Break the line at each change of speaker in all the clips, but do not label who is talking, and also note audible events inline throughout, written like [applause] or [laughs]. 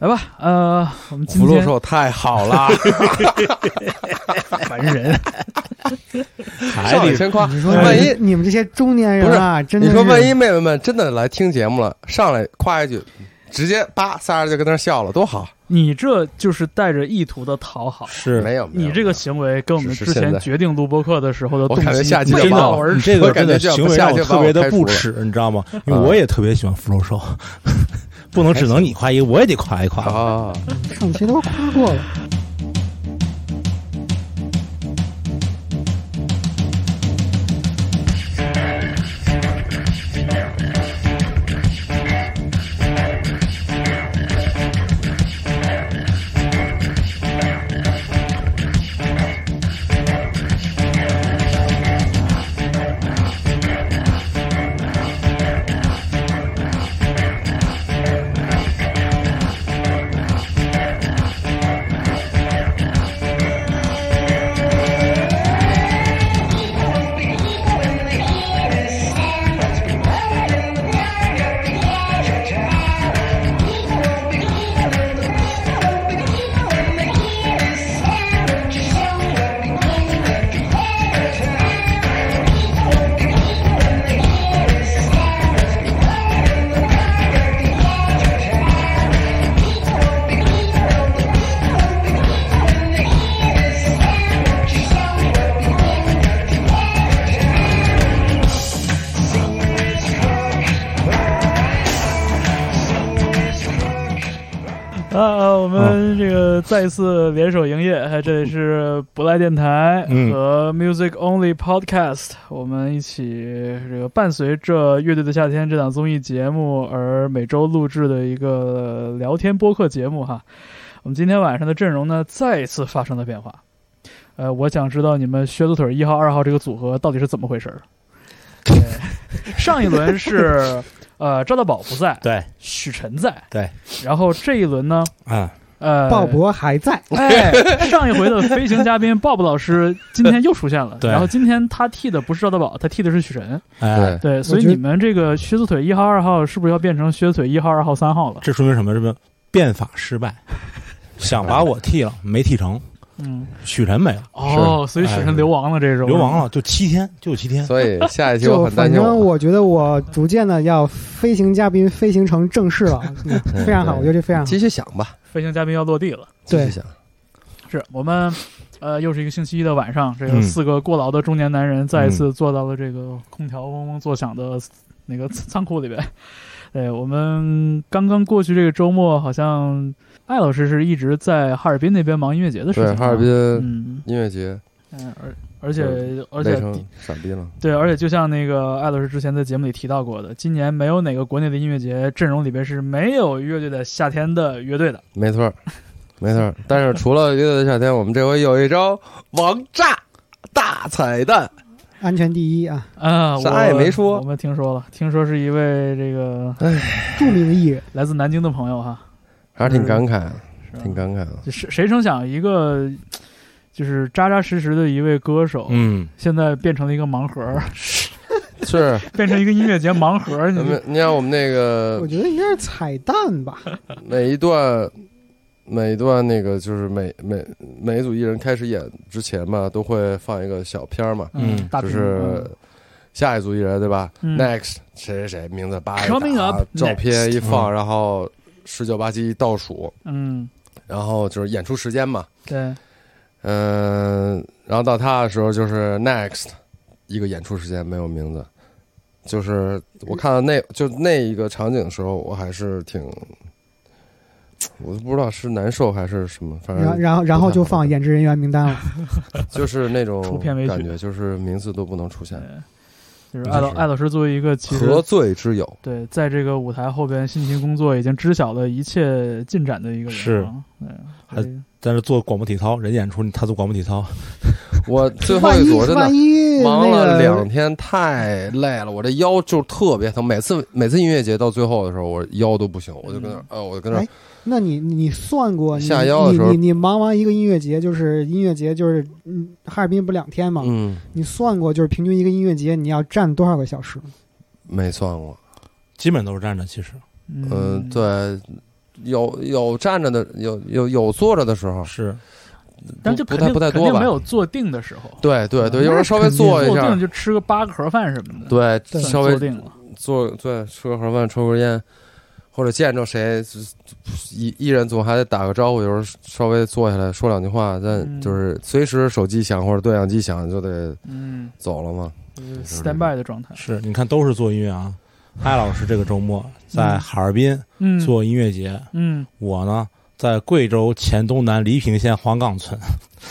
来吧，呃，我们今
福禄
天
寿太好了，
烦人，
还得先夸。
你说
万一
你你们这些中年人啊，真的
你
是
说万一妹妹们真的来听节目了，上来夸一句，直接叭，仨人就跟那儿笑了，多好！
[laughs] 你这就是带着意图的讨好。
是，
没有，没有
你这个行为跟我们之
是是现
前
在
决定录播课的时候的
我
动
感觉
机
下期
背
就把
道
我
而
你
驰。
这个
我感
真
觉
的
就要
行为
下
让
去
我
把
特
我
别的
开除
不
了
耻，你知道吗？因为
嗯
我也特别喜欢福禄寿， [laughs] 不能只能你夸一个，我也得夸一夸。
啊，
上期都夸过了，
啊，我
哦
们这个再一次联手营业，哎这里是不赖电台
嗯
和 Music Only Podcast，、我们一起这个伴随着《乐队的夏天》这档综艺节目而每周录制的一个聊天播客节目哈。我们今天晚上的阵容呢，再一次发生了变化。呃，我想知道你们靴子腿一号、二号这个组合到底是怎么回事儿。对，
[laughs]
上一轮是呃赵大宝不在，
对，
许晨在，
对，
然后这一轮呢，
嗯
啊，
呃，
鲍勃还在，
哎， [laughs] 上一回的飞行嘉宾鲍勃老师今天又出现了，
对
然后今天他替的不是赵大宝，他替的是许晨。
对，
哎，
对，所以
觉得
你们这个靴子腿一号、二号是不是要变成靴子腿一号、二号、三号了？
这说明什么？什么变法失败，想把我剃了，没剃成，
嗯，
许晨没了，
哦，所以许晨流亡了，这种
流亡。了，就七天，就七天。
所以下一期
就
我很担
反
心
正
我，
我觉得我逐渐的要飞行嘉宾飞行成正式
[laughs]
了，嗯非常好，我觉得这非常好
继。续想吧，
飞行嘉宾要落地了，
继
对
续想，
是我们。呃，又是一个星期一的晚上，这个
嗯
四个过劳的中年男人再
嗯
一次坐到了这个空调嗡嗡作响的那个仓库里边。对我们刚刚过去这个周末，好像艾老师是一直在哈尔滨那边忙音乐节的事
对，
情。啊
哈尔滨，
嗯
音乐节
嗯，而而且而
累
且
成傻逼了，
对，而且就像那个艾老师之前在节目里提到过的，今年没有哪个国内的音乐节阵容里边是没有乐队的夏天的乐队的。
没错儿，没错儿。但是除了乐队的夏天，我们这回有一招王炸大彩蛋，
安全第一啊，
啊，
啥
我
也哎没说
我们听说了，听说是一位这个
著名艺人，
来自南京的朋友哈，
还是挺感慨的，
是吧
挺感慨的。
就谁谁成想一个就是扎扎实实的一位歌手，
嗯，
现在变成了一个盲盒儿， [laughs]
是，
变成一个音乐节盲盒儿，你
咱
就 [laughs]
们你看我们那个
我觉得应该是彩蛋吧。
每一段，每一段那个就是每每每一组艺人开始演之前嘛，都会放一个小片儿嘛，
嗯
嗯
大
就
屏
是下一组艺人对吧、
嗯
n e x t 谁谁谁名字叭一
Coming
打
up
照片一放，然后十九八七倒数，
嗯，
然后就是演出时间嘛，
对，
嗯、然后到他的时候就是 next 一个演出时间没有名字，就是我看到那就那一个场景的时候，我还是挺，我都不知道是难受还是什么，反
然后
正
然后然后就放演职人员名单了，
就是那种
出片尾曲
感觉，就是名字都不能出现，
就是艾老
就是
艾老师作为一个其实
何罪
[laughs]
之有？
对，在这个舞台后边辛勤工作，已经知晓了一切进展的一个人
是
啊，对
还
所以
在这做广播体操，人演出，他做广播体操，
我最后
万
一
一
组真
万
的。
一
忙
那
了两
个
天，太累了，我这腰就特别疼。每次每次音乐节到最后的时候，我腰都不行，我就跟那儿，呃，我就跟那儿
哎那你你算过你
下腰的
你
时候
你你忙完一个音乐节，就是音乐节就是嗯，哈尔滨不两天嘛，
嗯，
你算过就是平均一个音乐节你要站多少个小时？
没算过。
基本都是站着。其实，
嗯，
嗯，对，呃有有站着的，有有有坐着的时候，
是
但就
不
肯
太
定
不太
肯
多
定没
吧？
有坐定的时候，
对对对，
那
有时候稍微
肯定
坐一
坐啊定
下，
就吃个八个盒饭什么的，
对，
对
算
稍微
坐定了。
坐对吃个盒饭，抽根烟，或者见着谁，一一人总还得打个招呼，有时候稍微坐下来说两句话，但
嗯
就是随时手机响或者对讲机响就得
嗯
走了嘛。
，stand by 的状态。
是，你看都是做音乐啊。艾老师这个周末在哈尔滨
嗯，
做音乐节，
嗯，
我呢在贵州黔东南黎平县黄岗村，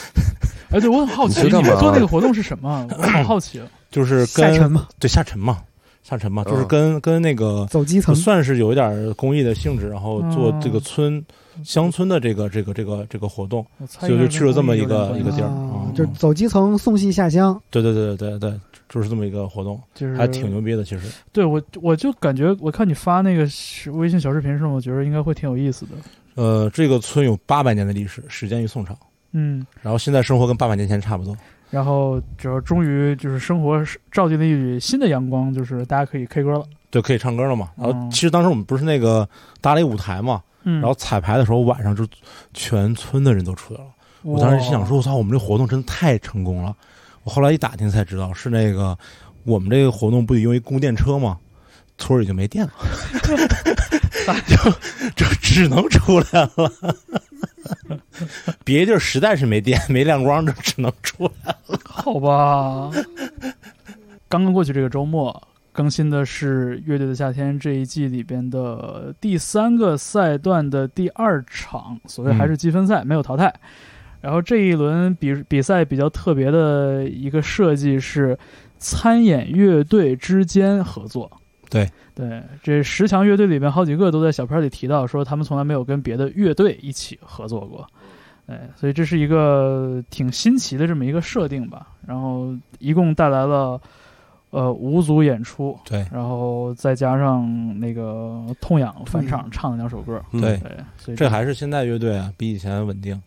[laughs]
哎，对我很好奇，
你去
你
干嘛
们做那个活动是什么？我好好
[coughs]
奇。
就是
下
跟
沉嘛，
对下沉嘛，下沉嘛，就是
嗯
跟、跟那个
走基层
不，算是有一点儿公益的性质，然后做这
嗯
个村、乡村的这个这个这个这个活动，
我猜
就
应该
就去了这么一个
跟公益
一
有
个
点
地儿
啊
嗯
就是走基层送戏下乡，
对对对对对对，就是这么一个活动，
就是
还挺牛逼的。其实
对我，我就感觉我看你发那个是微信小视频时候，我觉得应该会挺有意思的。
呃，这个村有八百年的历史，始建于宋朝，
嗯，
然后现在生活跟八百年前差不多。
然后就是终于就是生活是照进了一缕新的阳光，就是大家可以 K 歌了。
对，可以唱歌了嘛。然后
嗯
其实当时我们不是那个搭了一舞台嘛，
嗯，
然后彩排的时候晚上就全村的人都出来了。我当时心想说：“我操，我们这活动真的太成功了！”我后来一打听才知道，是那个我们这个活动不得用一供电车吗？村儿已经没电了，就就只能出来了。别地儿实在是没电、没亮光，就只能出来。
[laughs] 好吧。刚刚过去这个周末更新的是《乐队的夏天》这一季里边的第三个赛段的第二场，所谓还是积分赛，没有淘汰。然后这一轮比比赛比较特别的一个设计是参演乐队之间合作。
对
对，这十强乐队里面好几个都在小片里提到说，他们从来没有跟别的乐队一起合作过。哎，所以这是一个挺新奇的这么一个设定吧。然后一共带来了呃五组演出，
对
然后再加上那个痛痒返场唱了两首歌，
嗯
对，
对，所以
这还是现在乐队啊，比以前稳定。
嗯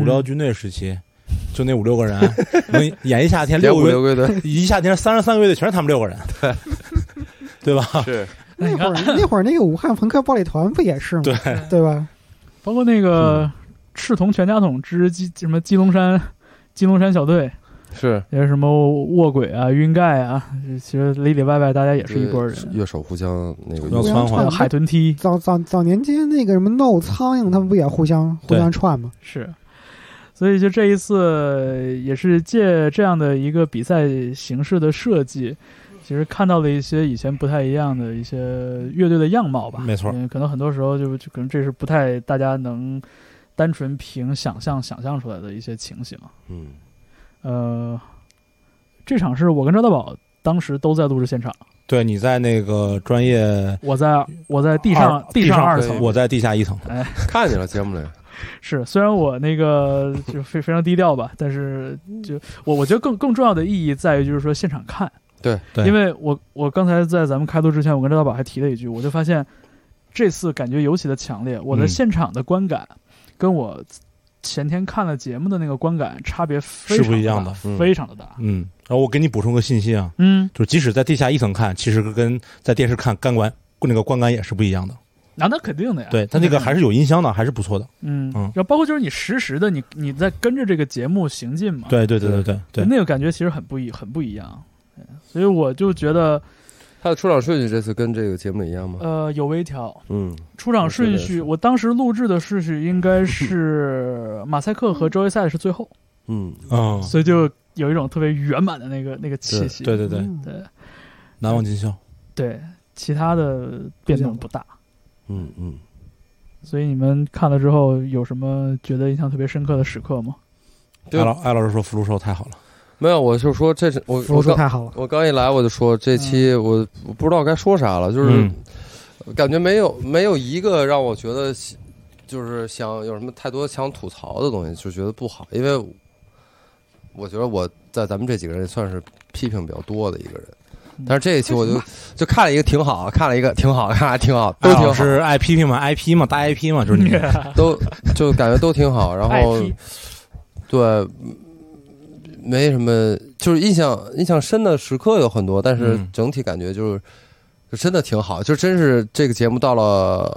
无聊军队时期，就那五六个人啊能演一夏
哎
天，
连
六
五
个月
六
[laughs]
个的，
一夏天三十三个乐队全是他们六个人，对对吧？
是
那
那
你
会儿
看，
那会儿那个武汉朋克暴力团不也是吗？
对
对吧？
包括那个赤铜全家桶之鸡什么鸡龙山。鸡龙山小队
是，
也是什么卧轨啊、晕盖啊，其实里里外外大家也是一拨人。
乐手互相那个约
要
互
束
相
窜
还
换
有，海豚踢
啊早早早年间那个什么 No 苍蝇，他们不也互相互
对
相串吗？
是，所以就这一次也是借这样的一个比赛形式的设计，其实看到了一些以前不太一样的一些乐队的样貌吧。
没错
因为可能很多时候就就可能这是不太大家能单纯凭想象想象出来的一些情形。
嗯，
呃，这场是我跟赵大宝当时都在录制现场，
对你在那个专业
我在我在地
二
上
地
上二
对
层，
我在地下一层，
看见了节目里，
是，虽然我那个就非非常低调吧，但是就我我觉得更更重要的意义在于就是说现场看，
对
对
因为我我刚才在咱们开录之前，我跟赵大宝还提了一句，我就发现这次感觉尤其的强烈，我的
嗯
现场的观感跟我前天看了节目的那个观感差别非
是
常
不一样
的
的
大，
嗯
非常的大，
嗯。然后我给你补充个信息啊，
嗯，
就是即使在地下一层看，其实跟在电视看感官那个观感也是不一样的。
那、那肯定的呀，
对，它那个还
是
是有音箱的，还是不错的。
嗯，
嗯
然后包括就是你实时的你你在跟着这个节目行进嘛，
对对对对对对，
那个感觉其实很不一很不一样，对所以我就觉得。
他的出场顺序这次跟这个节目里一样吗？
呃，有微调。
嗯，
出场
我觉得
顺
也
序，
是
我当时录制的顺序应该是马赛克和周易赛是最后，
嗯，
嗯，
所以就有一种特别圆满的那个那个气息。
对对对，
嗯
对
难忘今宵。
对其他的变动不大。
嗯嗯，
所以你们看了之后有什么觉得印象特别深刻的时刻吗？
对
艾老艾老师说福禄寿太好了，
没有，我就说这是我
服
我
务说
刚
太好了，
我刚一来我就说这期我我不知道该说啥了，就是
嗯
感觉没有没有一个让我觉得喜就是想有什么太多想吐槽的东西，就觉得不好，因为我觉得我在咱们这几个人算是批评比较多的一个人
嗯。
但是这一期我就就看了一个挺好，看了一个挺好，看了挺好，都
艾哎老
挺好，
师爱批评嘛，IP 嘛，大 IP 嘛，就是你。
都就感觉都挺好。然后
IP
对，嗯没什么，就是印象印象深的时刻有很多，但是
嗯
整体感觉就是，就真的挺好，就真是这个节目到了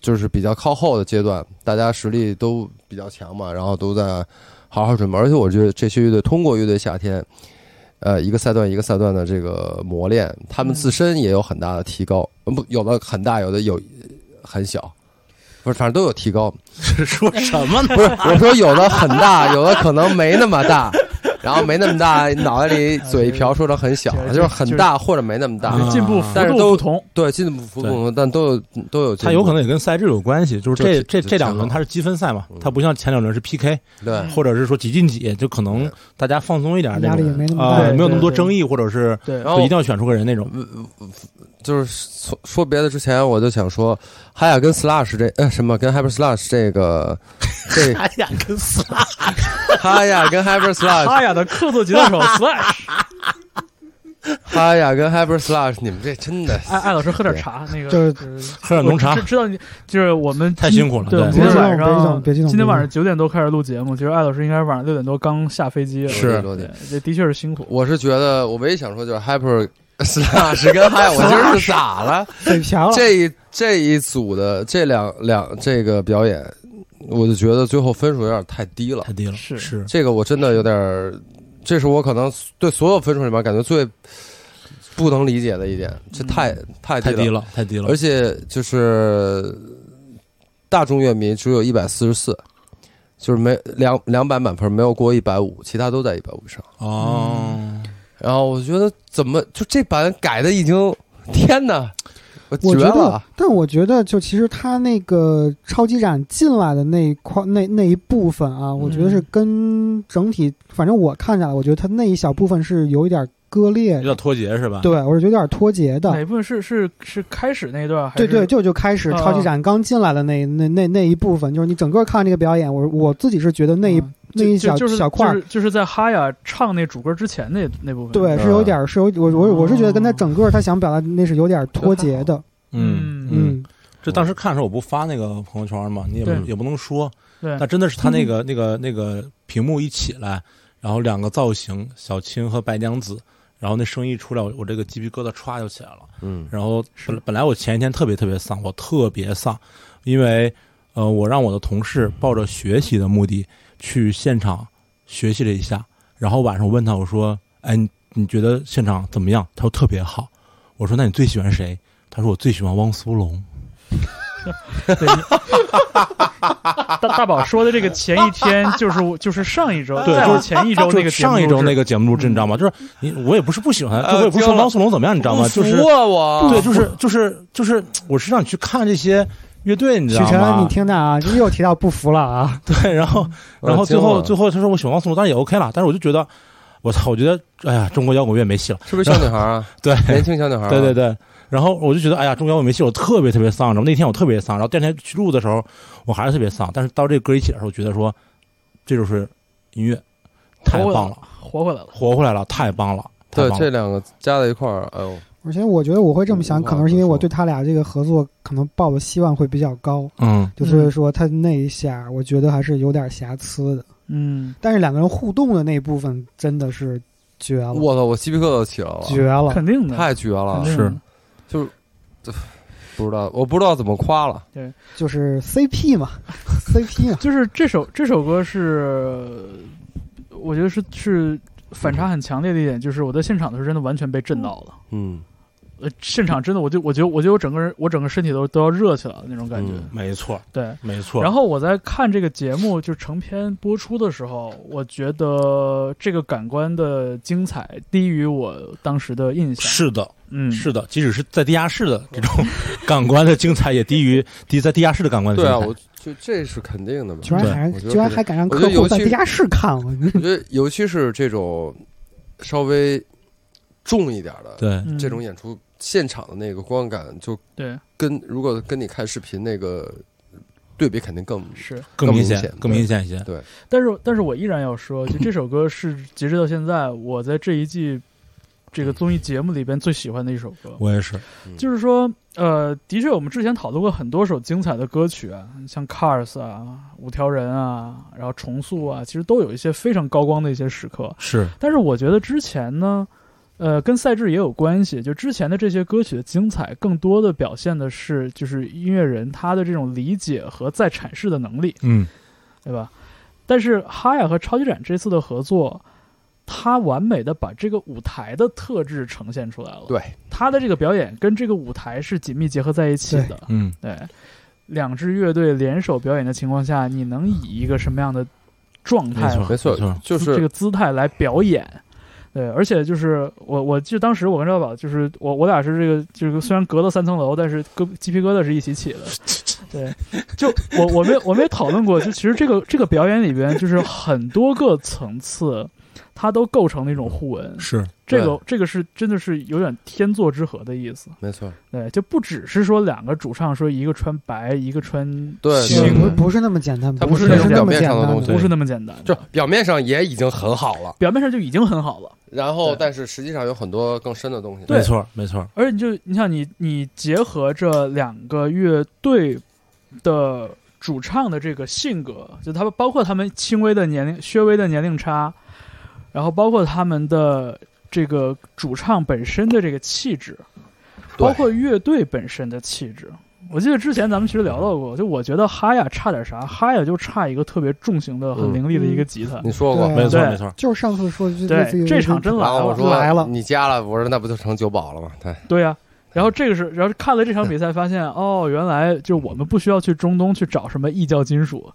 就是比较靠后的阶段，大家实力都比较强嘛，然后都在好好准备。而且我觉得这些乐队通过乐队夏天，呃，一个赛段一个赛段的这个磨练，他们自身也有很大的提高，呃不，有的很大，有的有很小，不是，反正都有提高。
说什么呢？
[laughs] 不是，我说有的很大，有的可能没那么大， [laughs] 然后没那么大，脑袋里嘴一瓢说成很小，就是很大或者没那么大。
啊
进步幅
但是
度
都
不同，
对，进步幅度，但都有都有进步，
它有可能也跟赛制有关系，就是这
就
这
就
这两轮
就
它是积分赛嘛
嗯，
它不像前两轮是 PK，
对，
或者是说几进几，就可能大家放松一点那
压力
种
也没那么
啊，
大，
对
没有那么多
对
争议，或者是
对，
然
就
后
一定要选出个人那种。
就是说说别的之前，我就想说，哈雅跟 Slash 这呃什么跟 Hyper Slash 这个 [laughs] 这
哎呀，跟死
哈雅跟 Hyper Slash
哈雅的客座吉他手 Slash，
哈雅跟 Hyper Slash，你们这真的
艾艾老师喝点茶，那个
就是
是
喝点浓茶
我知，知道你就是我们
太辛苦了
对，我
对
们今天晚
别激动
上
别激动
今天晚
别
上九点多开始录节目，其实艾老师应该是晚上六点多刚下飞机了，
是
对，这的确是辛苦。
我是觉得，我唯一想说就是 Hyper Slash 跟哈雅，我今儿是咋了？
嘴瓢了。
这一这一组的这两两这个表演，我就觉得最后分数有点太低了
太。低了，
是
是
这个我真的有点儿，这是我可能对所有分数里面感觉最不能理解的一点，这太太低
太
了。
低了，太低了
而。且就是大众乐迷只有一百四十四，就是没两两百满分没有过一百五，其他都在一百五以上。
哦，
然后我觉得怎么就这版改的已经天哪，我绝
我觉得
了！，
但我觉得，就其实他那个超级展进来的那一块、那那一部分啊，我觉得是跟整体，反正我看下来，我觉得他那一小部分是有一点割裂
有，点脱节是吧？
对我是觉得有点脱节
哪
的。
一部分是是是开始那一段？还
对
是
对，就就开始
啊
超级展刚进来的那那那那一部分，就是你整个看这个表演，我我自己是觉得那一
嗯
那一
就
小
就是
小块儿
就是就是在哈雅唱那主歌之前那那部分。
对，是有点儿，是有我我我是觉得跟他整个他想表达的那是有点儿脱节的，
嗯
嗯
嗯，
嗯，
这当时看的时候我不发那个朋友圈嘛，你也不
对
也不能说，
对
那，真的是他那个那个那个屏幕一起来，然后两个造型，小青和白娘子，然后那声音一出来，我我这个鸡皮疙瘩歘就起来了。
嗯，
然后本本来我前一天特别特别丧，我特别丧，因为呃，我让我的同事抱着学习的目的去现场学习了一下，然后晚上我问他，我说：“哎，你你觉得现场怎么样？”他说：“特别好。”我说：“那你最喜欢谁？”他说：“我最喜欢汪苏泷。
大大宝说的这个前一天就是就是上一周，
对
再
就
往
是
前一周”那
就
个节目
上一周那
个
个节目录制，你知道吗？就是你，我也不是不喜欢，
呃
我也不是
听
说
了
汪苏泷怎么样，你知道吗？就是
不服啊我，
对，就是就是就是，我是让你去看这些乐队，你知
许
道吗？
晨，你听着啊，这又提到不服
[laughs]
了啊，
对，然后
我啊
然后最
呃惊
后
了
最后他说我喜欢汪苏泷，当然也 OK 了，但是我就觉得，我操，我觉得哎呀，中国摇滚乐没戏了。
是不是小女孩啊？
[laughs] 对
年轻小女孩、啊，
对对对，然后我就觉得哎呀，中国摇滚没戏，我特别特别丧。然后那天我特别丧，然后第二天去录的时候，我还是特别丧。但是到这歌一起的时候，我觉得说这就是音乐，太棒了，
活回来了。
活回来了，太棒了，太
对
棒
这
了。
两个加在一块儿，哎呦，
而且我觉得我会这
嗯
么想，
无话
可能是因为
可说
我对他俩这个合作可能抱的希望会比较高，
嗯，
就所以说他那一下，我觉得还是有点瑕疵的。
嗯，
但是两个人互动的那一部分真的是绝了，
我操，我鸡皮疙瘩都起来了，
绝了。
肯定的，
太绝了
肯，定的
是
就是这不知道，我不知道怎么夸了。
就是 CP 嘛，CP
[laughs]
嘛，
就是这首这首歌是，我觉得是是反差很强烈的一点，就是我在现场的时候真的完全被震到了。
嗯，
呃，现场真的，我就我觉得，我觉得我整个人，我整个身体都都要热起来了那种感觉。
嗯
没错，
对，
没错。
然后我在看这个节目就成片播出的时候，我觉得这个感官的精彩低于我当时的印象。
是的，
嗯，
是的，即使是在地下室的这种 [laughs] 感官的精彩，也低于低于在地下室的感官的
对
精
啊，
彩
我。就这是肯定的嘛。
居然还
对我觉得
居然还敢让
我觉
客
得
户在
尤其
地下室看
[laughs]
我，
我觉得，尤其是这种稍微重一点的
对，
嗯
这种演出，现场的那个观感，就
对
跟如果跟你看视频那个对比，肯定更
是，
更
更明
明
显
显，
更
对
明显一些。
但是但是我依然要说，就这首歌是截止到现在我在这一季这个综艺节目里边最喜欢的一首歌。
我也是，
嗯
就是说，呃，的确，我们之前讨论过很多首精彩的歌曲啊，像 Cars 啊、五条人啊，然后重塑啊，其实都有一些非常高光的一些时刻。
是
但是我觉得之前呢，呃，跟赛制也有关系。就之前的这些歌曲的精彩，更多的表现的是就是音乐人他的这种理解和再阐释的能力，
嗯，
对吧？但是哈雅和超级展这次的合作，他完美的把这个舞台的特质呈现出来了。
对，
他的这个表演跟这个舞台是紧密结合在一起的。
嗯，
对，两支乐队联手表演的情况下，你能以一个什么样的状
没
态
错，
没错，
错，
就
这
是
个姿态来表演。对，而且就是我，我记得当时我跟赵宝，就是我，我俩是这个，就是虽然隔了三层楼，但是疙鸡皮疙瘩是一起
[laughs]
起的。对，就我我没有我没有讨论过，就其实这个这个表演里边，就是很多个层次，它都构成了一种互文。
是
这个这个是真的是有点天作之合的意思。
没错，
对，就不只是说两个主唱说一个穿白，一个穿
对
行
对
青
不
的，
不是那么简单，
它
不
不是那
那
种
么
表面
简
上的
单
东西
不是那么简单的。
就表面上也已经很好了，
表面上就已经很好了。
然后
对
但是实际上有很多更深的东西。
对
没错，没错，
而且你就你想你你结合这两个乐队的主唱的这个性格，就他们包括他们轻微的年龄、略微的年龄差，然后包括他们的这个主唱本身的这个气质，
对
包括乐队本身的气质。我记得之前咱们其实聊到过，就我觉得哈雅差点啥，哈雅就差一个特别重型的、很凌厉的一个吉他。
你说过，
对
没错，
对
没错，
就是上次说就类似
对，
于
这场真来
然后
了
我。说
来了
你加了，我说那不就成酒保了吗？对，
对呀、然后这个是，然后看了这场比赛，发
[laughs]
现哦，原来就我们不需要去中东去找什么异教金属，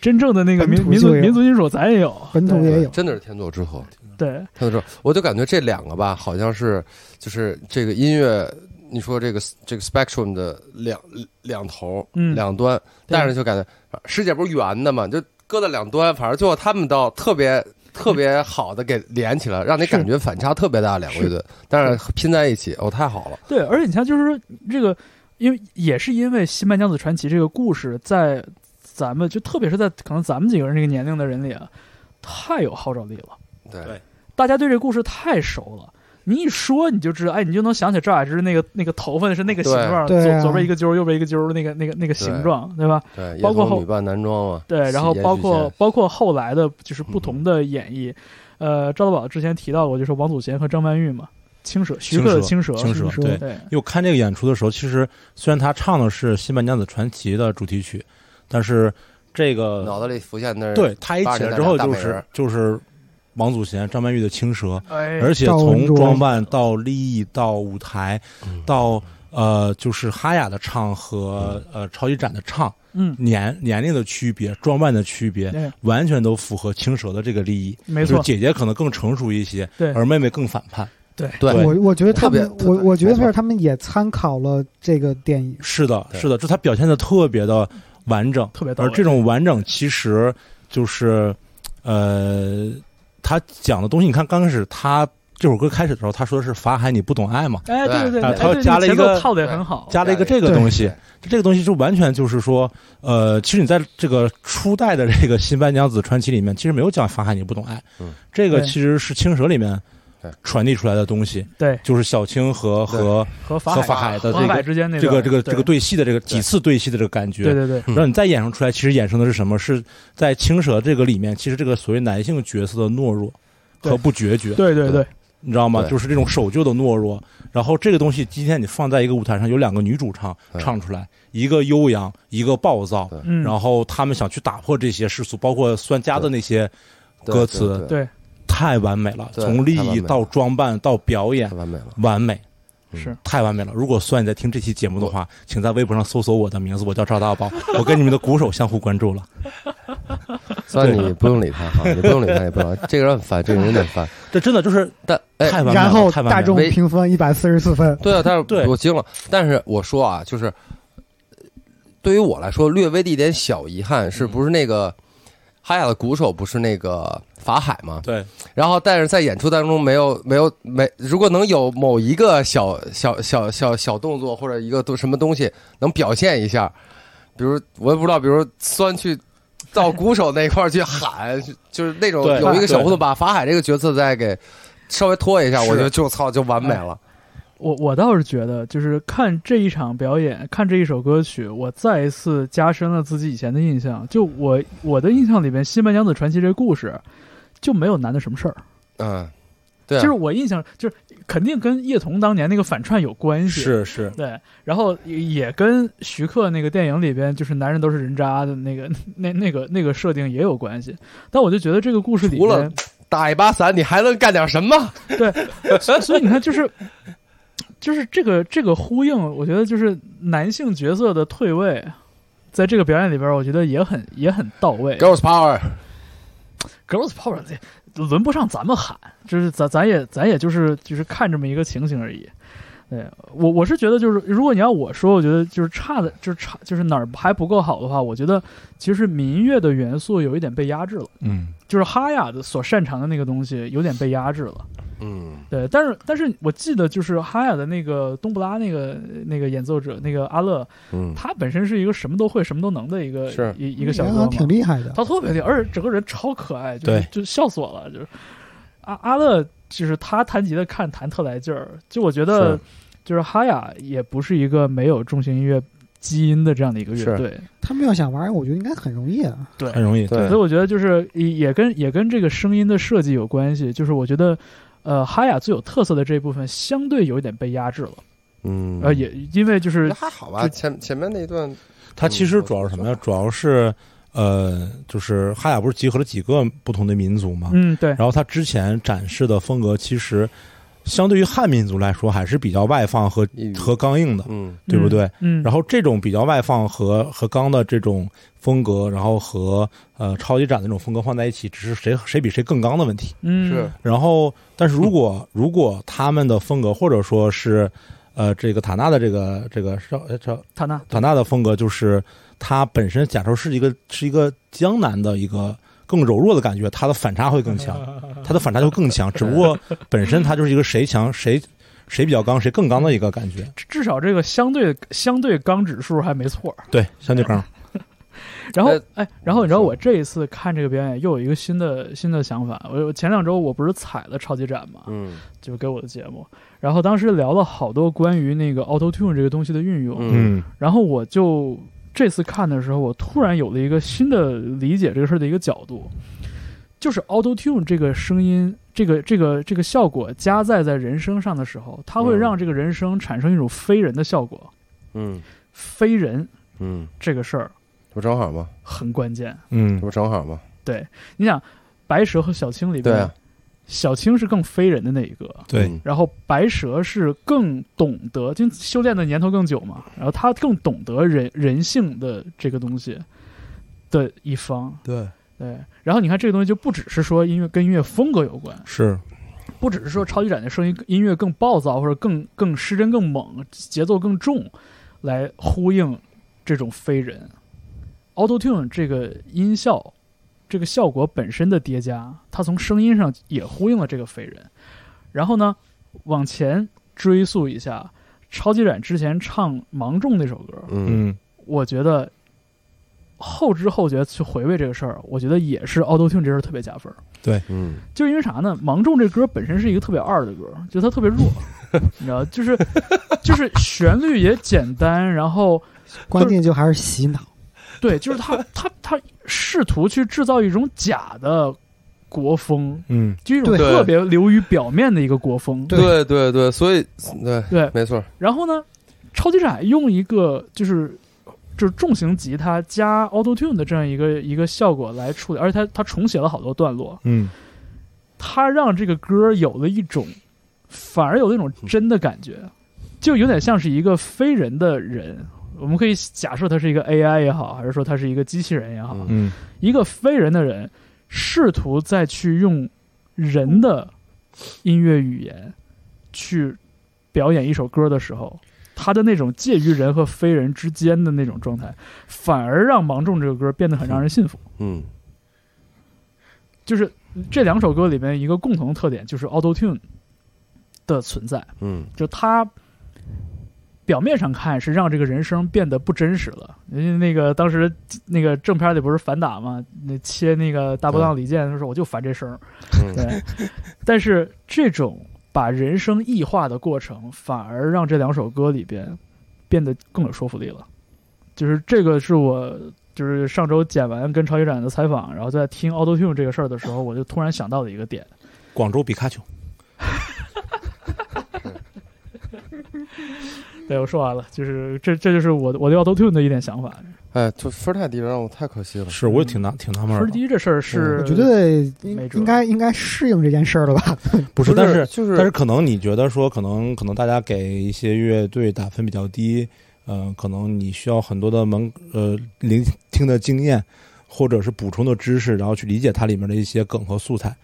真正的那个
本
民
土
民族
就有
民族金属咱也有，
本土也有，
真的是天作之合。
对
天作之合，我就感觉这两个吧，好像是就是这个音乐，你说这个这个 spectrum 的两两头、
嗯
两端，但是就感觉啊世界不是圆的嘛，就搁在两端，反正最后他们倒特别。特别好的给连起来，让你
是
感觉反差特别大，两个乐队，但是拼在一起，哦，太好了，
对，而且你像就是这个，因为也是因为《新白娘子传奇》这个故事，在咱们就特别是在可能咱们几个人这个年龄的人里啊，太有号召力了，
对
对
大家对这故事太熟了。你一说你就知道，哎，你就能想起赵雅芝那个那个头发是那个形
对
状，
对
左
啊
左边一个揪儿，右边一个揪儿，那个那个那个形
对
状，对吧？
对，
包括
也从
后
女扮男装嘛，
对，然后
延续
包括
线
包括后来的就是不同的
嗯
演绎，呃，赵大宝之前提到过，就是王祖贤和张曼玉嘛，青蛇，徐克的青蛇，
青蛇
听，说
对，
对
因为我看这个演出的时候，其实虽然他唱的是《新白娘子传奇》的主题曲，但是这
脑
呃
个
袋里浮现的是
对他一起来之后
大
就
美人
是就是王祖贤、张曼玉的《青蛇》，
哎，
而且
赵文
从
卓
装扮到立意到舞台
嗯
到呃就是哈雅的唱和呃超级展的唱
嗯，
年年龄的区别、装扮的区别，
对，
完全都符合青蛇的这个利益。
没
就
错
是，姐姐可能更成熟一些，
对
而妹妹更反叛。
对
对
我我觉得他们
特，别
我
特别
我觉得
没错
是他们也参考了这个电影，
是的，
对嗯
是的，就她表现的特别的完整，
特别到
而
位。
这种完整其实就是，呃，她讲的东西，你看刚开始她这首歌开始的时候，她说的是法海你不懂爱嘛，
哎，对对
啊
对，
他又
对
加了一个
前奏套的也很好，
加了一个这个
对
东西，
对
这个东西就完全就是说，呃，其实你在这个初代的这个《新白娘子传奇》里面，其实没有讲法海你不懂爱，
嗯
这个
对
其实是青蛇里面
对
传递出来的东西，
对
就是小青和
对
和
和法
和
海
法海的
和
这
法海
个
之间那
这个这个这
段
个，对戏的这个几次对戏的这个感觉，
对对对对，
嗯
然后你再衍生出来，其实衍生的是什么？是在青蛇这个里面，其实这个所谓男性角色的懦弱和
对
不决绝，
对对对，
你知道吗？
对
就是这种守旧的懦弱。然后这个东西，今天你放在一个舞台上，有两个女主唱
对
唱出来，一个悠扬，一个暴躁。
对
嗯，
然后他们想去打破这些世俗，包括酸家的那些，
对
歌词
对对
对
太完美了，
对
从立
太完美
意
了
到装扮到表演
太，完美了，
完美。
嗯
是
太完美了！如果算你在听这期节目的话，请在微博上搜索我的名字，我叫赵大宝， [laughs] 我跟你们的鼓手相互关注了。
算你不用理他哈，你不用理他也不能，这个人很烦，这个人有点
[laughs]
烦，
这真的就是
但哎，
太完美了，
然后
太完美了
大众
微
评分一百四十四分，
对啊，但
对
是我惊了，但是我说啊，就是对于我来说，略微的一点小遗憾，
嗯
是不是那个哈雅的鼓手不是那个法海吗？
对
然后，但是在演出当中没有没有没，如果能有某一个小小小小小动作或者一个都什么东西能表现一下，比如我也不知道，比如酸去到鼓手那块儿去喊， [laughs] 就是那种
对
有一个小互
对
动，把法海这个角色再给稍微拖一下，
是
我觉得就操就完美了。
哎我我倒是觉得，就是看这一场表演，看这一首歌曲，我再一次加深了自己以前的印象。就我我的印象里边，《新白娘子传奇》这故事就没有难的什么事儿，
嗯，对啊，
就是我印象就是肯定跟叶童当年那个反串有关系，
是是，
对，然后也也跟徐克那个电影里边就是男人都是人渣的那个 [laughs] 那那个那个设定也有关系，但我就觉得这个故事里
除了
边，
打一把伞，你还能干点什么？
哎所以所以你看就是。就是这个这个呼应，我觉得就是男性角色的退位，在这个表演里边，我觉得也很也很到位。
Girls Power，
Girls Power 这轮不上咱们喊，就是咱咱也咱也就是就是看这么一个情形而已。对我我是觉得就是如果你要我说，我觉得就是差的就是差就是哪儿还不够好的话，我觉得其实民乐的元素有一点被压制了，
嗯，
就是哈雅的所擅长的那个东西有点被压制了。
嗯，
对，但是但是我记得就是哈雅的那个东布拉那个那个演奏者那个阿乐，
嗯，
他本身是一个什么都会什么都能的一个
是
一一个小
人
哥
好像
嘛，
嗯挺厉害的。
他特别厉害，而且整个人超可爱，就是
对
就笑死我了。就是阿阿乐，就是他弹吉他看弹特来劲儿，就我觉得
是
就是哈雅也不是一个没有重型音乐基因的这样的一个乐
是
队，
他们要想玩，我觉得应该很容易啊。
很容易，
对
所以我觉得就是也也跟也跟这个声音的设计有关系。就是我觉得。呃，哈雅最有特色的这一部分相对有一点被压制了，
嗯，
呃，也因为就是
那还好吧，
就
前前面那一段，
它其实主要是什么呀？主要是呃，就是哈雅不是集合了几个不同的民族嘛？
嗯，对，
然后它之前展示的风格，其实相对于汉民族来说，还是比较外放和
一
和刚硬的，
嗯，
对不对？
嗯？嗯，
然后这种比较外放和和刚的这种风格，然后和呃超级展的那种风格放在一起，只是谁谁比谁更刚的问题。
嗯
是，
然后，但是如果如果他们的风格或者说是呃这个塔纳的这个这个少呃少
塔纳，
塔纳的风格，就是它本身假如是一个是一个江南的一个更柔弱的感觉，它的反差会更强，它的反差就更强。只不过本身它就是一个谁强谁谁比较刚谁更刚的一个感觉，
至至少这个相对相对刚指数还没错，
对，相对刚。
然后
呃
哎，然后你知道
是
我这一次看这个表演又有一个新的新的想法。我我前两周我不是踩了超级展嘛，
嗯
就给我的节目，然后当时聊了好多关于那个 Auto Tune 这个东西的运用。
嗯
然后我就这次看的时候，我突然有了一个新的理解这个事儿的一个角度，就是 Auto Tune 这个声音，这个这个这个效果加在在人声上的时候，它会
嗯
让这个人声产生一种非人的效果。
嗯
非人
嗯，
这个事儿
这不正好吗？
很关键。
嗯
这不正好吗？
你想，白蛇和小青里
对
边，
啊，
小青是更非人的那一个，
对，
嗯
然后白蛇是更懂得，就修炼的年头更久嘛，然后他更懂得人人性的这个东西的一方。
对，
对，然后你看这个东西就不只是说音乐跟音乐风格有关，
是，
不只是说超级展的声音音乐更暴躁或者更更失真更猛，节奏更重，来呼应这种非人。Auto Tune 这个音效，这个效果本身的叠加，它从声音上也呼应了这个非人。然后呢，往前追溯一下，超级展之前唱《芒种》那首歌，
嗯
嗯，
我觉得后知后觉去回味这个事儿，我觉得也是 Auto Tune 这事儿特别加分。
嗯
就是因为啥呢？芒种这歌本身是一个特别二的歌，就它特别弱，你知道，就是就是旋律也简单，然后
关键就还是洗脑。
对，就是他他他试图去制造一种假的国风，
嗯，
就一种
对
特别流于表面的一个国风。
对
对对对，所以对
对
没错，
然后呢，超级展用一个就是就是重型吉他加 Auto Tune 的这样一个一个效果来处理，而且他他重写了好多段落，
嗯，
他让这个歌有了一种，反而有那种真的感觉，就有点像是一个非人的人。我们可以假设他是一个 AI 也好，还是说他是一个机器人也好，
嗯
嗯，
一个非人的人试图再去用人的音乐语言去表演一首歌的时候，他的那种介于人和非人之间的那种状态，反而让《芒种》这个歌变得很让人信服。
嗯
就是这两首歌里面一个共同特点就是 Auto Tune 的存在，
嗯
就它表面上看是让这个人声变得不真实了。因为那个当时那个正片里不是反打嘛，那切那个大波浪李健，他说我就烦这声儿，
嗯，
对。但是这种把人声异化的过程，反而让这两首歌里边变得更有说服力了。就是这个是我就是上周剪完跟超级展的采访，然后在听 Auto Tune 这个事儿的时候，我就突然想到的一个点。
广州比卡丘，
对，我说完了，就是这这就是我我对 Auto Tune 的一点想法。
哎，就分儿太低了，让我太可惜了。
是我也挺纳挺纳闷
分
儿
儿
的，
低这事儿是，
我觉得应
没辙
应该应该适应这件事儿了吧？
不是，但是
就是
但是可能你觉得说，可能可能大家给一些乐队打分比较低，呃，可能你需要很多的门呃聆听的经验，或者是补充的知识，然后去理解它里面的一些梗和素材。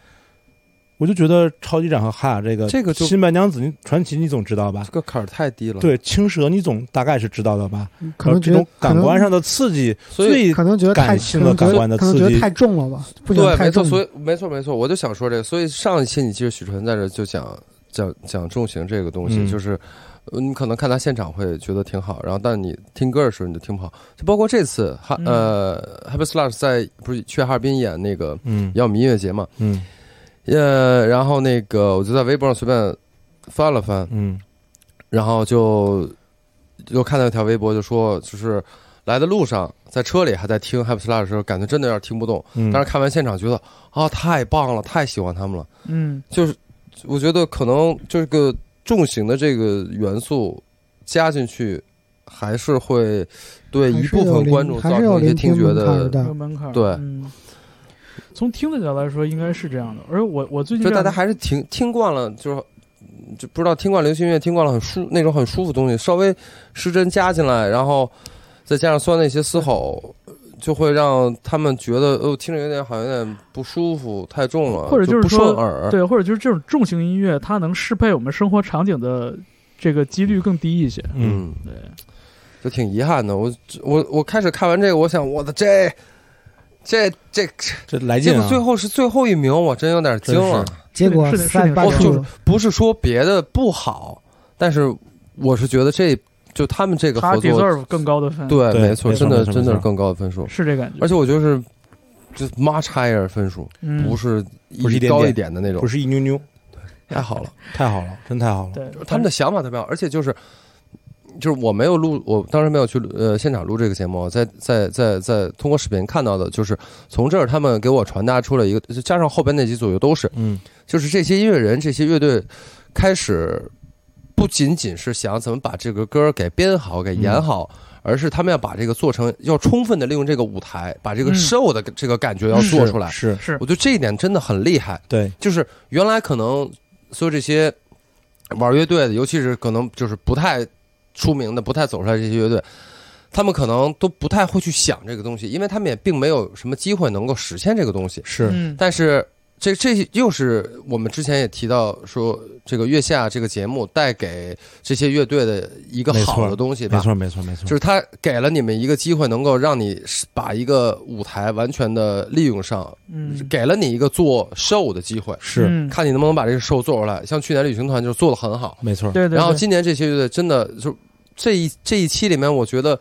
我就觉得超级展和哈雅这个
这个就
新白娘子你传奇你总知道吧
这？个坎儿太低了。，
对，青蛇你总大概是知道的吧？呃
可能
这
觉得
种感官
上，
上的刺激
所以
最
可能觉得太
感性了
可
感
能觉得
官的
可能觉
刺
得
激
太重了吧？不行，
对，
太
没错，
重
所
了。
以没错没错，我就想说这个。所以上一期你记得许晨在这就讲讲讲重型这个东西，
嗯
就是呃你可能看他现场会觉得挺好，然后但你听歌的时候你就听不好。就包括这次哈、
嗯
呃 Happy Slash 在不是去哈尔滨演那个
嗯
要米音乐节嘛，
嗯
呃，然后那个我就在微博上随便翻了翻，
嗯
然后就又看到一条微博，就说就是来的路上在车里还在听 Happy Slash 的时候，感觉真的有点听不懂。
嗯，
但是看完现场觉得啊，太棒了，太喜欢他们了。
嗯
就是我觉得可能这个重型的这个元素加进去，还是会对
还
一
是
部
有
分
聆
观众
还
造
是
成
有
一些
聆听
听觉
门槛
的
儿。的
有门槛儿。
对
嗯，从听的角度来说，应该是这样的。而我我最近
就
这
大
样
家还是听听惯了，就是就不知道听惯流行音乐，听惯了很舒那种很舒服的东西，稍微失真加进来，然后再加上酸的一些嘶吼，就会让他们觉得哦，听着有点好像有点不舒服，太重了，
或者
就
就是
不
说
顺耳。
对，或者就是这种重型音乐，它能适配我们生活场景的这个几率更低一些。
嗯，
对，
就挺遗憾的。我我我开始看完这个，我想我的这这这，
这来
结
劲
果
啊！
最后是最后一名，我真有点惊了。
结果
是的是的
三八
哦
九
就是不是说别的不好，但是我是觉得这就他们这个
它
合作，
deserve 更高的分，，
对，
对
没错，
没错
真的
没错
真的
没
是
错
更高的分数，
是这感觉。
而且我觉得是就 much higher 分数，
嗯，
不是
不是一点
高
点
一点的那种
不，是一妞妞，
太好了。
太好了，真太好了。
对
他们的想法特别好，而且就是就是我没有录，我当时没有去呃现场录这个节目，在在在在通过视频看到的，就是从这儿他们给我传达出了一个，就加上后边那几组又都是，
嗯，
就是这些音乐人、这些乐队开始不仅仅是想怎么把这个歌给编好、给演好。而是他们要把这个做成，要充分的利用这个舞台，把这个
嗯
show 的这个感觉要做出来。
是
是
我觉得这一点真的很厉害。
对，
就是原来可能所有这些玩乐队的，尤其是可能就是不太出名的、不太走出来这些乐队，他们可能都不太会去想这个东西，因为他们也并没有什么机会能够实现这个东西。
是
嗯
但是这这又是我们之前也提到说，这个月下这个节目带给这些乐队的一个
没错
好的东西
没
吧。
错，没错，没错，
就是他给了你们一个机会，能够让你把一个舞台完全的利用上，
嗯
给了你一个做 show 的机会。
是、
嗯
看你能不能把这个 show 做出来。像去年旅行团就是做的很好，
没错，
对对对，
然后今年这些乐队真的就这一这一期里面，我觉得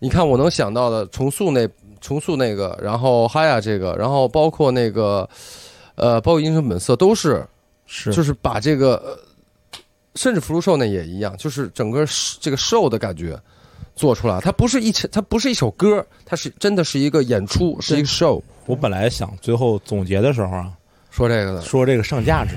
你看我能想到的重塑那重塑那个，然后哈亚这个，然后包括那个呃，包括英雄本色都是，
是
就是把这个呃甚至福禄寿那也一样，就是整个这个 show 的感觉。做出来，它不是一它不是一首歌，它是真的是一个演出，是一个 show。
我本来想最后总结的时候啊，
说这个的，
说这个上价值，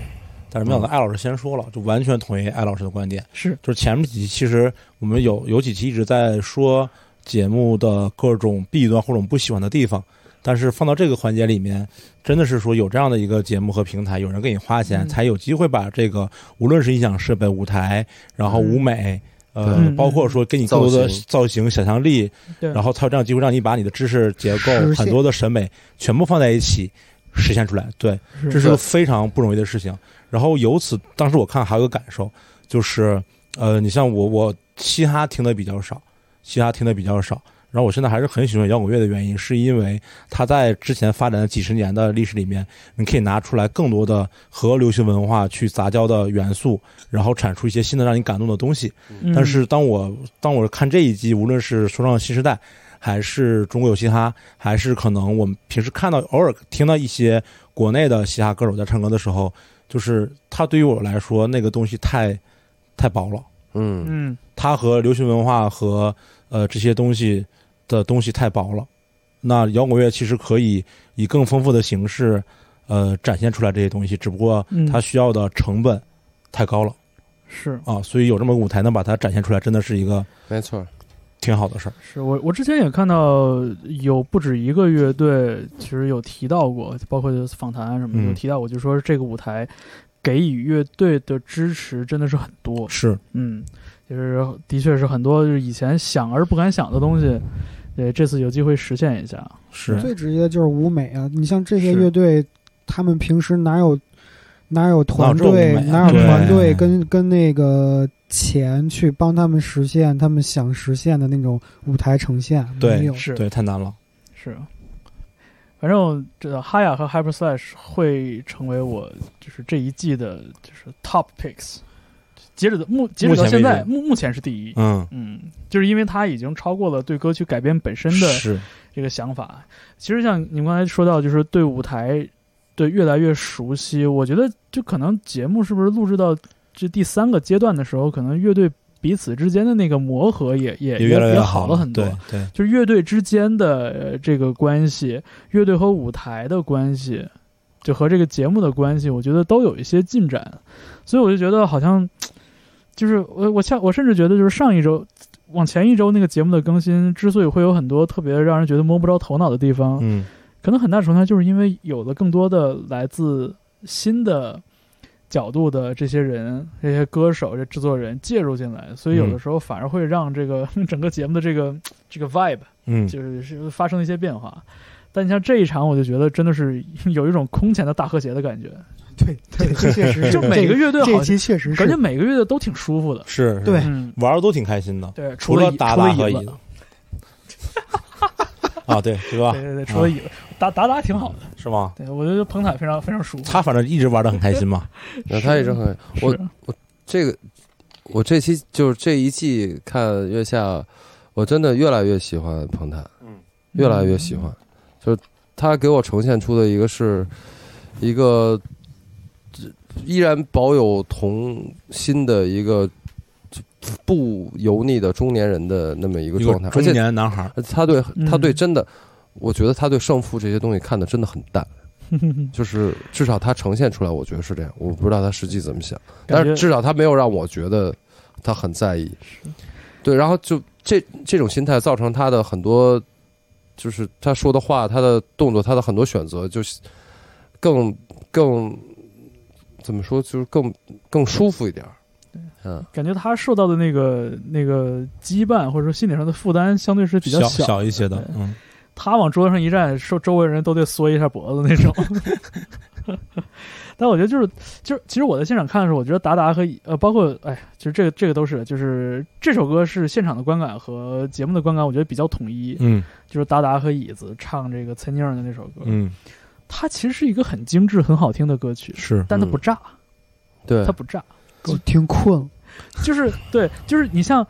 但是没想到艾老师先说了，就完全同意艾老师的观点，
是
就是前面几期其实我们有有几期一直在说节目的各种弊端或者我们不喜欢的地方。但是放到这个环节里面，真的是说有这样的一个节目和平台，有人给你花钱，
嗯
才有机会把这个无论是音响设备、舞台，然后舞美，呃
嗯，
包括说给你更多的
造型
造型想象力，
对，
然后才有这样的机会让你把你的知识结构
实现
很多的审美全部放在一起实现出来。对，
是
这是个非常不容易的事情。然后由此，当时我看还有个感受，就是呃，你像我，我嘻哈听的比较少，嘻哈听的比较少。然后我现在还是很喜欢摇滚乐的原因，是因为它在之前发展的几十年的历史里面，你可以拿出来更多的和流行文化去杂交的元素，然后产出一些新的让你感动的东西。
嗯
但是当我当我看这一季，无论是《说唱新时代》，还是《中国有嘻哈》，还是可能我们平时看到偶尔听到一些国内的嘻哈歌手在唱歌的时候，就是它对于我来说，那个东西太太薄了，
嗯，
嗯
它和流行文化和呃这些东西的东西太薄了。那摇滚乐其实可以以更丰富的形式，呃，展现出来这些东西，只不过
嗯
它需要的成本太高了。
是
啊，所以有这么个舞台能把它展现出来，真的是一个
没错，
挺好的事儿。
是我我之前也看到有不止一个乐队，其实有提到过，包括就是访谈啊什么的，
嗯
有提到过，就说这个舞台给予乐队的支持真的是很多，
是，
嗯，就是的确是很多就是以前想而不敢想的东西，对，这次有机会实现一下，啊
是
最直接的就是舞美啊，你像这些
是
乐队，他们平时哪有哪有
哪
团
有这舞美
队
啊，
哪有团队
对
跟跟那个钱去帮他们实现他们想实现的那种舞台呈现？
对
没有，
嗯是
对，太难了。
是，反正这个哈雅和 Hyper Slash 会成为我就是这一季的就是 Top Picks，截止的目截止到现在，
目前为止
目目前是第一。
嗯，
嗯，就是因为它已经超过了对歌曲改编本身的
是
这个想法。其实像你们刚才说到，就是对舞台对越来越熟悉，我觉得就可能节目是不是录制到这第三个阶段的时候，可能乐队彼此之间的那个磨合也也
也越来
也
越
好了很多。
对对，
就是乐队之间的呃这个关系，乐队和舞台的关系，就和这个节目的关系，我觉得都有一些进展，所以我就觉得好像，就是我我像我甚至觉得就是上一周。往前一周那个节目的更新，之所以会有很多特别让人觉得摸不着头脑的地方，
嗯，
可能很大程度上就是因为有了更多的来自新的角度的这些人、这些歌手、这制作人介入进来，所以有的
嗯
时候反而会让这个 [laughs] 整个节目的这个这个 vibe
嗯，
就是是发生了一些变化。但你像这一场，我就觉得真的是有一种空前的大和谐的感觉，
对对，这确实是
就每个乐队
这
好
这
像
期确实
感觉
是
每个乐队都挺舒服的。
是，是
对
嗯，
玩的都挺开心的，
对，
除
除了
打
除了
打和
椅
椅
子
子，。 [laughs] 啊，对，是吧
对？对对，除了椅子，打打打挺好的。
是吗？
对我觉得彭坦非常非常舒服。
他反正一直玩的很开心嘛。
那他一直很我
是
这个，我这期就是这一季看月下，我真的越来越喜欢彭坦，越
嗯
来越喜欢，就是他给我呈现出的一个是一个依然保有童心的一个不油腻的中年人的那么一个
一
状态，而
中
且
年男孩儿，
呃他对他对
嗯
真的，我觉得他对胜负这些东西看的真的很
[laughs]
淡。
嗯，
就是至少他呈现出来，我觉得是这样。我不知道他实际怎么想，
感觉
但是至少他没有让我觉得他很在意。对，然后就这这种心态造成他的很多，就是他说的话、他的动作、他的很多选择，就是更更怎么说，就是更更舒服一点儿。嗯，
感觉他受到的那个那个羁绊或者说心理上的负担相对是比较
小
小
小一些的
对，
嗯，
他往桌子上一站，周周围人都得缩一下脖子那种。 [laughs] 但我觉得就是就是，其实我在现场看的时候，我觉得达达和呃，包括哎，其实这个这个都是，就是这首歌是现场的观感和节目的观感，我觉得比较统一。
嗯
就是达达和椅子唱这个岑宁儿的那首歌，
嗯，
它其实是一个很精致、很好听的歌曲，
是
但它不炸，
对
它，不炸，
我挺困了，
就是对，就是你像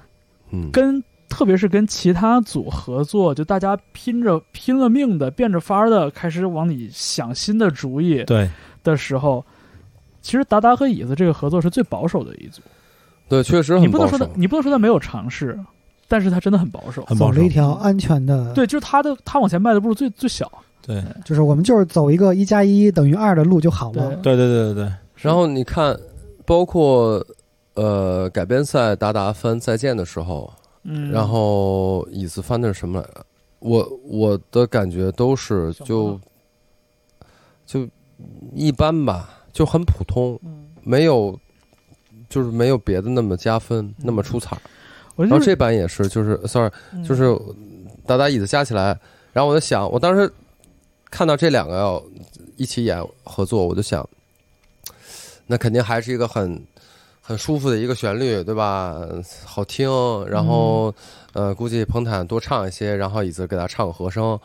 嗯，
跟特别是跟其他组合作，就大家拼着拼了命的变着法儿的开始往里想新的主意
对，
的时候，其实达达和椅子这个合作是最保守的一组。
对，确实
你
很
不
保
能说他
守，。
你不能说他没有尝试，但是他真的很保守。
很
走
保守
了一，条安全的，
对，就是他的他往前迈的步最最小。
对
嗯
就是我们就是走一个一加一等于二的路就好
对
了。
对对对对对，
然后你看，包括呃改编赛达达翻再见的时候，
嗯，
然后椅子翻的是什么来着？我我的感觉都是
想不
就
到
就一般吧，就很普通，
嗯
没有就是没有别的那么加分，那么出彩儿。
我嗯
然
就
后
是
这版也是，就是 sorry，就是打打椅子加起来，然后我就想，我当时看到这两个要一起演合作，我就想，那肯定还是一个很很舒服的一个旋律，对吧？好听，然后、
嗯
呃，估计彭坦多唱一些，然后椅子给他唱个和声，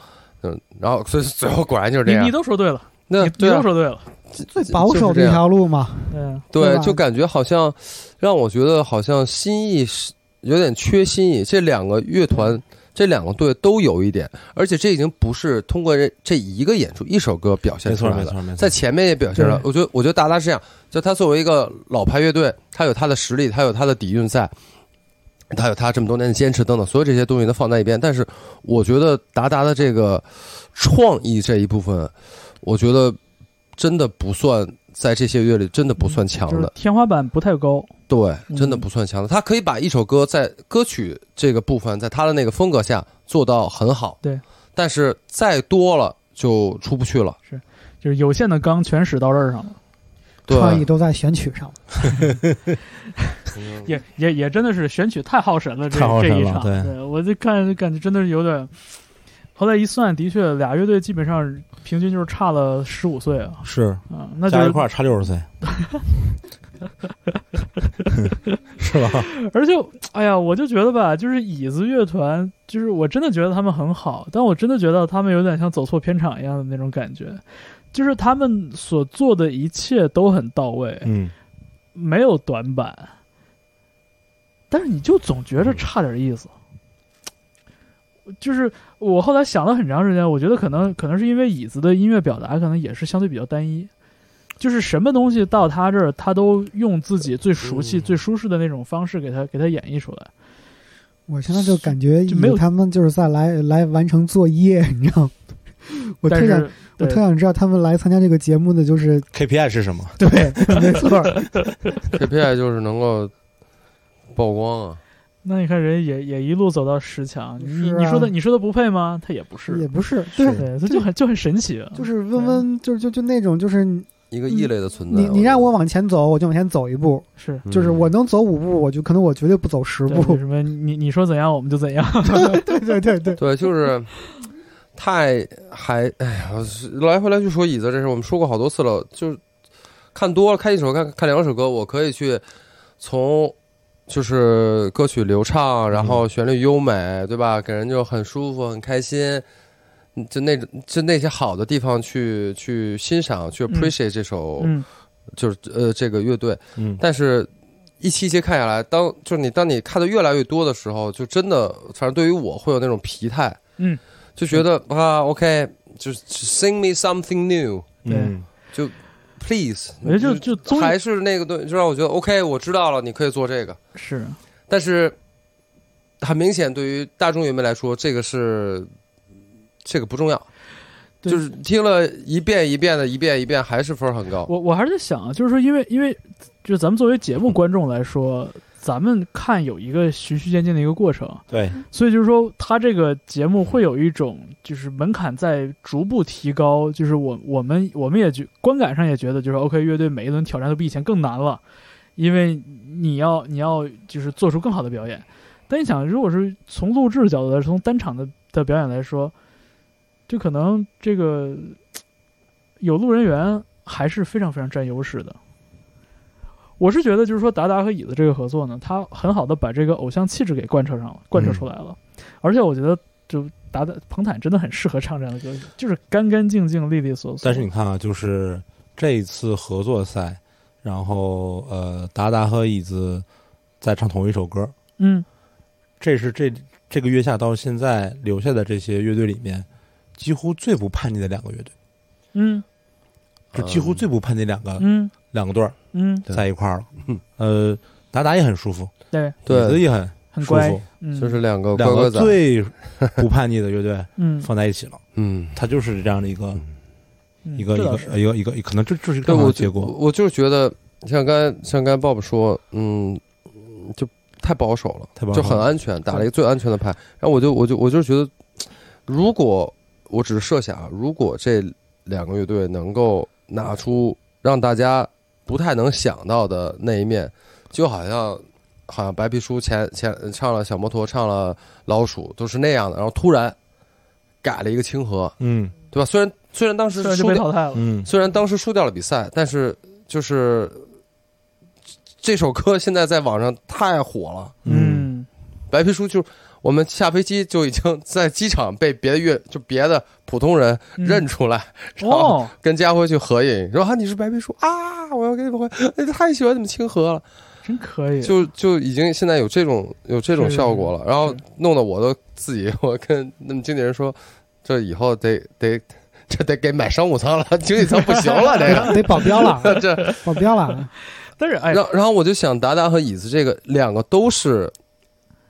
嗯，然后所以最后果然就是这
你
样
你。都说对了，
那
你你
对啊
都说对了，
最保守的一条路嘛，
嗯，
对
对，
吧
就感觉好像让我觉得好像新意是有点缺新意。这两个乐团，这两个队都有一点，而且这已经不是通过这这一个演出一首歌表现
没
出
错
来
没
的，
错没错，
在前面也表现了。
对
我觉得，我觉得达达是这样，就他作为一个老牌乐队，他有他的实力，他有他的底蕴在。他有他这么多年的坚持等等，所有这些东西都放在一边。但是，我觉得达达的这个创意这一部分，我觉得真的不算在这些乐里真的不算强
就是
的。
嗯
天花板不太高。
对，
嗯
真的不算强的。他可以把一首歌在歌曲这个部分，在他的那个风格下做到很好。
对，
但是再多了就出不去了。
就是有限的钢全使到刃上了，
对，
创意都在选曲上。
嗯
也也也真的是选曲太耗神了，这
太耗神
这
了
一场，
对
我就看感觉真的是有点。后来一算，的确俩乐队基本上平均就是差了十五岁啊，
是
啊，那就
加一
是
块儿差六
[laughs]
十岁， [laughs] 是吧？
而且，哎呀，我就觉得吧，就是椅子乐团，就是我真的觉得他们很好，但我真的觉得他们有点像走错片场一样的那种感觉，就是他们所做的一切都很到位，
嗯，
没有短板，但是你就总觉
嗯
着差点意思。就是我后来想了很长时间，我觉得可能可能是因为椅子的音乐表达可能也是相对比较单一，就是什么东西到他这儿，他都用自己最熟悉、
嗯
最舒适的那种方式给他给他演绎出来。
我现在就感觉
就没有
以他们就是在来来完成作业，你知道吗？ [laughs] 我
但
特想
是
我
对
特想知道他们来参加这个节目的就是
KPI 是什么？
对，
[laughs]
没错儿，
KPI 就是能够曝光啊。
那你看人也也一路走到十强，你、
是啊
你说的你说的不配吗？他也不是
也，不是，对，
对，他就很就很神奇
嗯
啊，
就是温温，就是就就那种，就是你
一个异类的存在。
嗯你让我往前走，我就往前走一步，
是
嗯
就是我能走五步，我就可能我绝对不走十
对就
步。
什么你你说怎样我们就怎样， [laughs]
对对对
[laughs]
对，
对，就是太还哎呀，来回来去说椅子这事，我们说过好多次了。就是看多了，看一首看看两首歌，我可以去从就是歌曲流畅，然后旋律优美，对吧？给人就很舒服，很开心。嗯就那就那些好的地方去去欣赏，去 appreciate 这首、
嗯，
就是呃这个乐队，
嗯，
但是一期一期看下来，当就是你当你看的越来越多的时候，就真的，反正对于我会有那种疲态，
嗯，
就觉得啊，OK，就是 sing me something new，
对
嗯，
就 please，
我觉得就就综艺
还是那个东西，就让我觉得 OK，我知道了，你可以做这个，
是
但是很明显，对于大众乐迷来说，这个是这个不重要。
对
就是听了一遍一遍的，一遍一遍，还是分儿很高。
我我还是在想啊，就是说因为因为就咱们作为节目观众来说，咱们看有一个循序渐进的一个过程，
对，
所以就是说，他这个节目会有一种就是门槛在逐步提高，就是我我们我们也觉观感上也觉得就是 OK 乐队每一轮挑战都比以前更难了，因为你要你要就是做出更好的表演。但你想，如果是从录制角度来说，从单场的的表演来说，就可能这个呃有路人缘还是非常非常占优势的。我是觉得，就是说达达和椅子这个合作呢，他很好的把这个偶像气质给贯彻上了，
嗯
贯彻出来了。而且我觉得，就达达彭坦真的很适合唱这样的歌曲，就是干干净净、利利索索。
但是你看啊，就是这一次合作赛，然后呃，达达和椅子在唱同一首歌，
嗯，
这是这这个月下到现在留下的这些乐队里面，几乎最不叛逆的两个乐队，
嗯
就几乎最不叛逆两个、
嗯
两个队儿
嗯，
对
在一块儿了。呃，达达也很舒服，
对，
椅子
对，
也很
很
舒
乖
服，，
嗯，
就是两个乖
两
乖
个
仔，
最不叛逆的乐队
嗯
放在一起了，
嗯，
它就是这样的一个
嗯
一个
这
一
倒
个
是
呃一个一个，可能这这是一个
对，
更好
我
的
就
结果。
我就是觉得，像刚才像刚才 Bob 说，嗯，就太保守了，
太保守
就
了
很安全，打了一个最安全的牌。然后我就我就我就觉得，如果我只是设想啊，如果这两个乐队能够拿出让大家不太能想到的那一面，就好像。好像白皮书前前唱了小摩托，唱了老鼠，都是那样的。然后突然改了一个清河，
嗯
对吧？虽然虽然当时
虽然就
输
被
掉。
淘汰了，
嗯，
虽然当时输掉了比赛，但是就是这首歌现在在网上太火了。
嗯，
白皮书就是我们下飞机就已经在机场被别的乐就别的普通人
嗯
认出来， [laughs] 然后
哦，
跟家辉去合影，说啊你是白皮书啊，我要给你们回，哎太喜欢你们清河了，
真可以，
就就已经现在有这种有这种
是
效果了，然后
是
弄得我都自己我跟那么经纪人说，这以后得得这得给买商务舱了， [laughs] 经济舱不行了这个。 [laughs]
得保镖了，
这
保镖了。
但是哎
然，后然后我就想，达达和椅子这个两个都是，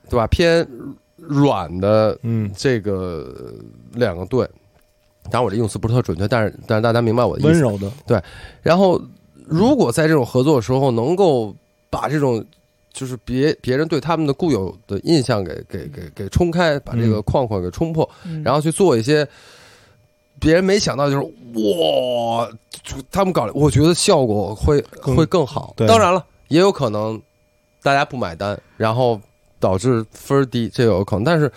对吧？偏软的
嗯，
这个两个队，当然我这用词不是特准确，但是但是大家明白我的意
温
思。
柔的，
然后如果在这种合作的时候能够把这种就是别别人对他们的固有的印象给给给给冲开，把这个框框给冲破，
嗯
然后去做一些别人没想到，就是哇，就他们搞，我觉得效果会
更
会更好。
对
当然了，也有可能大家不买单，然后导致分儿低，这有可能。但是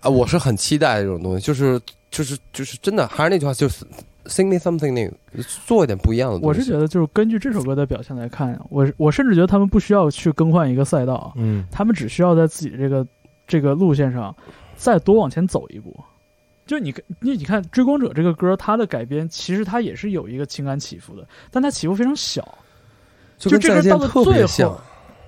啊，我是很期待这种东西，就是就是就是真的，还是那句话，就是 think me something new，做一点不一样的东
我
西。
是觉得，就是根据这首歌的表现来看，我我甚至觉得他们不需要去更换一个赛道，
嗯，
他们只需要在自己这个这个路线上再多往前走一步。就你，你你看《追光者》这个歌，它的改编其实它也是有一个情感起伏的，但它起伏非常小。
就跟
就这个
再见
到了
特别
最后
像，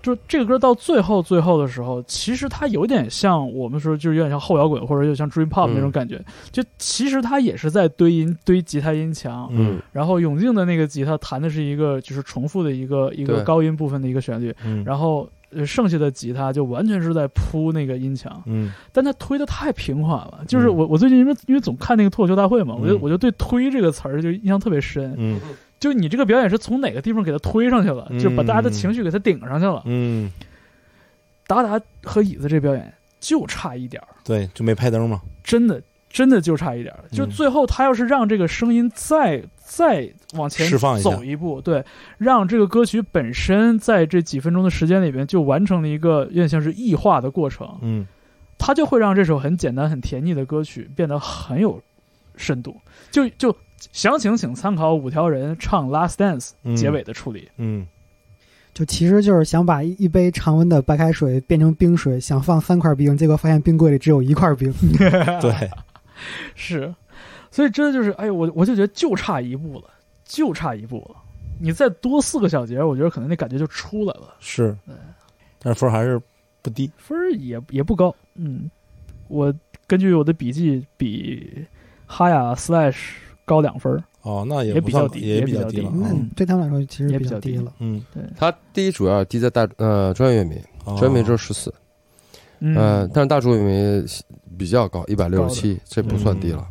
就这个歌到最后最后的时候，其实它有点像我们说，就是有点像后摇滚或者有点像 dream pop
嗯
那种感觉。就其实它也是在堆音堆吉他音墙，
嗯
然后永静的那个吉他弹的是一个就是重复的一个一个
对
高音部分的一个旋律，
嗯，
然后呃剩下的吉他就完全是在铺那个音墙，
嗯
但它推的太平缓了。就是我我最近因为因为总看那个脱口秀大会嘛，我就
嗯
我就对“推”这个词儿就印象特别深。
嗯
就你这个表演是从哪个地方给它推上去了，就把大家的
嗯
情绪给它顶上去了。
嗯，
达达和椅子这表演就差一点儿，
对，就没拍灯嘛，
真的真的就差一点儿。就
嗯
最后他要是让这个声音再再往前
释放一下
走一步，对，让这个歌曲本身在这几分钟的时间里边就完成了一个有点像是异化的过程，
嗯
它就会让这首很简单很甜腻的歌曲变得很有深度。就就详情请参考五条人唱《Last Dance
嗯》
结尾的处理。
嗯
就其实就是想把一一杯常温的白开水变成冰水，想放三块冰，结果发现冰柜里只有一块冰。
对，
是，所以真的就是，哎，我我就觉得就差一步了，就差一步了。你再多四个小节，我觉得可能那感觉就出来了，
是，但是分儿还是不低，
分儿也也不高。嗯，我根据我的笔记比哈雅 slash 高两分儿，
哦，那
也
也不
比较
算
低
也
也比
较
较
低
低
了，
嗯
那
嗯
对他们来说其实
也
比
比
较
较
低
低
了。
嗯，
它第一主要低在大呃专业乐迷，
哦
专业乐迷只有十四，
嗯，
呃，但是大众乐迷比较高，一百六十七，这不算低了。
是
嗯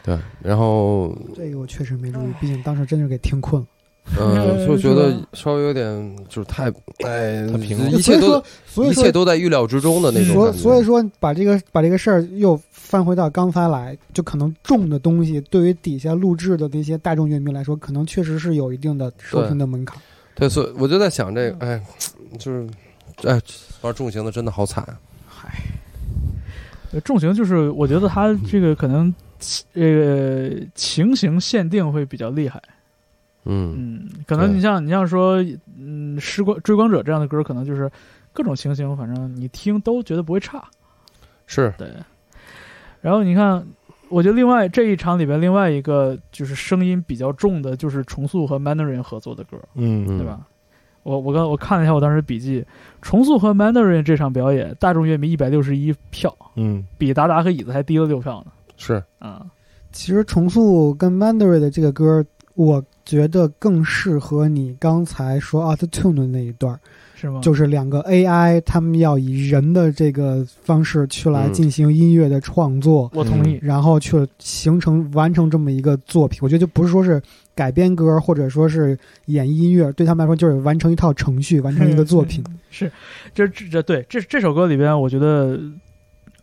对，然后
这个我确实没注意，毕竟当时真是给听困了。 [laughs]
呃，
嗯
就觉得
是吧
稍微有点就是太哎
太，平了
一切都
所以
一
说，
切都在预料之中的那种
所
感觉。
所以说，把这个把这个事儿又翻回到刚才来，就可能重的东西对于底下录制的那些大众乐迷来说，可能确实是有一定的收听的门槛。
对，所以我就在想这
嗯
个，哎，就是哎，玩重型的真的好惨啊！
呃重型就是我觉得它这个可能呃情形限定会比较厉害。
嗯，
嗯，可能你像你像说，嗯，失光追光者这样的歌，可能就是各种情形，反正你听都觉得不会差。
是
对，然后你看，我觉得另外这一场里边另外一个就是声音比较重的，就是重塑和 Mandarin 合作的歌，
嗯
对
嗯，
吧？我我刚我看了一下我当时笔记，重塑和 Mandarin 这场表演，大众乐迷一百六十一票，
嗯
比达达和椅子还低了六票呢。
是，
啊，
其实重塑跟 Mandarin 的这个歌，我觉得更适合你刚才说 Auto Tune 的那一段儿，
是吗？
就是两个 AI 他们要以人的这个方式去来
嗯
进行音乐的创作。
我同意。
然后去形成完成这么一个作品，我觉得就不是说是改编歌，或者说是演绎音乐，对他们来说就是完成一套程序，完成一个作品。
是，这这这对这这首歌里边，我觉得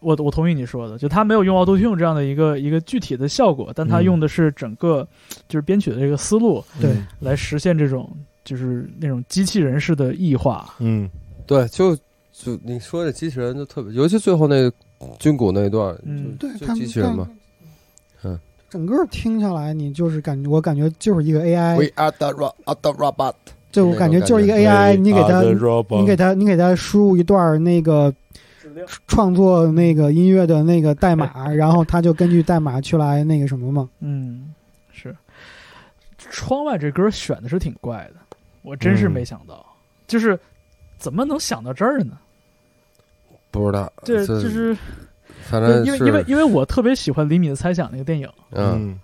我我同意你说的，就他没有用 Auto Tune 这样的一个一个具体的效果，但他
嗯
用的是整个就是编曲的这个思路
对，
来实现这种就是那种机器人式的异化。
嗯
对，就就你说这机器人就特别，尤其最后那军鼓那一段，
嗯
就
对
就
他们
机器人嘛。嗯，
整个听下来，你就是感觉，我感觉就是一个 AI，
are the ro- are the robot。
就我感觉就是一个 AI，你给
啊
他，你给
他，
他，你给他输入一段那个创作那个音乐的那个代码，然后他就根据代码去来那个什么嘛。
嗯，是。窗外这歌选的是挺怪的，我真是没想到，嗯就是怎么能想到这儿呢？
不知道，
对，
这
就是
反
因为因为
正是
因为因为我特别喜欢《厘米的猜想》那个电影。
嗯，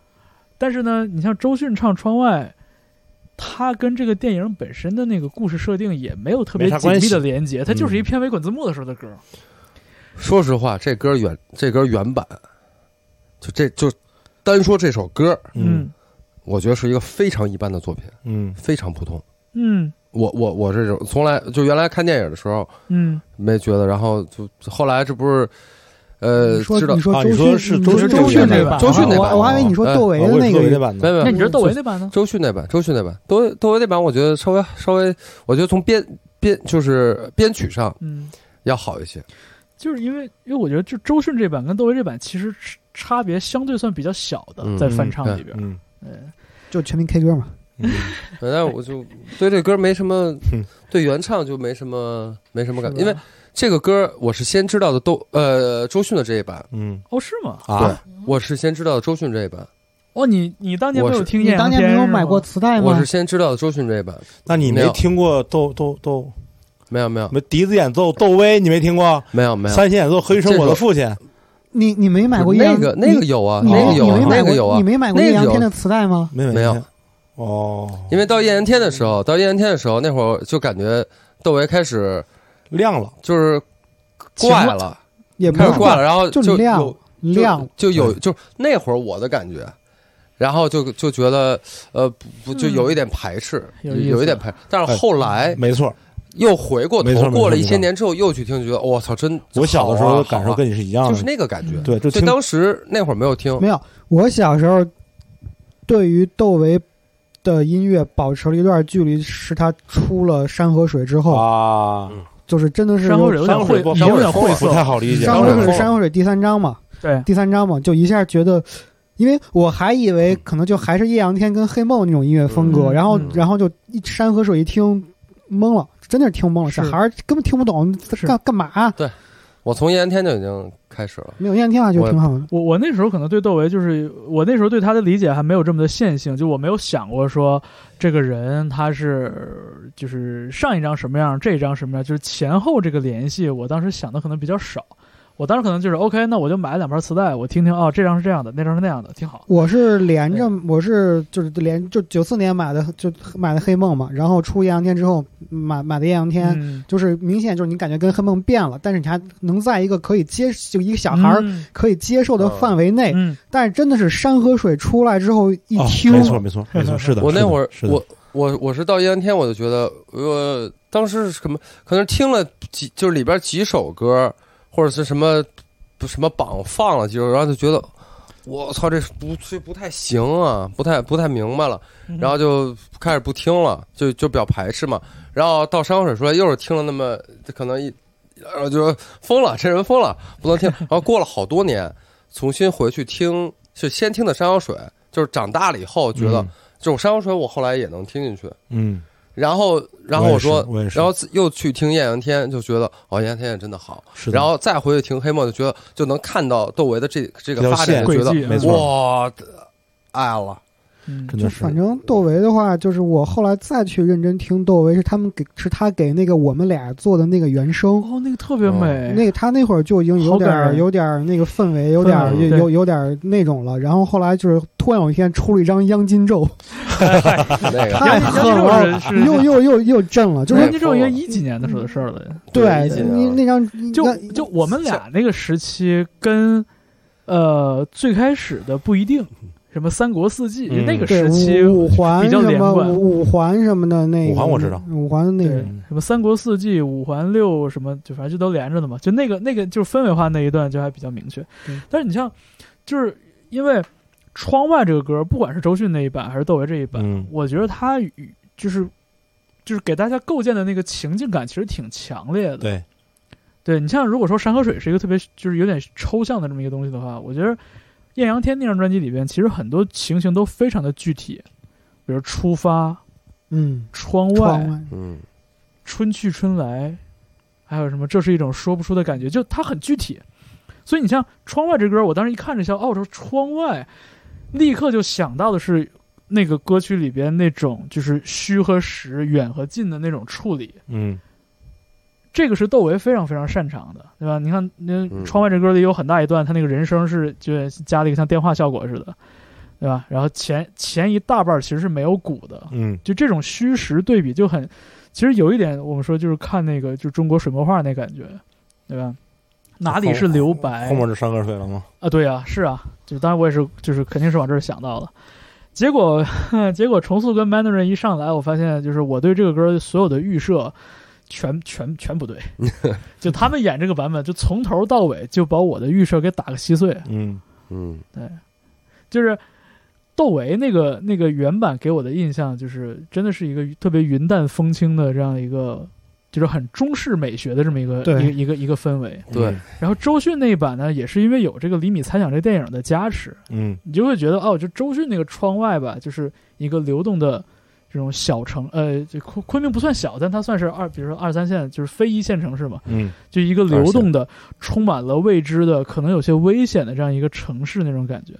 但是呢，你像周迅唱《窗外》，它跟这个电影本身的那个故事设定也没有特别
没啥
紧
关
密
系
的连接，它就是
嗯
一片尾滚字幕的时候的歌。
说实话，这歌原这歌原版，就这就单说这首歌，
嗯
我觉得是一个非常一般的作品，
嗯
非常普通。
嗯
我我我这种从来就原来看电影的时候
嗯，
没觉得，然后就后来这不是呃
你说
知道
你说
啊
周
你
迅，
说是
你
周
说
迅
周
这个
那
版
版，
周
迅那
我
版
我还以为你说
哎
窦
哦
唯的那
那
个
这版
没
的，
有没有
那你觉得窦唯那版呢？
周迅那版，周迅那版，窦唯窦唯那版，我觉得稍微稍微，我觉得从编编就是编曲上
嗯，
要好一些。
就是因为因为我觉得就周迅这版跟窦唯这版其实是差别相对算比较小的，
嗯
在翻唱里边，
嗯，
嗯，
就全民 K 歌嘛。
嗯
反正我就对这歌没什么
嗯，
对原唱就没什么没什么感
是，吧
因为这个歌我是先知道的窦呃周迅的这一版，
嗯
哦是吗？
对
啊，，
嗯
我是先知道的周迅这一版，
哦，你你当年没有听
你
艳
当
阳
年
天啊
没有
是
买
吗
过磁带
我
吗
是？先知道的周迅这一版，
那你
没
没
有
听过窦窦窦
没有没有
什么笛子演奏窦唯，你没听过？
没有没有，
三弦演奏《何以生我的父亲》
你你没买过
那
艳
个
阳
那个
你
有啊，
你
那
没
个有啊那
你没买
个有
过
啊
你，没买过
那个
艳阳
有
天的磁带吗？
没
没有
听哦，
因为到艳阳天的时
嗯
候，到艳阳天的时候，那会儿就感觉窦唯开始
亮了，
就是怪了。
也
开
没
始
有
挂了，然后
就
有
亮
就
亮。
就有就那会儿我的感觉，然后就就觉得呃不不
嗯
就有一点排斥，
有
有
意思
一点排斥，但是后来
没错。
又回过
没错
头，
没错
过了一些年之后又去听，觉得哦我操，真
我小的时候
好啊
的感受
好啊
跟你是一样
就是
的，
那个感觉，
对，就
所
听
以当时那会儿没有听
没，有，我小时候对于窦唯的音乐保持了一段距离，是他出了《山河水》之后，
啊，
嗯
就是真的是
山河水有点
山
晦
水，不
有点晦
不
涩，
太好理解。哦
山
当
河
然
水
了
山河水第三章嘛，
对，
第三章嘛，就一下觉得，因为我还以为可能就还是叶阳天跟黑梦那种音乐风格，
嗯
然后
嗯
然后就一山河水一听懵了，真的是听懵了，
是
小孩儿根本听不懂在
是
干干嘛啊，
我从艳阳天就已经开始了，
没有艳阳天啊，就
我
挺好的。
我我那时候可能对窦唯就是我那时候对他的理解还没有这么的线性，就我没有想过说这个人他是就是上一张什么样，这一张什么样，就是前后这个联系，我当时想的可能比较少。我当时可能就是 OK，那我就买两盘磁带，我听听哦，这张是这样的，那张是那样的，挺好。
我是连着，我是就是连就九四年买的，就买的黑梦嘛，然后出艳阳天之后买买的艳阳天，
嗯，
就是明显就是你感觉跟黑梦变了，但是你还能在一个可以接就一个小孩儿
嗯
可以接受的范围内，
嗯，
但是真的是山河水出来之后一
哦
听，
没错没错没错，是的。
我那会儿
是的是的
我我我是到艳阳天我就觉得呃当时是什么可能听了几就是里边几首歌或者是什么不什么榜放了几首，然后就觉得我操这不这不太行啊，不太不太明白了，
嗯
然后就开始不听了，就就比较排斥嘛。然后到山河水出来又是听了那么可能一，然后就说疯了，这人疯了，不能听。然后过了好多年，重新回去听，是先听的山河水，就是长大了以后觉得。这种山河水我后来也能听进去。
嗯，
然后，然后
我也
我说
是，我也是
然后自又去听艳阳天，就觉得哦，艳阳天也真的好。
是的
然后再回去听黑梦，就觉得就能看到窦唯的这这
这
个
条
发展，
线
就觉
轨迹
得
没错，
哇，爱了。
嗯
真
就
的是
反正窦唯的话，就是我后来再去认真听窦唯，是他们给是他给那个我们俩做的那个原声，
哦，那个特别美，
那个他那会儿就已经有点
好感
儿
人
有点儿那个氛围，有点儿
氛围
有
对
有有点儿那种了。然后后来就是突然有一天出了
[laughs]
一张《央金咒》，
[laughs]
那个
太
杨
狠
杨这种
了
人，是
又又又又震了，就是
人
那
家这种应该一几年的时候的事儿了。
对
一起
你
聊
那张
就
那
就我们俩那个时期跟呃最开始的不一定，什么三国四季、
嗯
那个
对
时期，
五五环
比较
什
连
么
贯
五五环什么的那个
五环我知道
五环那个
对什么三国四季、五环六什么，就反正就都连着的嘛。就那个那个就是氛围化那一段就还比较明确
嗯。
但是你像，就是因为《窗外》这个歌，不管是周迅那一版还是窦唯这一版，
嗯
我觉得他与就是就是给大家构建的那个情境感其实挺强烈的。
对，
对你像如果说山河水是一个特别就是有点抽象的这么一个东西的话，我觉得《艳阳天》那张专辑里边，其实很多情形都非常的具体，比如出发、
嗯
窗外、
窗外
嗯，
春去春来，还有什么这是一种说不出的感觉，就它很具体。所以你像《窗外》这歌，我当时一看这小澳洲窗外，立刻就想到的是那个歌曲里边那种就是虚和实、远和近的那种处理。
嗯
这个是窦唯非常非常擅长的，对吧？你看那
嗯
窗外这歌里有很大一段，他那个人声是就是加了一个像电话效果似的，对吧？然后前前一大半其实是没有鼓的，
嗯
就这种虚实对比就很，其实有一点我们说就是看那个就中国水墨画那感觉，对吧？哪里是留白
哎
后面就山河水了吗？
啊？对啊，是啊，就当然我也是就是肯定是往这儿想到了，结果 [laughs] 结果重塑跟 Mandarin 一上来，我发现就是我对这个歌所有的预设全全全不对，就他们演这个版本，就从头到尾就把我的预设给打个稀碎。
嗯
嗯
就是窦唯那个那个原版给我的印象，就是真的是一个特别云淡风轻的这样一个，就是很中式美学的这么一个一
对
个一个一个氛围。
嗯
对，
然后周迅那一版呢，也是因为有这个《厘米猜想》这电影的加持，
嗯
你就会觉得哦，就周迅那个窗外吧，就是一个流动的这种小城，呃，就昆昆明不算小，但它算是二，比如说二三线，就是非一线城市嘛，
嗯
就一个流动的、充满了未知的、可能有些危险的这样一个城市那种感觉。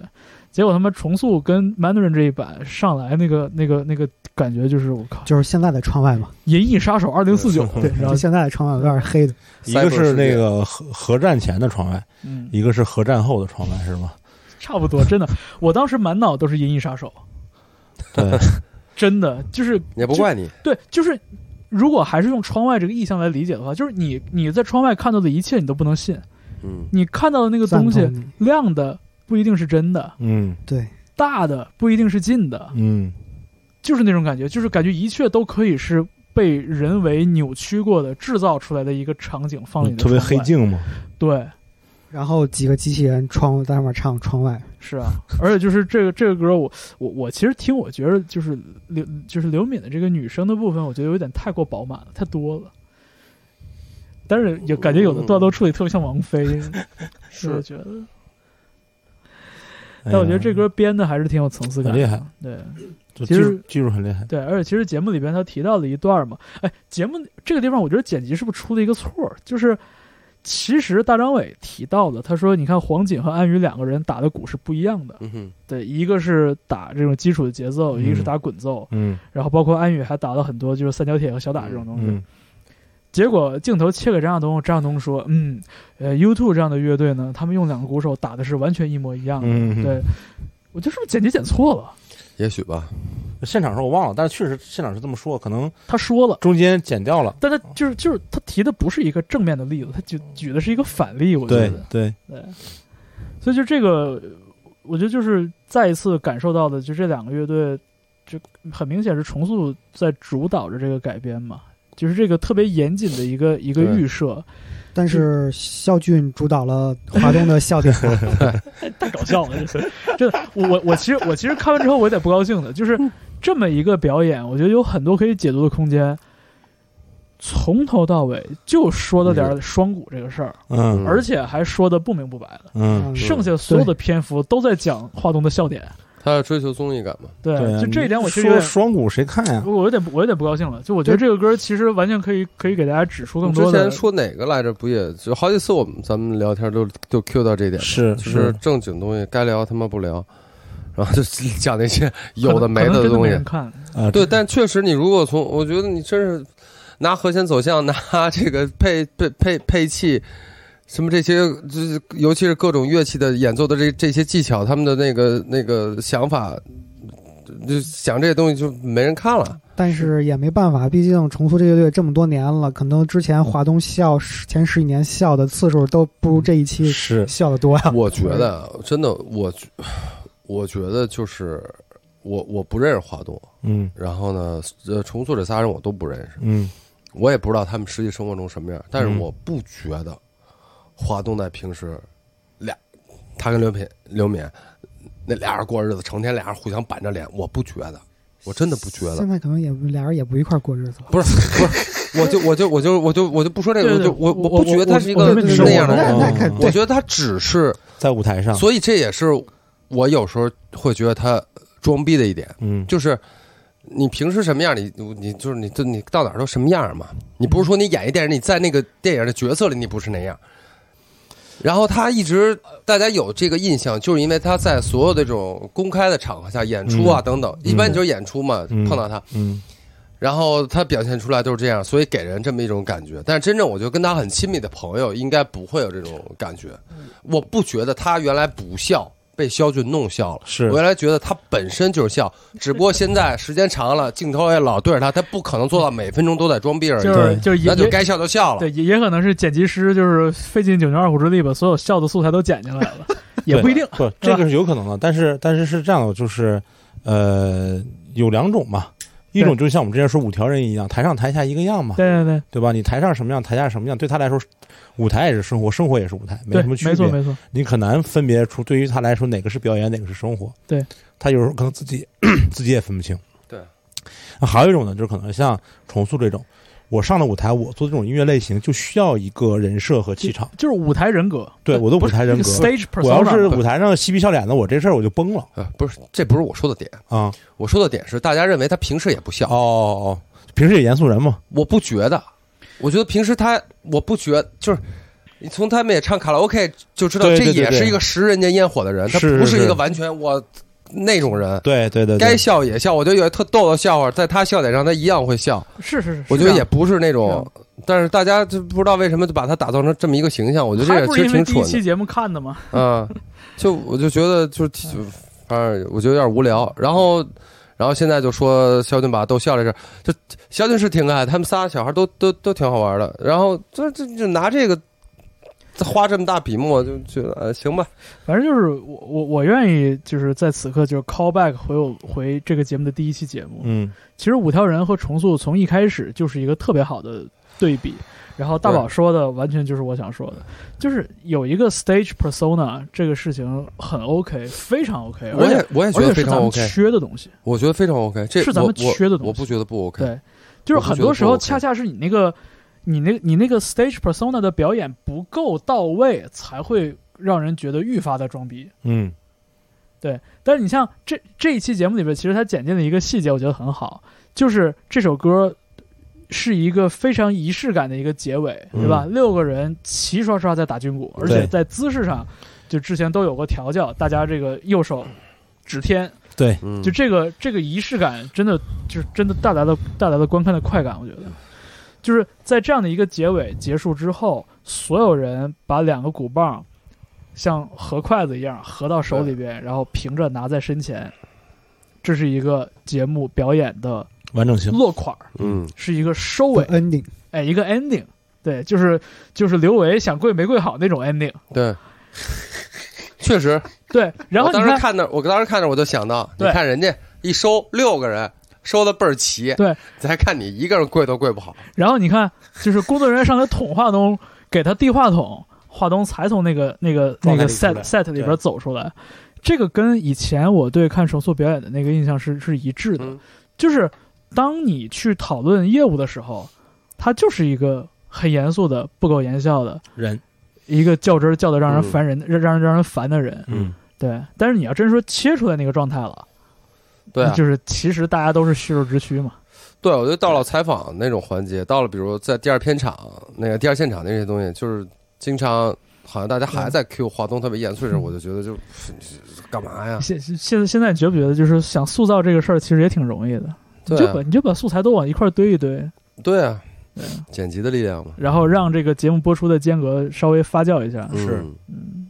结果他们重塑跟 Mandarin 这一版上来那个那个那个感觉就是我靠，《
就是现在的窗外嘛，
银翼杀手二零四九》
对
[laughs] 对，然
就
后
现在的窗外有点黑的，
一个
Cyber
是
世界
那个核核战前的窗外，
嗯，
一个是核战后的窗外，是吗？
差不多，真的，我当时满脑都是《银翼杀手》，
[laughs]
对，
真的就是
也不怪你，
对，就是如果还是用窗外这个意象来理解的话，就是你你在窗外看到的一切你都不能信，
嗯
你看到的那个
赞
东西
同你
亮的不一定是真的，
嗯
对，
大的不一定是近的，
嗯
就是那种感觉，就是感觉一切都可以是。被人为扭曲过的、制造出来的一个场景放进
嗯特别黑。镜嘛，
对，
然后几个机器人窗在那边唱窗外，
是啊，而且就是这个这个歌我，我我其实听，我觉得就是刘就是刘敏的这个女生的部分，我觉得有点太过饱满了，太多了。但是也感觉有的段落处理特别像王菲，
嗯 [laughs]
是我觉得。但我觉得这歌编的还是挺有层次感的，
哎很厉害
对
就
其
技术
实
技术很厉害，
对，而且其实节目里边他提到了一段嘛，哎，节目这个地方我觉得剪辑是不是出了一个错儿？就是其实大张伟提到了，他说你看黄锦和安宇两个人打的鼓是不一样的，
嗯哼，
对，一个是打这种基础的节奏，
嗯
一个是打滚奏，
嗯
然后包括安宇还打了很多就是三角铁和小打这种东西。
嗯
结果镜头切给张亚东，张亚东说：“嗯，呃，U2 这样的乐队呢，他们用两个鼓手打的是完全一模一样的。
嗯，
对，我觉得是不是剪辑剪错了？
也许吧，
现场时候我忘了，但是确实现场是这么说，可能
他说了，
中间剪掉了。
但他就是就是他提的不是一个正面的例子，他举举的是一个反例，我觉
对
得
对，
对所以就这个，我觉得就是再一次感受到的，就这两个乐队，就很明显是重塑在主导着这个改编嘛，就是这个特别严谨的一个一个
对
预设， [laughs]
但是
嗯
肖俊主导了华东的笑点，
太搞笑了，这真的，我我我其实我其实看完之后我有点不高兴的，就是这么一个表演，我觉得有很多可以解读的空间。从头到尾就说了点儿双鼓这个事儿，
嗯
而且还说的不明不白的，
嗯，
剩下所有的篇幅都在讲华东的笑点。
他是追求综艺感嘛，
对，
对啊，
就这一点我其实有
说
点，
双股谁看呀？
我有点不我有点不高兴了。就我觉得这个歌其实完全可以可以给大家指出更
你
多
之
的
前。说哪个来着？不也就好几次我们咱们聊天都都 Q 到这点，
是
就是正经东西该聊他妈不聊，然后就讲那些有的没
可能真的
东
没
西
人。看，
[laughs] 啊，
对，但确实你如果从，我觉得你真是拿和弦走向，拿 [laughs] 这个配配配配器。什么这些，就是尤其是各种乐器的演奏的这这些技巧，他们的那个那个想法，就想这些东西就没人看了。
但是也没办法，毕竟重塑这乐队这么多年了，可能之前华东笑十前十几年笑的次数都不如这一期
是
笑的多呀、
我觉得啊真的，我觉我觉得就是我我不认识华东，
嗯
然后呢，呃，重塑这仨人我都不认识，
嗯
我也不知道他们实际生活中什么样，但
嗯
是我不觉得华东在平时俩，他跟刘品刘敏那俩人过日子，成天俩人互相板着脸，我不觉得，我真的不觉得
现。在可能也不俩人也不一块儿过日子了。
不是不是，我就我就我就我就我就不说这
对
个，我
对
就我
我
不觉得他是一个
我我明白你说
那样的
我
人嗯
那，那肯
我
对，
觉得他只是，
在舞台
啊
上，
所以这也是我有时候会觉得他装逼的一点，
嗯，
就是你平时什么样，你你就是你就你到哪儿都什么样嘛。你不是说你演一电影，你在那个电影的角色里你不是那样。然后他一直大家有这个印象，就是因为他在所有的这种公开的场合下演出啊
嗯
等等，一般你就是演出嘛，
嗯
碰到他，
嗯
然后他表现出来都是这样，所以给人这么一种感觉。但是真正我觉得跟他很亲密的朋友，应该不会有这种感觉。我不觉得他原来不笑被肖俊弄笑了，
是
我原来觉得他本身就是笑，只不过现在时间长了，镜头也老对着他，他不可能做到每分钟都在装逼而
就
已。
是就是也
那就
也
该笑就笑了
对，也也可能是剪辑师就是费尽九牛二虎之力把所有
[laughs] 啊
笑的素材都剪进来了，也不一定。
不，这个是有可能的，但是但是是这样的，就是呃，有两种嘛，一种就像我们之前说五条人一样，台上台下一个样嘛，
对对对，
对吧？你台上什么样，台下什么样，对他来说，舞台也是生活，生活也是舞台，没
对
什么区
没错
别。
没错，
你很难分别出，对于他来说哪个是表演，哪个是生活。
对，
他有时候可能自己自己也分不清。
对
那还有一种呢，就是可能像重塑这种，我上了舞台，我做这种音乐类型就需要一个人设和气场。
就是舞台人格，
对我的
不是
舞台人格
那个 stage persona，
我要是舞台上嬉皮笑脸的，我这事儿我就崩了
呃，不是，这不是我说的点，
啊！
我说的点是大家认为他平时也不
哦
笑，
哦，哦平时也严肃人嘛，
我不觉得，我觉得平时他我不觉就是。你从他们也唱卡拉 OK 就知道，
对
这
对对
也
对
是一个食人间烟火的人，他
是
不
是
一
是
个完全我那种人。
对对对，对
该笑也笑，我觉得有一特逗的笑话，在他笑点上他一样会笑。
是是是，
我觉
是这
得也
样
不是那种，但是大家就不知道为什么就把他打造成这么一个形象，我觉得这
还
也
不
其
是
实
因为
挺
第一
蠢
期节目看的吗？
的啊。就我就觉得就是挺，反正我觉得有点无聊。然后，然后现在就说肖俊把逗笑这事儿，就肖俊是挺可爱，他们仨小孩都都都挺好玩的。然后这这就拿这个花这么大笔墨，就觉得呃行吧，
反正就是我我我愿意就是在此刻就是 call back 回我回这个节目的第一期节目。
嗯，
其实五条人和重塑从一开始就是一个特别好的对比。然后大宝说的完全就是我想说的，就是有一个 stage persona 这个事情很 OK，非常 OK，
我
哎而且
也我也觉
而
得
且是
非
咱
常
们
OK，
缺的东西。
我觉得非常 OK，这
是咱们
我我
缺的东西
我不觉得不 OK。
对，就是很多时候恰恰是你那个，你那你那个 stage persona 的表演不够到位，才会让人觉得愈发的装逼。
嗯，
但是你像这这一期节目里边，其实他剪进了一个细节，我觉得很好，就是这首歌是一个非常仪式感的一个结尾，对吧？六个人齐刷刷在打军鼓，而且
对
在姿势上就之前都有过调教，大家这个右手指天，
对，
嗯
就这个这个仪式感，真的就是真的带来了带来了观看的快感。我觉得，就是在这样的一个结尾结束之后，所有人把两个鼓棒像合筷子一样合到手里边，然后平着拿在身前，这是一个节目表演的
完整性，
落款儿，
嗯，
是一个收尾，
ending，
哎，一个 ending。对，就是就是刘维想跪没跪好那种 ending。
对， [laughs] 确实。
对，然后
我
你
当时
看，
看那，我当时看那，我就想到，你
对
看人家一收六个人，收的倍儿齐，
对，
再看你一个人跪都跪不好，
然后你看，就是工作人员上来捅华东，给他递话筒，华东才从那个那个那
状态
个
里出
set
来
set 里边走出来。这个跟以前我对看重塑表演的那个印象是是一致的，
嗯
就是当你去讨论业务的时候，它就是一个很严肃的、不苟言笑的
人，
一个较真儿较得让人
嗯
烦人、让让让人烦的人。
嗯，
对，但是你要真说切出来那个状态了，
对啊，
就是其实大家都是虚肉之躯嘛。
对，我觉得到了采访那种环节，到了比如在第二片场那个第二现场那些东西，就是经常好像大家还在 Q 华东特别严肃的时候，
嗯
我就
[laughs]
觉得就干嘛呀？
现现在现在你觉不觉得，就是想塑造这个事儿，其实也挺容易的。你
对
就
啊
把，你就把素材都往一块儿堆一堆，
对啊
对，
剪辑的力量嘛，
然后让这个节目播出的间隔稍微发酵一下。
是
嗯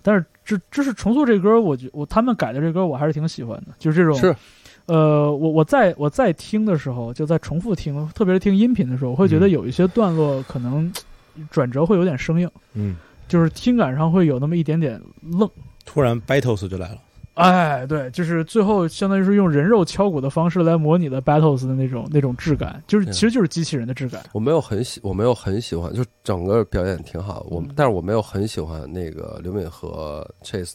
但是这这是重塑这歌，我觉我他们改的这歌我还是挺喜欢的，就是这种
是，
呃，我我在我在听的时候，就在重复听，特别是听音频的时候，我会觉得
嗯
有一些段落可能嗯转折会有点生硬，
嗯，
就是听感上会有那么一点点愣。
突然 battles 就来了，
哎，对，就是最后相当于是用人肉敲鼓的方式来模拟的 battles 的那种那种质感，就是
对
其实就是机器人的质感。
我没有很喜，我没有很喜欢，就整个表演挺好，我
嗯
但是我没有很喜欢那个刘敏和 Chase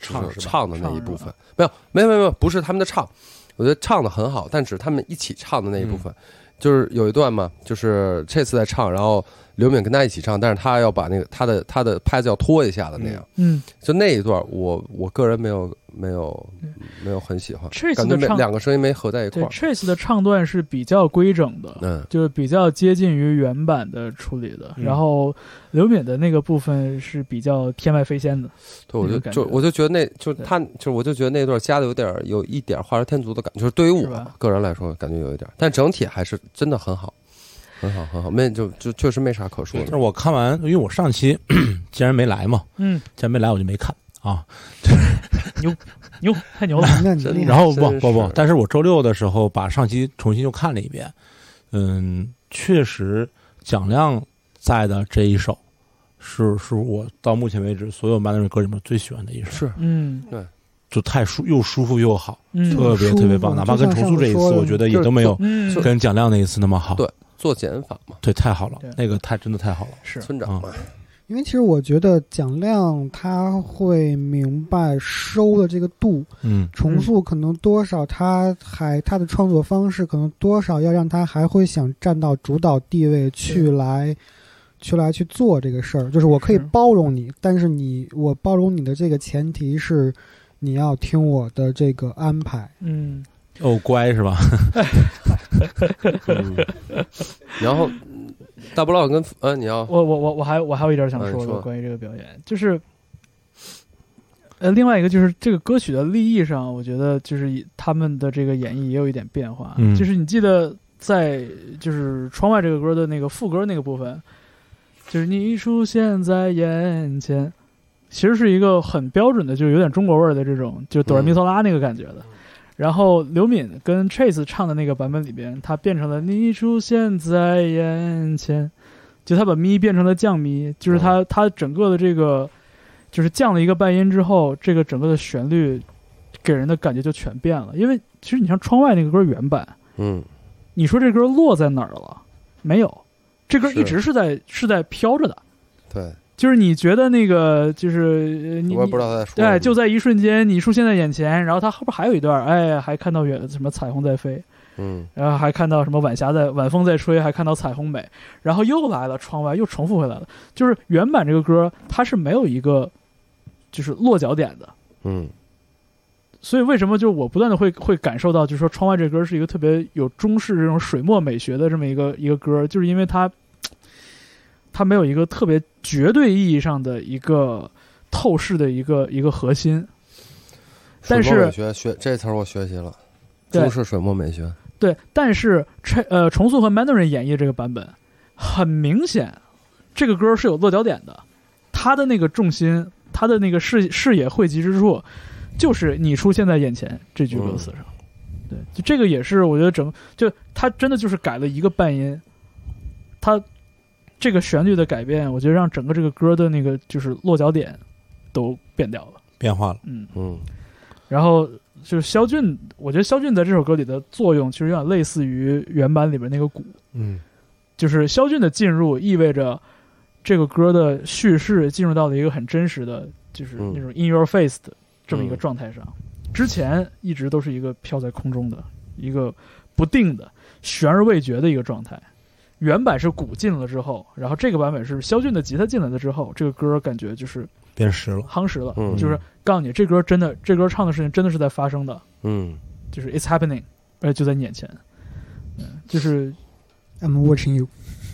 唱
就是
吧？
唱的那
唱
一
是
部
吧
分，没有，没有，没有，没有不是他们的唱，我觉得唱的很好，但只是他们一起唱的那一
嗯
部分，就是有一段嘛，就是这次在唱，然后刘敏跟他一起唱，但是他要把那个他的他的拍子要拖一下的那样，
嗯，
就那一段我，我个人没有没有
嗯
没有很喜欢，
这次
感
的
觉没
唱
两个声音没合在一
对
块儿，
，Chase 的唱段是比较规整的，
嗯，
就是比较接近于原版的处理的。
嗯
然后刘敏的那个部分是比较天外飞仙的，
对，我
那
就
个感
就
觉
我就觉得那就
对
他就是我就觉得那段加的有点儿有一点儿画蛇添足的感觉，就是对于
是
我
吧
个人来说感觉有一点儿，但整体还是真的很好，很好很好，没就就确实没啥可说
但
的
是。我看完，因为我上期 [coughs] 既然没来嘛，
嗯，
既然没来我就没看啊。
牛，太牛了。
[laughs] 那你
真
厉害
然后不
真
不不
是，
但是我周六的时候把上期重新又看了一遍，嗯，确实蒋亮在的这一首是是我到目前为止所有 m a n 歌里面最喜欢的一首，
是
嗯，
就太舒又舒服又好，
嗯
特别
舒服
特别棒。哪怕跟重塑这一次，
就像上次说的
我觉得也都没有
嗯
就
跟蒋亮那一次那么好。
对做减法嘛，
对，太好了
对，
那个太真的太好了。
是
村长嘛，
因为其实我觉得蒋亮他会明白收的这个度，
嗯
重塑可能多少他还他的创作方式可能多少要让他还会想站到主导地位去来。去来去做这个事儿，就是我可以
是
包容你，但是你我包容你的这个前提是，你要听我的这个安排。
嗯
哦，乖是吧？
嗯，然后大波浪跟呃你要
我我我我还我还有一点想
嗯
说
你
的
说
关于这个表演，就是，呃，另外一个就是这个歌曲的立意上，我觉得就是以他们的这个演绎也有一点变化。
嗯
就是你记得在就是《窗外》这个歌的那个副歌那个部分，就是你出现在眼前，其实是一个很标准的，就是有点中国味儿的这种，就哆来
嗯
咪嗦拉那个感觉的。然后刘敏跟 Chase 唱的那个版本里边，它变成了“你出现在眼前”，就他把咪变成了降咪，就是
哦
他他整个的这个就是降了一个半音之后，这个整个的旋律给人的感觉就全变了。因为其实你像窗外那个歌原版，
嗯
你说这歌落在哪儿了？没有，这歌
是
一直是在是在飘着的。
对，
就是你觉得那个就是呃你
我也
你
不知道他在说什么，
对，就在一瞬间，你出现在眼前，然后他后边还有一段，哎，还看到远什么彩虹在飞，
嗯
然后还看到什么晚霞在晚风在吹，还看到彩虹美，然后又来了，窗外又重复回来了。就是原版这个歌，它是没有一个就是落脚点的，
嗯
所以为什么就是我不断的会会感受到，就是说窗外这歌是一个特别有中式这种水墨美学的这么一个一个歌，就是因为它它没有一个特别绝对意义上的一个透视的一个一个核心，但是
水墨美学学这词儿我学习了，
对
中式水墨美学，
对，但是拆呃重塑和 Mandarin 演绎这个版本，很明显，这个歌是有落脚点的，它的那个重心，它的那个视视野汇集之处，就是你出现在眼前这句歌词上。对，就这个也是我觉得整就它真的就是改了一个半音，它这个旋律的改变，我觉得让整个这个歌的那个就是落脚点都变掉了。
变化了，
嗯。
嗯
然后就是肖俊，我觉得肖俊在这首歌里的作用其实有点类似于原版里边那个鼓，
嗯，
就是肖俊的进入意味着这个歌的叙事进入到了一个很真实的，就是
嗯
那种 in your face 的这么一个状态上。之前一直都是一个飘在空中的一个不定的悬而未决的一个状态。原版是鼓进了之后，然后这个版本是肖俊的吉他进来了之后，这个歌感觉就是
变实
[laughs]
了，
夯实了，
嗯
就是告诉你这歌真的，这歌唱的事情真的是在发生的。
嗯
就是 it's happening，呃，就在你眼前，嗯，就是
I'm watching you。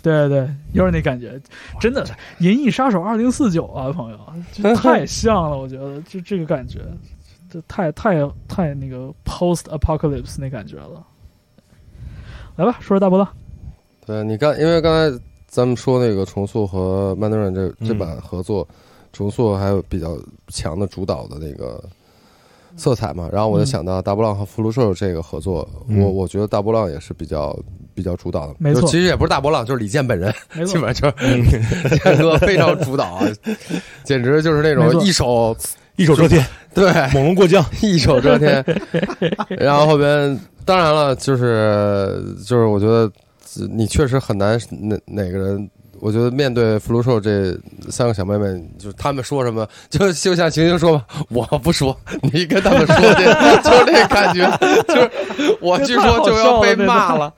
对对对，有点那感觉，真的《银翼杀手二零四九》啊，朋友，
[laughs]
就太像了，我觉得就这个感觉，这太太太那个 post apocalypse 那感觉了。来吧，说说大波浪，
对你刚，因为刚才咱们说那个重塑和曼德尔这
嗯
这版合作，重塑还有比较强的主导的那个色彩嘛，然后我就
嗯
想到大波浪和福禄寿这个合作，
嗯
我我觉得大波浪也是比较比较主导的，
没错
就其实也不是大波浪，就是李健本人， [laughs]
没
基
错，
本上就是健哥非常主导啊， [laughs] 简直就是那
没
种
错
一手 [laughs]
一手遮天，
对
猛龙过江，
[laughs] 一手遮天，然后后边当然了，就是就是我觉得呃你确实很难哪哪个人。我觉得面对福禄寿这三个小妹妹，就是他们说什么，就就像行星说吧，我不说，你跟他们说去，就是那感觉，就是我去说就要被骂了，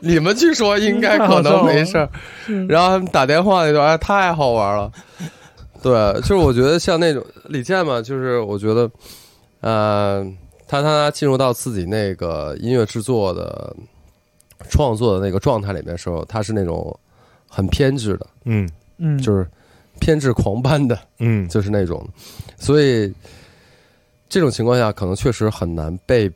你们去说应该可能没事儿。
是
然后他们打电话那段，哎，太好玩了。对，就是我觉得像那种李健嘛，就是我觉得，呃，他他他进入到自己那个音乐制作的创作的那个状态里面的时候，他是那种很偏执的，
嗯
嗯，
就是偏执狂般的，
嗯，
就是那种，所以这种情况下，可能确实很难被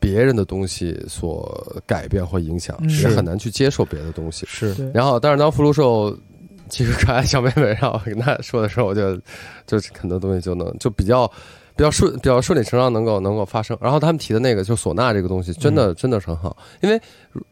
别人的东西所改变或影响，
嗯
也
是
很难去接受别的东西。
是
对，
然后，但是当福禄寿其实可爱小妹妹让我跟她说的时候，我就就很多东西就能就比较比较顺，比较顺理成章能够能够发生。然后他们提的那个就唢呐这个东西，真
嗯
的、真的是很好，因为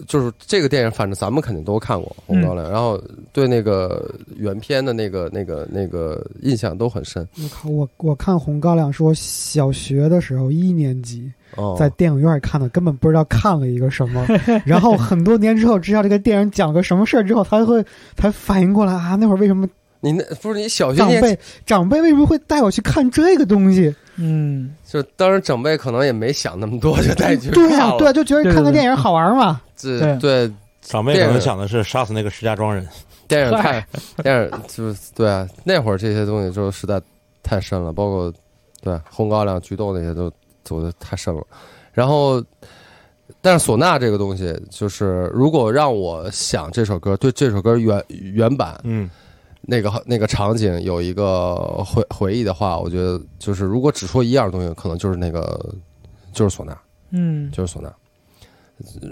就是这个电影，反正咱们肯定都看过《红高
嗯
粱》，然后对那个原片的那个那个那个印象都很深。
我靠，我我看《红高粱》是我小学的时候一年级
哦，
在电影院看的，根本不知道看了一个什么。然后很多年之后知道这个电影讲个什么事儿之后，才会才反应过来啊，那会儿为什么
你那不是你小学
长
念，
辈长辈为什么会带我去看这个东西？
嗯，
就当时长辈可能也没想那么多，就带你去
对
看
呀、
了。
对啊、就觉得
对
看
对
个
对
电影好玩嘛。
这对
长辈可能想的是杀死那个石家庄人，
电影太电影就是对啊，那会儿这些东西就实在太深了，包括对啊红高粱、菊豆那些都走的太深了。然后，但是唢呐这个东西，就是如果让我想这首歌，对这首歌原原版
嗯，
那个那个场景有一个回回忆的话，我觉得就是如果只说一样东西，可能就是那个就是唢呐。
嗯，
就是唢呐。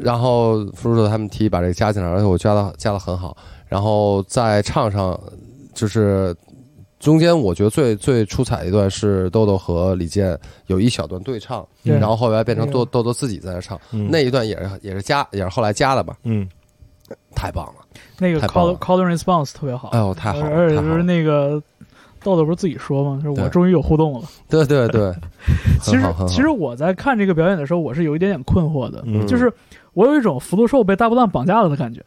然后叔叔他们提议把这个加进来，而且我加的加的很好。然后在唱上，就是中间我觉得最最出彩的一段是豆豆和李健有一小段对唱，
对
然后后来变成
哎呦
豆豆豆自己在那唱，
嗯
那一段也是也是加也是后来加的吧，
嗯
太棒了！
那个
太棒
call
了
call and response 特别好，
哎呦，太好
而
了，
且
太
就
好
是
了！
那个豆豆不是自己说吗？就是我
对
终于有互动了。
对对对，
其
很
实
好很好
其实我在看这个表演的时候，我是有一点点困惑的，
嗯
就是我有一种福禄寿被大波浪绑架了的感觉。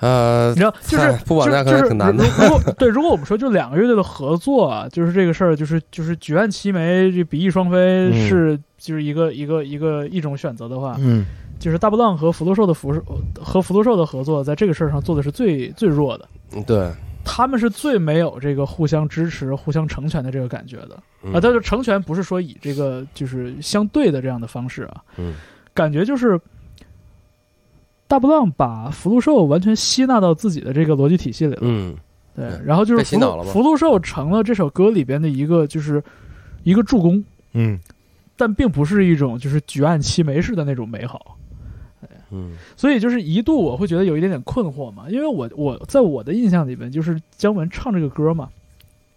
呃
你，
[laughs]
知道，就是
哎不绑架
就
可
是就
能
是
挺难的
如如果 [laughs] 对，如果我们说就两个乐队的合作啊，就是这个事儿，就是就是举案齐眉，这比翼双飞
嗯
是就是一个一个一个一种选择的话，
嗯
就是大波浪和福禄寿的福和福禄寿的合作，在这个事儿上做的是最最弱的，
嗯对，
他们是最没有这个互相支持、互相成全的这个感觉的
嗯
啊。但是成全不是说以这个就是相对的这样的方式啊，
嗯
感觉就是大波浪把福禄寿完全吸纳到自己的这个逻辑体系里了。
嗯
对
对，
然后就是
被洗
福
脑
禄
了吧
福禄寿成了这首歌里边的一个就是一个助攻，
嗯
但并不是一种就是举案齐眉式的那种美好。
嗯
所以就是一度我会觉得有一点点困惑嘛，因为我我在我的印象里边，就是姜文唱这个歌嘛，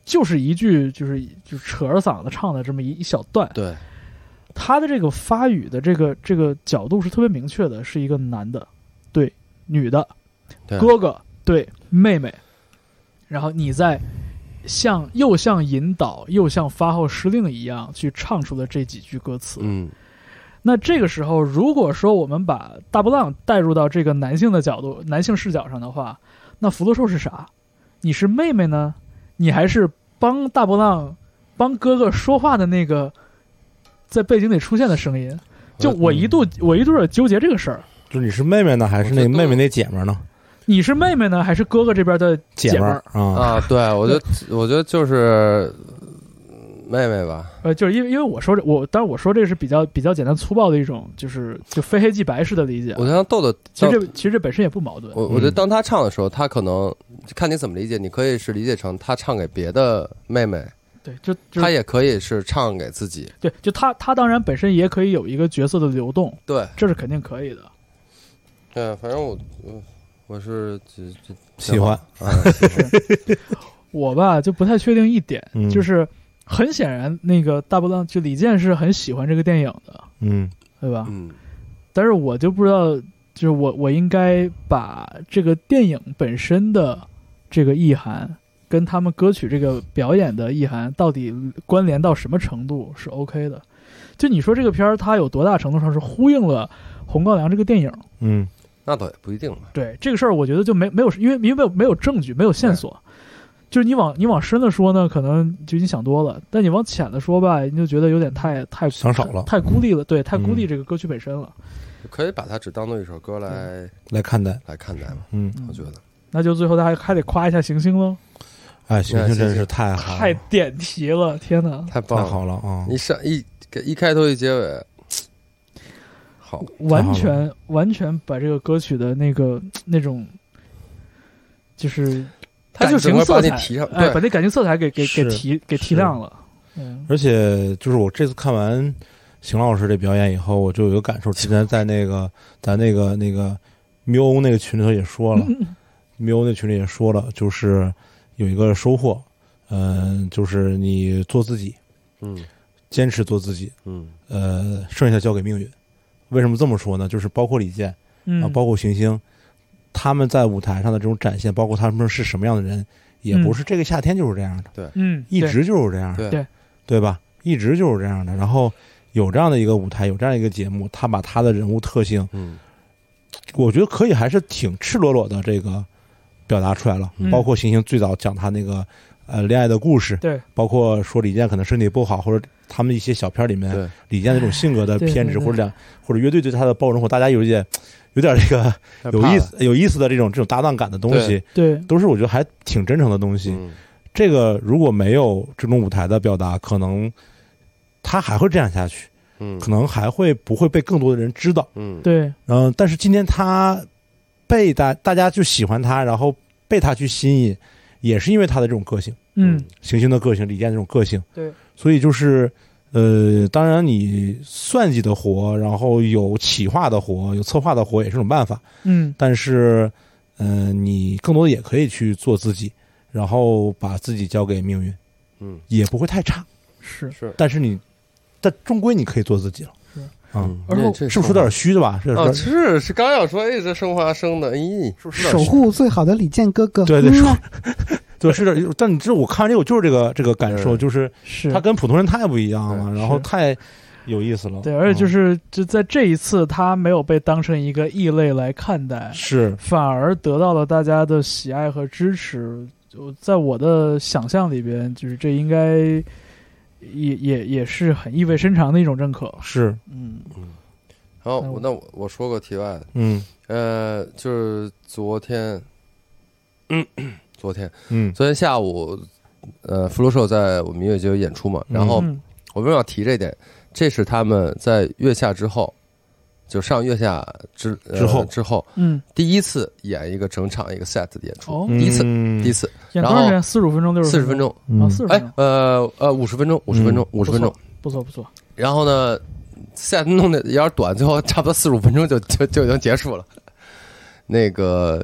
就是一句就是就扯着嗓子唱的这么一一小段，
对，
他的这个发语的这个这个角度是特别明确的，是一个男的对女的
对
哥哥对妹妹，然后你在像又像引导又像发号施令一样去唱出了这几句歌词。
嗯
那这个时候，如果说我们把大波浪带入到这个男性的角度、男性视角上的话，那福禄寿是啥？你是妹妹呢，你还是帮大波浪、帮哥哥说话的那个在背景里出现的声
呃
音？就我一度，我一度有点纠结这个事儿。
就是你是妹妹呢，还是那妹妹那姐们儿呢？
你是妹妹呢，还是哥哥这边的姐
们
们
儿
儿？
啊，
啊，对我觉得我觉得就是妹妹吧，
呃，就是因为因为我说这我，当然我说这是比较比较简单粗暴的一种，就是就非黑即白式的理解。
我觉得豆豆，
啊其实这其实这本身也不矛盾。
我我觉得
嗯
当他唱的时候，他可能看你怎么理解，你可以是理解成他唱给别的妹妹，
对，就就是
他也可以是唱给自己。
对，就他他当然本身也可以有一个角色的流动，
对
这是肯定可以的。
对，反正我我我是只只
[laughs] 喜欢，
啊，喜欢
我吧就不太确定一点，
嗯
就是很显然那个大波浪就李健是很喜欢这个电影的，
嗯
对吧？
嗯
但是我就不知道，就是我我应该把这个电影本身的这个意涵。跟他们歌曲这个表演的意涵到底关联到什么程度是 OK 的？就你说这个片儿，它有多大程度上是呼应了《红高粱》这个电影？
嗯
那倒也不一定吧。
对这个事儿，我觉得就没没有，因为因为没有没有证据，没有线索。就是你往你往深了说呢，可能就你想多了；但你往浅了说吧，你就觉得有点太太
想少了
太孤立了，对，太孤立
嗯
这个歌曲本身了。
可以把它只当做一首歌来
来看待，
来看待吧，
嗯，
嗯
我觉得。
那就最后大家还得夸一下行星喽，
哎，行行，真是太好
[laughs]
了，
太点题了，天哪！
太棒
太
了！
好了啊！
一上一一开头一结尾，好，
完全完全把这个歌曲的那个那种，就是它就形
整个把
色
你
彩
提上，，
哎，把
对，
那感情色彩给给给
是
提给提
是
亮了。嗯，
而且就是我这次看完邢老师这表演以后，我就有一个感受，之前在那个咱那个那个喵那个群里头也说
[laughs] 嗯
了，喵那群里也说了，呃就是有一个收获，嗯、就是你做自己，
嗯
坚持做自己，
嗯
呃，剩下交给命运。为什么这么说呢？就是包括李健啊，
嗯，
包括行星，他们在舞台上的这种展现，包括他们是什么样的人，也
嗯
不是这个夏天就是这样的。
嗯，
一
对
直就是这样的，
对
对
对吧？一直就是这样的。然后有这样的一个舞台，有这样一个节目，他把他的人物特性，
嗯
我觉得可以还是挺赤裸裸的这个表达出来了。
嗯
包括星星最早讲他那个呃恋爱的故事，
对
包括说李健可能身体不好，或者他们一些小片里面
对
李健那种性格的
对对
偏执，
对
或者两或者乐队对他的包容，或大家有一些有点这个
太
有
怕
意
了
思有意思的这种这种搭档感的东西，
对，
都是我觉得还挺真诚的东西。
嗯
这个如果没有这种舞台的表达，可能他还会这样下去，
嗯
可能还会不会被更多的人知道。
嗯
对，
嗯、但是今天他被大大家就喜欢他，然后被他去吸引，也是因为他的这种个性，
嗯，
行星的个性，李健这种个性。
对，
所以就是。呃，当然，你算计的活，然后有企划的活，有策划的活，也是种办法。
嗯，
但是，呃，你更多的也可以去做自己，然后把自己交给命运，
嗯
也不会太差。
是，
是
但是你，但终归你可以做自己了。
是
啊，
而
那
后
嗯这
是不是有点虚的吧？是有点
哦，是是刚要说，哎，这生花生的，咦，是不是有
守
点
护最好的李健哥哥。
对对
嗯
是
啊
对，是有点。但你知道，我看完这个，我就是这个这个感受，
对
就是
是
他跟普通人太不一样了，
对
然后
是
太有意思了。
对，而且就
嗯
是就在这一次，他没有被当成一个异类来看待，
嗯是
反而得到了大家的喜爱和支持。就在我的想象里边，就是这应该也也也是很意味深长的一种认可。
是，
嗯
好，
那我
我那我我说个题外的，
嗯
呃，就是昨天， [clears throat] 昨天
嗯
昨天下午，呃，福禄寿在我们音乐节有演出嘛，然后
嗯
我为什么要提这点？这是他们在月下之后，就上月下之、呃
之后
之后
嗯，
第一次演一个整场一个 set 的演出，
哦，
嗯，
第一次第一
次，
次
演
然
多长时
后
间？四十五分钟，六
四十分
钟
钟，
啊，
嗯
四十分
哎
钟，，
呃呃，五十分钟，五十分钟，五十分钟，
嗯不错不错。
然后呢，set 弄得有点短，最后差不多四十五分钟就就就已经结束了。那个，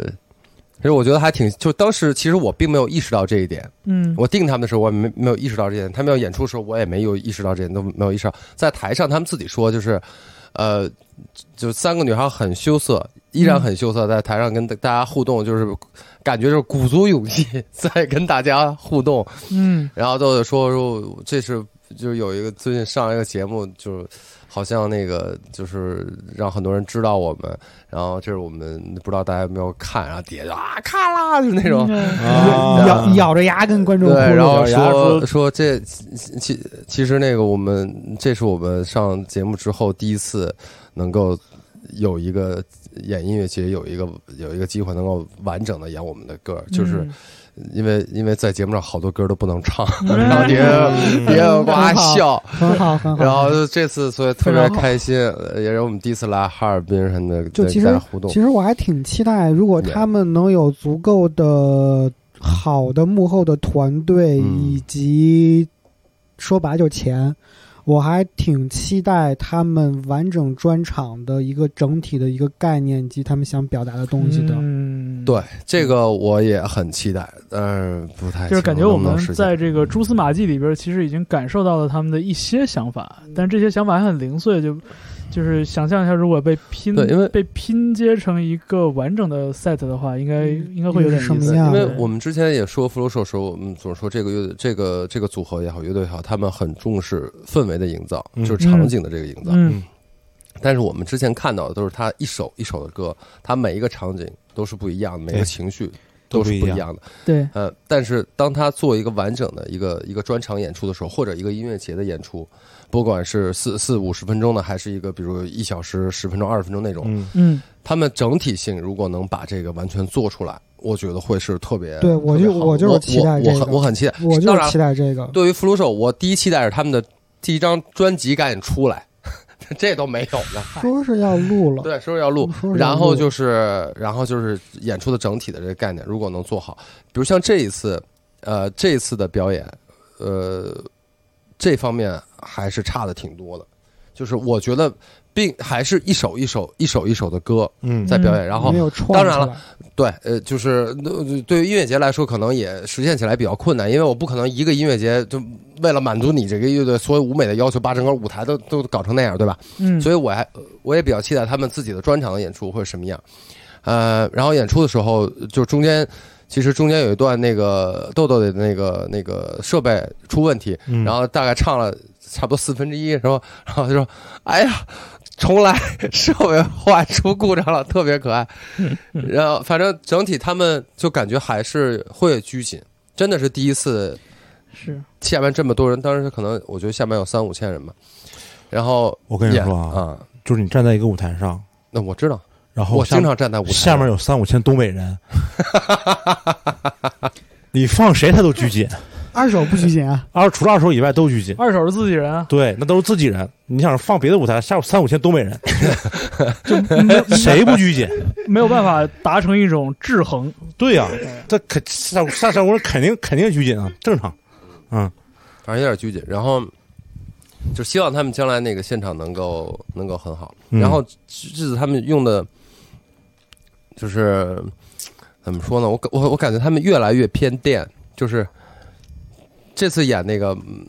其实我觉得还挺，就当时其实我并没有意识到这一点。
嗯，
我定他们的时候，我也没没有意识到这一点；他们要演出的时候，我也没有意识到这一点，都没有意识到。在台上，他们自己说就是，呃，就三个女孩很羞涩，依然很羞涩，在台上跟大家互动，就是感觉就是鼓足勇气 [laughs] 在跟大家互动。
嗯
然后豆豆说说这是就是有一个最近上了一个节目，就是好像那个就是让很多人知道我们，然后这是我们不知道大家有没有看，然后底下就啊看啦，就那种。
[laughs]
啊
咬咬着牙跟观众
对
呼，噜
然后
咬
说
牙说
说这其其其实那个我们这是我们上节目之后第一次能够有一个演音乐节有一个有一个机会能够完整的演我们的歌，就是因为因为在节目上好多歌都不能唱，
嗯
然后底下底下哇笑，
很好很好。
然后就这次所以特别开心，呃也是我们第一次来哈尔滨什么的，
就
对
其实
大家互动
其，实我还挺期待，如果他们能有足够的好的幕后的团队，
嗯
以及说白了就是钱，我还挺期待他们完整专场的一个整体的一个概念以及他们想表达的东西的。
嗯，
对这个我也很期待，但是不太
就是感觉
清楚
我
能不能
们
实现
在这个蛛丝马迹里边，其实已经感受到了他们的一些想法，
嗯
但这些想法还很零碎，就就是想象一下，如果被拼，
对因为
被拼接成一个完整的 set 的话，应该
嗯
应该会有点
是什
意
么
思，
样
因
的
为我们之前也说福禄寿时候，我们总说这个乐队这个这个组合也好，乐队也好，他们很重视氛围的营造，
嗯
就是场景的这个营造。
嗯
但是我们之前看到的都是他一首一首的歌，他每一个场景都是不一样的，每个
对
情绪都
都不
是
一
不一
样
样的。
对，
呃，但是当他做一个完整的一个一个专场演出的时候，或者一个音乐节的演出，不管是四四五十分钟的，还是一个比如一小时、十分钟、二十分钟那种，
嗯
嗯，
他们整体性如果能把这个完全做出来，我觉得会是特别
对我就
特别好
我就是
我
期待这
我
个
我很我很期待。
我就
当
是
然
期待这个，
对于 Flu 手，我第一期待是他们的第一张专辑赶紧出来， [laughs] 这都没有呢。
说是要录了，
对，说是要录
说，是要
然后
录
就是，然后就是演出的整体的这个概念，如果能做好，比如像这一次，呃，这一次的表演，呃，这方面还是差的挺多的。就是我觉得并还是一首一首一首一首的歌
嗯
在表演，然后
没有创
当然了
出来，
对，呃，就是呃对于音乐节来说，可能也实现起来比较困难，因为我不可能一个音乐节就为了满足你这个乐队所有舞美的要求，把整个舞台都都搞成那样，对吧？
嗯，
所以我还呃我也比较期待他们自己的专场的演出会是什么样。呃，然后演出的时候，就中间其实中间有一段那个豆豆的那个那个设备出问题，
嗯
然后大概唱了差不多四分之一，然后 [laughs] 然后就说：“哎呀，重来， [laughs] 设备坏出故障了，特别可爱。”
嗯
然后反正整体他们就感觉还是会拘谨，真的是第一次
是
下面这么多人，当时可能我觉得下面有三五千人吧。然后
我跟你
演
说啊，
啊，
就是你站在一个舞台上，
那我知道，
然后
我
哦下
经常站在舞台
下
上
面有三五千东北人，你放谁他都拘谨，
二手不拘谨啊，
二除了二手以外都拘谨。
二手是自己人啊，
对，那都是自己人。你想放别的舞台，下午三五千东北人， [laughs]
就没有
谁不拘谨？
没有办法达成一种制衡。
对呀、这肯下午下下午肯定肯定拘谨啊，正常。嗯，
反正有点拘谨。然后就希望他们将来那个现场能够能够很好。
嗯
然后这次他们用的，就是怎么说呢？我感我我感觉他们越来越偏电，就是这次演那个嗯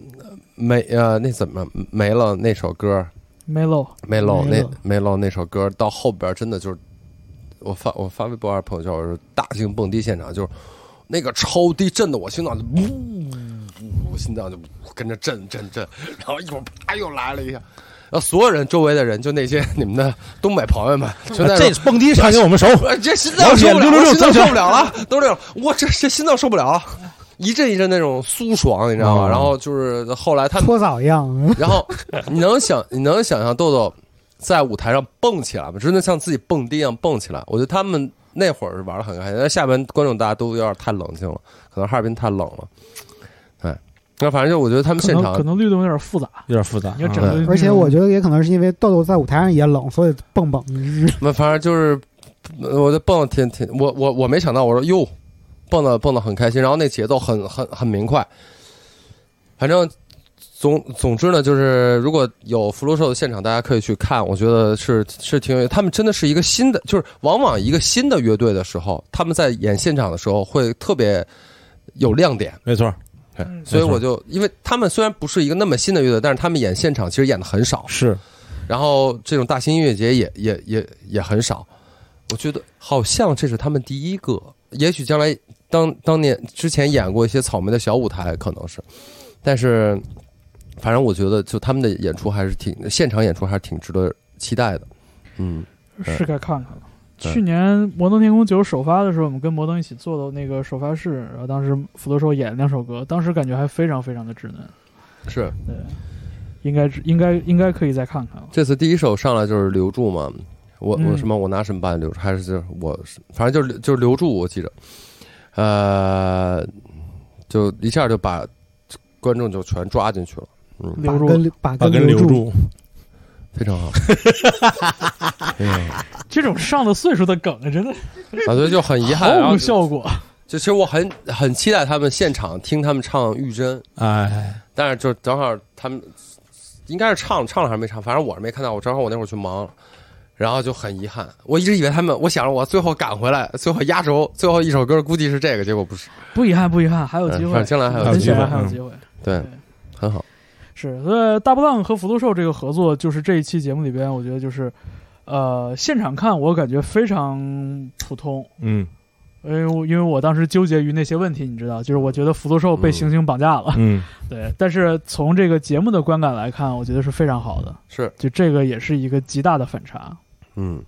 没呃那怎么没了那首歌
没漏，
没漏
没
那
了
没漏那首歌到后边真的就是我发我发微博还是朋友圈我说大型蹦迪现场就是那个超低震的我心脏就呜，我心脏就跟着震震震，然后一会儿啪又来了一下，然后所有人周围的人就那些你们的东北朋友们就在
啊这蹦迪场景我们熟。
哎这心脏受不了，我心脏受不了了，都这样，我这这心脏受不了了，一阵一阵那种酥爽，你知道吗？
哦
然后就是后来他们
搓澡一样。嗯
[laughs]
然后你能想你能想象豆豆在舞台上蹦起来吗？真的像自己蹦迪一样蹦起来。我觉得他们那会儿是玩的很开心，但是下边观众大家都有点太冷静了，可能哈尔滨太冷了。对，那反正就我觉得他们
可
现
能可
场
能律动有点复杂，啊
有点复杂
你看整个，
嗯而且我觉得也可能是因为豆豆在舞台上也冷，所以蹦蹦。
那反正就是，呃我就蹦得挺挺，我我我没想到，我说哟，蹦的蹦的很开心，然后那节奏很很很明快，反正总总之呢，就是如果有福禄寿的现场，大家可以去看，我觉得是是挺有，他们真的是一个新的，就是往往一个新的乐队的时候，他们在演现场的时候会特别有亮点。
没错，哎
嗯
所以
没错
我就，因为他们虽然不是一个那么新的乐队，但是他们演现场其实演的很少，
是
然后这种大型音乐节也也也也很少，我觉得好像这是他们第一个，也许将来当当年之前演过一些草莓的小舞台可能是，但是反正我觉得就他们的演出还是挺现场演出还是挺值得期待的，嗯
是该看看了。
对
去年《摩登天空九》首发的时候，我们跟摩登一起做的那个首发式，然后当时福禄寿演两首歌，当时感觉还非常非常的稚嫩，
是
对，应该应该应该可以再看看了。
这次第一首上来就是留住嘛，我我
嗯
什么我拿什么办留住，还是就是我反正就是就是留住，我记着，呃，就一下就把观众就全抓进去了，嗯。
留
把
住
根把
把
根
根留
留。
住。
非常好。 [laughs] 哎呀，
这种上了岁数的梗，真的
啊，所以就很遗憾。然
毫
后
无效果。
就其实我很很期待他们现场听他们唱《玉珍》，
哎，
但是就正好他们应该是唱唱了还是没唱，反正我是没看到。我正好我那会儿去忙了，然后就很遗憾。我一直以为他们，我想着我最后赶回来，最后压轴最后一首歌估计是这个，结果不是。
不遗憾，不遗憾，还有机
嗯
会，
反正将来还有
很
机
显
会
然还有
嗯
机会。
对，很好。
是，所以大波浪和福禄寿这个合作，就是这一期节目里边，我觉得就是，呃，现场看我感觉非常普通，
嗯
因为我因为我当时纠结于那些问题，你知道，就是我觉得福禄寿被行星绑架了，
嗯，
对。但是从这个节目的观感来看，我觉得是非常好的，
是，
就这个也是一个极大的反差。
嗯，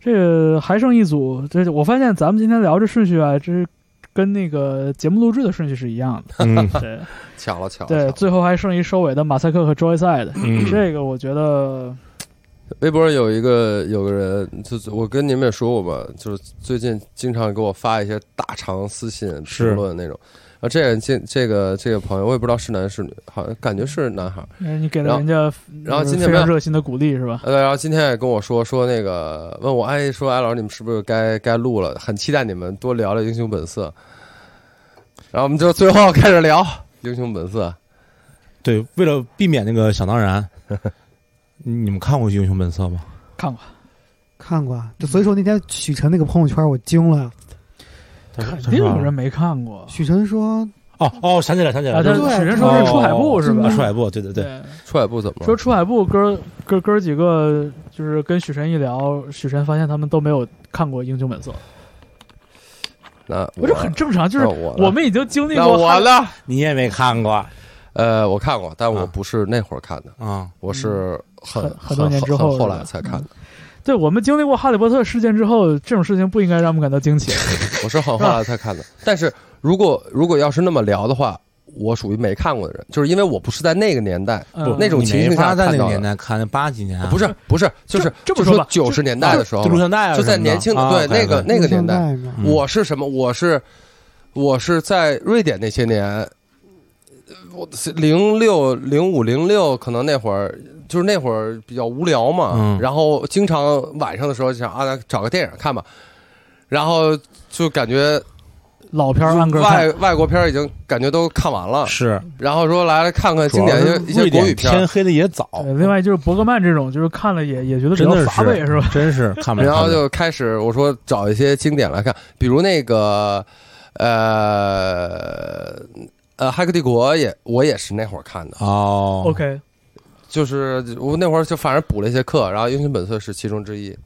这个还剩一组，这我发现咱们今天聊这顺序啊，这是跟那个节目录制的顺序是一样
嗯
的，对。
巧了巧了。巧
对，
了
最后还剩一收尾的马赛克和 Joy Side，、
嗯
这个我觉得
微博有一个有个人，就是我跟你们也说过吧，就是最近经常给我发一些大长私信
是
评论那种。啊，这人这这个这个朋友，我也不知道是男是女，好像感觉是男孩儿。
呃你给
然
了
后
人家
然后
嗯就是
今天
非
没有
常热心的鼓励是吧？
呃，然后今天也跟我说说那个问我，哎，说哎老师你们是不是该该录了？很期待你们多聊聊《英雄本色》。然后我们就最后开始聊《英雄本色》。
对，为了避免那个想当然，你们看过《英雄本色》吗？
看过，
看过啊。就所以说那天许晨那个朋友圈我惊
哦
了，
肯定有人没看过。
许晨说
哦哦，想起来想起来，
啊，他
就是
对
许人说是出海部是吧
啊，？出海部，对对对，
对，
出海部怎么
说
了？
出海部哥哥哥几个，就是跟许晨一聊，许晨发现他们都没有看过《英雄本色》，
那
我这很正常，就是
那我
我
呢
们已经经历
那
过
我
哈。
呢？
你也没看过
呃，我看过，但我
啊
不是那会儿看的，
啊？
我是很
很很多年之后
很后
是
来
吧
才看的。
对，我们经历过哈利波特事件之后，这种事情不应该让我们感到惊奇。
我是很后来才看的。但是如果如果要是那么聊的话，我属于没看过的人，就是因为我不是在那个年代，
嗯
不
那种
你
情
没
形
法
下
在
看
那个
到
年
的
代看，那八几年啊
不是不是，就是
这么
就
说吧
九十年代的时候
就录像带啊什么的，
就在年轻的
啊
对那个
对
那个
录像
年代，
带嘛
嗯
我是什么？我是我是在瑞典那些年，呃我零六零五零六可能那会儿就是那会儿比较无聊嘛，
嗯
然后经常晚上的时候就想啊，那找个电影看吧，然后就感觉
老片儿按个看
外，外国片儿已经感觉都看完了，
是
然后说来看看经
主要
典一些
是
一
瑞
些国
典
语片儿
天，黑的也早，
对呃另外就是伯格曼这种，就是看了也也觉得比
真
较
的
乏味，
是
是吧？？
真是看不了。
然后
看不了
就开始我说找一些经典来看，比如那个呃呃《骇客帝国》也我也是那会儿看的，
哦
OK，
就是我那会儿就反正补了一些课，然后《英雄本色》是其中之一。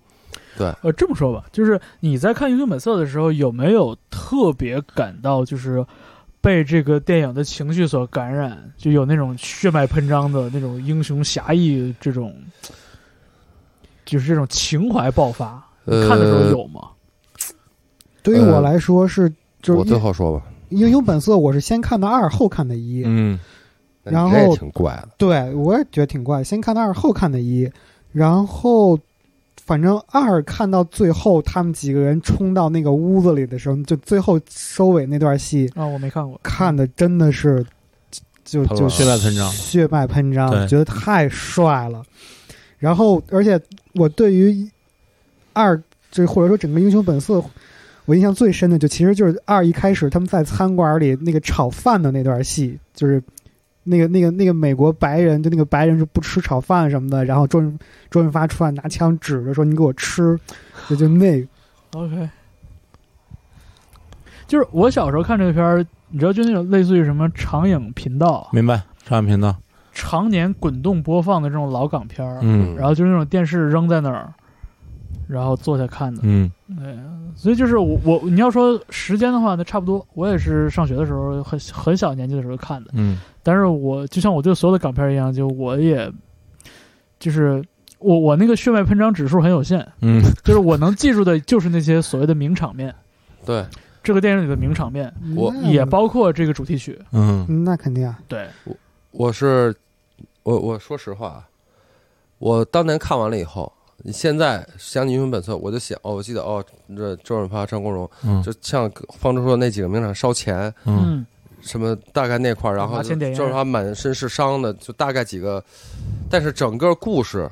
呃，这么说吧，就是你在看《英雄本色》的时候，有没有特别感到就是被这个电影的情绪所感染，就有那种血脉喷张的那种英雄侠义这种，就是这种情怀爆发？
呃
你看的时候有吗？
对于我来说是就是
我最
英《
后说吧，
英雄本色》，我是先看的二，后看的一。
嗯，
那你
然
这也
后
挺怪的，
对，我也觉得挺怪，先看的二，后看的一，然后反正二看到最后，他们几个人冲到那个屋子里的时候，就最后收尾那段戏，
啊，我没看过。
看的真的是就
喷了
就
血脉喷张
血脉喷
对
张，觉得太帅了。然后，而且我对于二，这或者说整个《英雄本色》，我印象最深的就其实就是二一开始他们在餐馆里那个炒饭的那段戏，就是那个那个那个美国白人，就那个白人是不吃炒饭什么的，然后周润周润发出来拿枪指着说：“你给我吃。”就就那个
OK，就是我小时候看这个片儿，你知道，就那种类似于什么长影频道
明白。上频道，
常年滚动播放的这种老港片儿，
嗯
然后就是那种电视扔在那儿，然后坐下看的。
嗯，
所以就是我我你要说时间的话，那差不多。我也是上学的时候很很小年纪的时候看的，
嗯，
但是我就像我对所有的港片儿一样，就我也就是我我那个血脉喷张指数很有限，
嗯，
就是我能记住的就是那些所谓的名场面，
对
这个电影里的名场面。
我
那
也包括这个主题曲。
嗯，
那肯定啊，
对，
我是我我说实话，啊，我当年看完了以后，你现在想起《英雄本色》，我就想哦，我记得哦，这周润发、张国荣，
嗯，
就像方舟说的那几个名场烧钱，
嗯，，
什么大概那块儿，然后
拿钱点烟
就是他满身是伤的，就大概几个，但是整个故事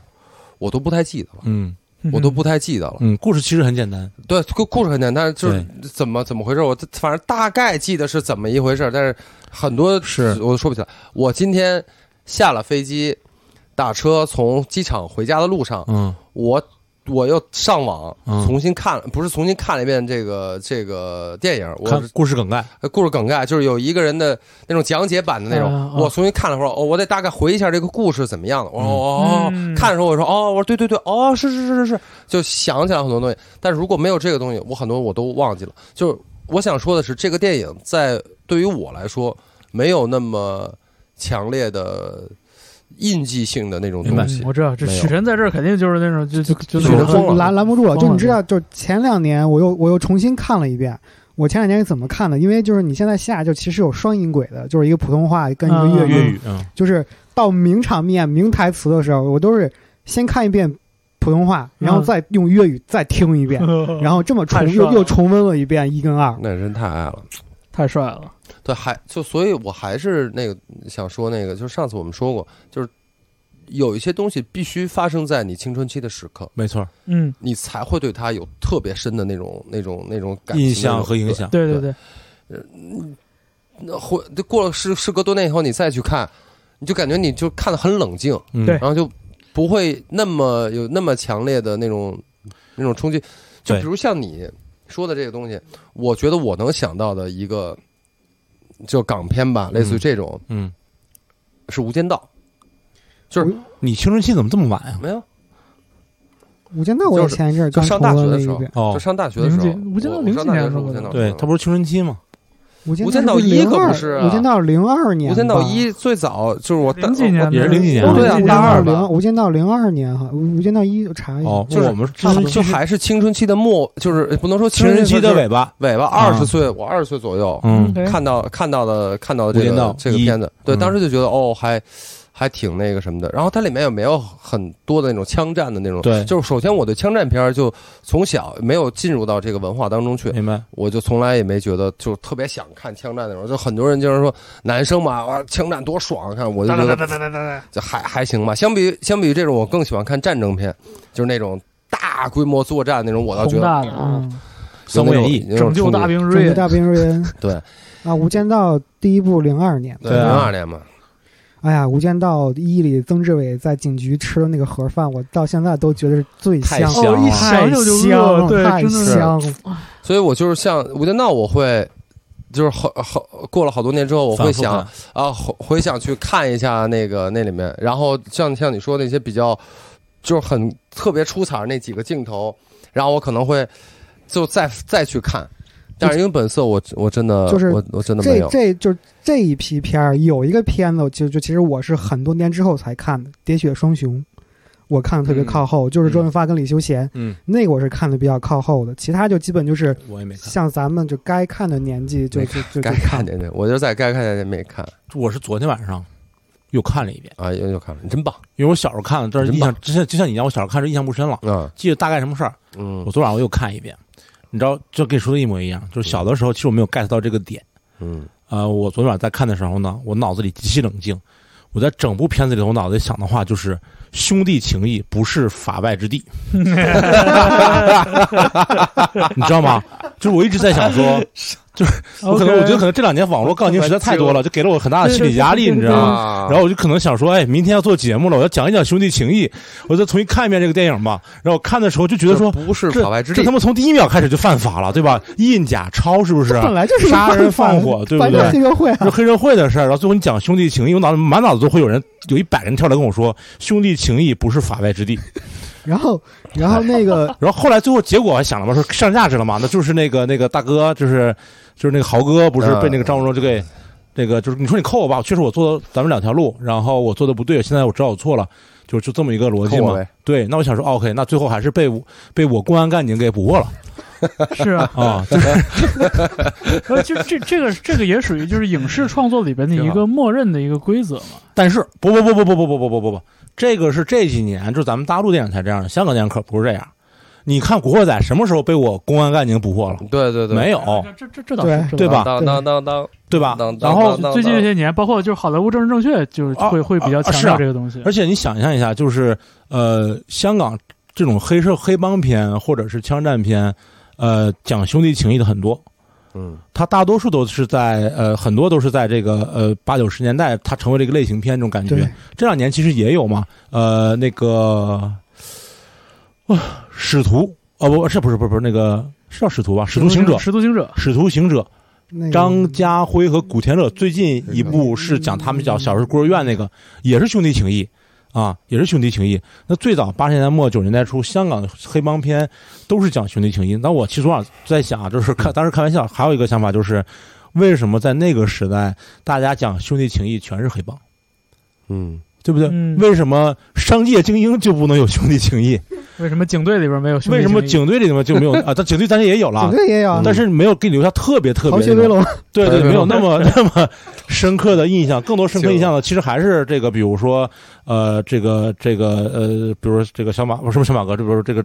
我都不太记得了，
嗯，
我都不太记得了。
嗯，故事其实很简单，
对，故故事很简单，就是怎么怎么回事，我反正大概记得是怎么一回事，但是很多
是
我说不起来。我今天下了飞机，打车从机场回家的路上，
嗯，
我我又上网
嗯
重新看了，不是重新看了一遍这个这个电影，我
看故事梗概，
呃故事梗概，就是有一个人的那种讲解版的那种。
啊啊
我重新看了会儿，哦，我得大概回忆一下这个故事怎么样的。我说
嗯
哦，
嗯
看的时候我说哦，我说对对对，哦，是是是是是，就想起来很多东西。但是如果没有这个东西，我很多我都忘记了。就是我想说的是，这个电影在对于我来说没有那么强烈的印记性的那种东
嗯
西。
我知道，这
没有
许晨在这儿肯定就是那种就就就
就
那
是
种
疯了
[laughs] 拦拦不住了。
疯了
就你知道，就前两年我又我又重新看了一遍。我前两年是怎么看的？因为就是你现在下就其实有双音轨的，就是一个普通话跟一个
嗯
粤
粤
语，
语，嗯，
就是到名场面、名台词的时候，我都是先看一遍普通话，然后
嗯
再用粤语再听一遍， [laughs] 然后这么
太
重
帅了
又又重温了一遍一跟二。
那真太爱了。
太帅了，
对，还就所以，我还是那个想说那个，就是上次我们说过，就是有一些东西必须发生在你青春期的时刻，
没错，
嗯，
你才会对它有特别深的那种、那种、那种感
印象和影。响，
对对对，
那回过了时时隔多年以后，你再去看，你就感觉你就看得很冷静，
嗯
对
然后就不会那么有那么强烈的那种那种冲击。就
对
比如像你说的这个东西，我觉得我能想到的一个就港片吧，类似于这种
嗯，
是《无间道》，就是
你青春期怎么这么晚啊呀、
没有
我觉得那我也
就是
前一阵儿
就
刚
上
重
大学
温
的
了一
时候
遍。
就
哦，
上大学的时候，
零几无间道
我
零几
我上大学
年
的时候，
吧
无间道
对他不是青春期吗？
无
无
间
间
道
道一
零
可
二
不，是啊
无间道零二年
无
吧，
间道一最早就是我大
零几年的
啊也是零几年
哦，
对啊
无间
大
道
二吧
零，无间道零二年哈，无无间道一查一下，
哦，
就是
我们
哎差不多
就还是青春期的末，就是呃不能说
青春期的尾巴，
尾巴，二十岁，我二十岁左右
嗯，
对
看到看到的看到的
无
这
间
个
道
这个
一
片子，对，
嗯
当时就觉得哦，还还挺那个什么的。然后它里面也没有很多的那种枪战的那种，
对
就是首先我对枪战片儿就从小没有进入到这个文化当中去，
明白。
我就从来也没觉得就特别想看枪战那种。就很多人就是说男生嘛，哇，枪战多爽，啊看我就觉得就还还行吧。相比相比于这种，我更喜欢看战争片，就是那种大规模作战那种，我倒觉
宏
得
大的
嗯
啊，
《三国演义》
有那种
拯救大，兵
中
瑞
国大兵瑞
[laughs]
恩
对
啊，无间道第一部零二年，
有那种
对
对，
啊
零二年嘛，
哎呀，无间道一里曾志伟在警局吃的那个盒饭，我到现在都觉得是最
太
香
香
了，
了
哦，一想
太
就就
香
饿，
了，
对，
太
真的是
香了。
所以我就是像《无间道》，我会就是好好过了好多年之后，我会想
反复
啊，回回想去看一下那个那里面，然后像像你说那些比较就是很特别出彩儿那几个镜头，然后我可能会就再再去看，但是因为本色我我真的
就是
我我真的没
这
有，
这就这一批片儿，有一个片子，就就其实我是很多年之后才看的《喋血双雄》，我看的
嗯
特别靠后，就是周润发跟李修贤
嗯，
那个我是看的比较靠后的，其他就基本就是
我也没看，
像咱们就该看的年纪就
没
就就就
该看
看。
见那我就在该看见那没看
我是昨天晚上又看了一遍，
啊，又又看了，你真棒，
因为我小时候看的，但是印象就像就像你一样，我小时候看是印象不深了，
嗯
记得大概什么事儿。
嗯
我昨晚我又看一遍，你知道，就跟你说的一模一样，就是小的时候其实我没有 get 到这个点。
嗯，
呃，我昨天晚上在看的时候呢，我脑子里极其冷静。我在整部片子里头，我脑子里想的话就是兄弟情谊不是法外之地，你知道吗？就是我一直在想说，我啊可能我觉得可能这两年网络杠精实在太多了，就给了我很大的心理压力，你知道吗？
啊，
然后我就可能想说，哎，明天要做节目了，我要讲一讲兄弟情谊，我再重新看一遍这个电影吧。然后我看的时候就觉得说，
不是
这
法外之
这
地
他，妈从第一秒开始就犯法了，对吧？印假钞是不是？
本来就是个
啊杀人
犯
放
法
火对不
反正
对
黑社会啊
就，黑社会的事儿，然后最后你讲兄弟情谊，我脑子满脑子都会有人，有一百人跳出来跟我说兄弟情谊不是法外之地。
然后然后那
[laughs]
个
然后后来最后结果还想了嘛，说上价值了嘛，那就是那个那个大哥，就是就是那个豪哥，不是被那个张若就给那个就是你说你扣我吧，确实我做的咱们两条路，然后我做的不对，现在我知道我错了，就就这么一个逻辑
扣我
嘛
呗。
对，那我想说哦，OK，那最后还是被我被我公安干警给捕获 [laughs] 了
是啊，
啊，就是
呃，就这这个这个也属于就是影视创作里边的一个默认的一个规则嘛。
[laughs] 但是不不不不不不不不不不不，这个是这几年就咱们大陆电影才这样的，香港电影可不是这样。你看《古惑仔》什么时候被我公安干警捕获了？
对对对，
没有，
这这这倒是
对
这倒是
对吧
当当当当。
对吧
当？
然
当
后，
当
最近这些年，包括就是好莱坞政治正确，就是会
啊
会比较
啊
强
是啊
调这个东西。
而且你想象一下，就是呃，香港这种黑社黑帮片或者是枪战片，呃，讲兄弟情谊的很多，
嗯
它大多数都是在呃，很多都是在这个呃八九十年代，它成为了一个类型片这种感
对
觉。这两年其实也有嘛，呃，那个哇，使徒哦不是不是不是不是那个是叫使徒吧？使徒行者，
使徒行者，
使徒行者，
那个
张家辉和古天乐最近一部是讲他们小小时候孤儿院那个，也是兄弟情谊啊，也是兄弟情谊。那最早八十年代末九十年代初，香港的黑帮片都是讲兄弟情谊。那我其实昨晚在想啊，就是看当时开玩笑，还有一个想法就是，为什么在那个时代大家讲兄弟情谊全是黑帮，
嗯，
对不对？
嗯
为什么商界精英就不能有兄弟情谊？
[laughs] 为什么警队里边没有兄弟
为什么
情谊
警队里面就没有 [laughs] 啊？但警队咱也有
整
了。
个也有啊，
嗯但是没有给你留下特别特别
逃
那
学
种
威龙
对
对
对，
对
没有那么 [laughs] 那么深刻的印象，更多深刻印象的其实还是这个，比如说呃，这个这个呃，比如说这个小马，不是不是小马哥，这比如说这个，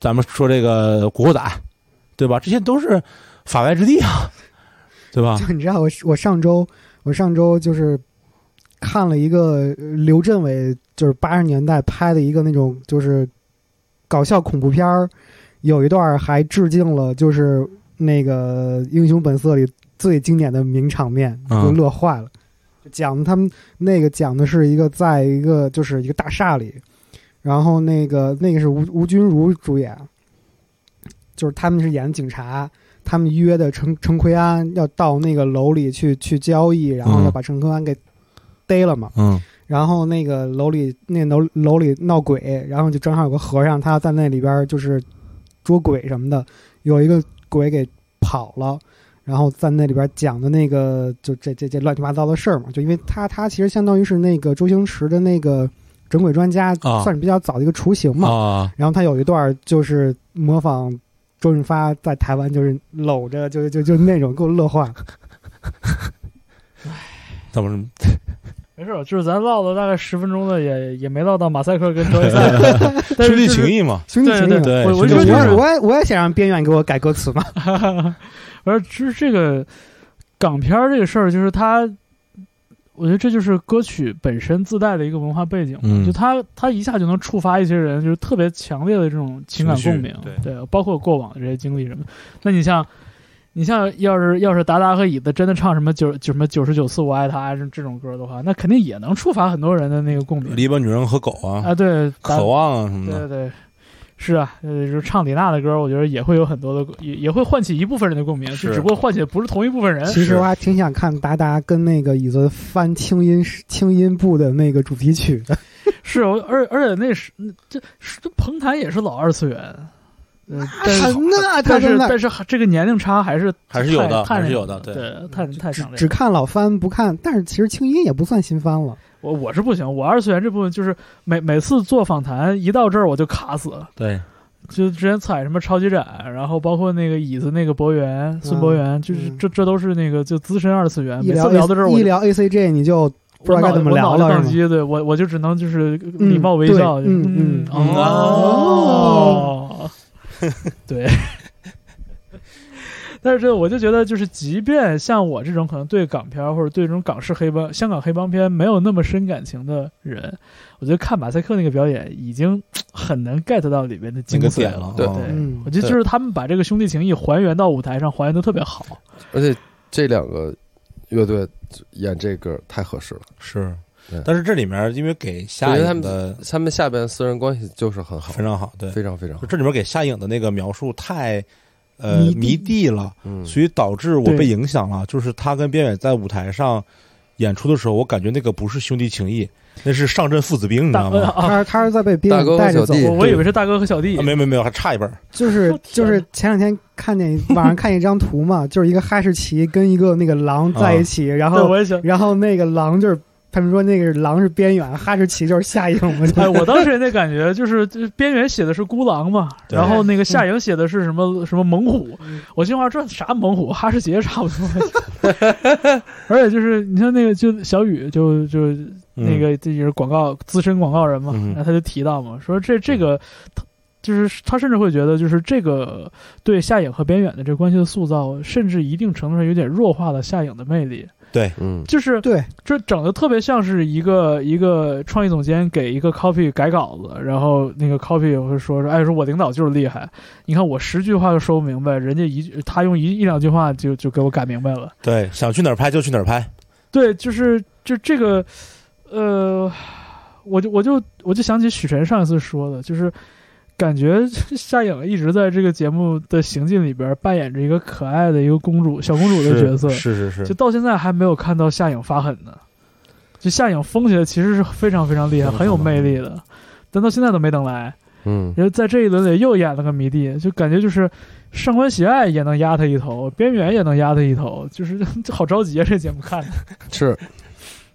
咱们说这个《古惑仔》，对吧？这些都是法外之地啊，对吧？
就你知道我我上周我上周就是看了一个呃刘镇伟就是八十年代拍的一个那种就是搞笑恐怖片儿，有一段儿还致敬了就是那个《英雄本色》里最经典的名场面，
嗯
就乐坏了。就讲他们那个讲的是一个在一个就是一个大厦里，然后那个那个是吴吴君如主演，就是他们是演警察，他们约的陈陈奎安要到那个楼里去去交易，然后要
嗯
把陈奎安给逮了嘛。
嗯
然后那个楼里那楼楼里闹鬼，然后就正好有个和尚，他在那里边就是捉鬼什么的，有一个鬼给跑了，然后在那里边讲的那个就这这这乱七八糟的事儿嘛，就因为他他其实相当于是那个周星驰的那个整鬼专家，
啊
算是比较早的一个雏形嘛。
啊，
然后他有一段就是模仿周润发在台湾就是搂着就就就那种给我乐坏了，
怎么
没事儿，就是咱唠了大概十分钟了，也也没唠到马赛克
[laughs]
跟德约赛，但
兄
是
弟
就是
情谊嘛？
兄弟情谊
对
嘛。
对，
我我
兄弟
觉得
就
情
就是
谊
我我也我也想让边缘给我改歌词嘛。
哈哈哈， [laughs] 而就是这个港片儿这个事儿，就是它，我觉得这就是歌曲本身自带的一个文化背景嘛，
嗯
就它它一下就能触发一些人，就是特别强烈的这种情感
情绪
共鸣，
对
包括过往的这些经历什么的。那你像。你像要是要是达达和椅子真的唱什么九九什么九十九次我爱他这这种歌的话，那肯定也能触发很多人的那个共鸣
篱笆女人和狗啊，
啊！对，达
渴望啊什么
对
的，
对对，是啊，呃，就是唱李娜的歌，我觉得也会有很多的，也也会唤起一部分人的共鸣，
是
就只不过唤起的不是同一部分人。
其实我还挺想看达达跟那个椅子翻轻音轻音部的那个主题曲的。
是，我而而且那是这是这彭坦也是老二次元，呃，但是
那啊他
但是
真的
但是这个年龄差还是
还是有的
太
还是有的
太
对
对，太太强烈
只
了。
看老翻不看，但是其实轻音也不算新翻了。
我我是不行，我二次元这部分就是每每次做访谈一到这儿我就卡死了。
对，
就之前踩什么超级展，然后包括那个椅子那个博源孙博源，就是
嗯
这这都是那个就资深二次元，
一
呃每次
聊
聊到这儿我
一
就
聊 A C G 你就不知道该怎么聊
我
了
脑袋宕
是
机，对我我就只能就是礼貌微笑，
嗯
就是
对嗯嗯
嗯
哦，对。 [laughs] 但是这我就觉得，就是即便像我这种可能对港片儿或者对这种港式黑帮、香港黑帮片没有那么深感情的人，我觉得看马赛克那个表演已经很能 get 到里面的
那
精
个
髓
点了，
对
啊
对，
嗯
我觉得就是他们把这个兄弟情谊还原到舞台上，还原的特别好。
而且这两个乐队演这歌太合适了，
是
对。
但是这里面因为给夏
我觉得他
颖
们
的
他们下边私人关系就是很好
非，常好，对，
非常非常好
就。这里面给夏颖的那个描述太呃
迷弟
迷弟了，
嗯，
所以导致我
对
被影响了。就是他跟边远在舞台上演出的时候，我感觉那个不是兄弟情谊，那是上阵父子兵，你知
大
道
呃
吗？
啊，
他他是在被别
大哥
人
和
带着
小
走，
弟
我我以为是大哥和小弟
啊，，没有没有没有，还差一辈儿。
就是
我天
就是前两天看见网上看一张图嘛， [laughs] 就是一个哈士奇跟一个那个狼在一起，然
啊对，
后
我也想。
然后那个狼就是他们说那个狼是边缘，哈士奇就是下影
[laughs]
嘛，就
哎，我当时也那感觉就是，就是边缘写的是孤狼嘛，
对
然后那个夏莹写的是什么什么猛虎
嗯，
我心话这啥猛虎，哈士奇也差不多。 [laughs] 而且就是你像那个就小雨就就
嗯
那个这也是广告资深广告人嘛，
嗯
然后他就提到嘛，说这这个他就是他甚至会觉得，就是这个对夏颖和边远的这个关系的塑造，甚至一定程度上有点弱化了夏颖的魅力，
嗯，
就是
对，
这整的特别像是一个一个创意总监给一个 copy 改稿子，然后那个 copy 会说说，哎，说我领导就是厉害，你看我十句话就说不明白，人家一句他用一一两句话就就给我改明白了。
对，想去哪儿拍就去哪儿拍。
对，就是就这个，呃，我就我就我就想起许晨上一次说的，就是感觉 [laughs] 夏颖一直在这个节目的行进里边扮演着一个可爱的一个公主小公主的
是
角色，
是是是
就到现在还没有看到夏颖发狠呢。就夏颖疯起来其实是非常非常厉害，很有魅力的，但到现在都没等来。
嗯，
然后在这一轮里又演了个迷弟，就感觉就是上官喜爱也能压他一头，边缘也能压他一头，就是 [laughs] 就好着急啊！这节目看的
是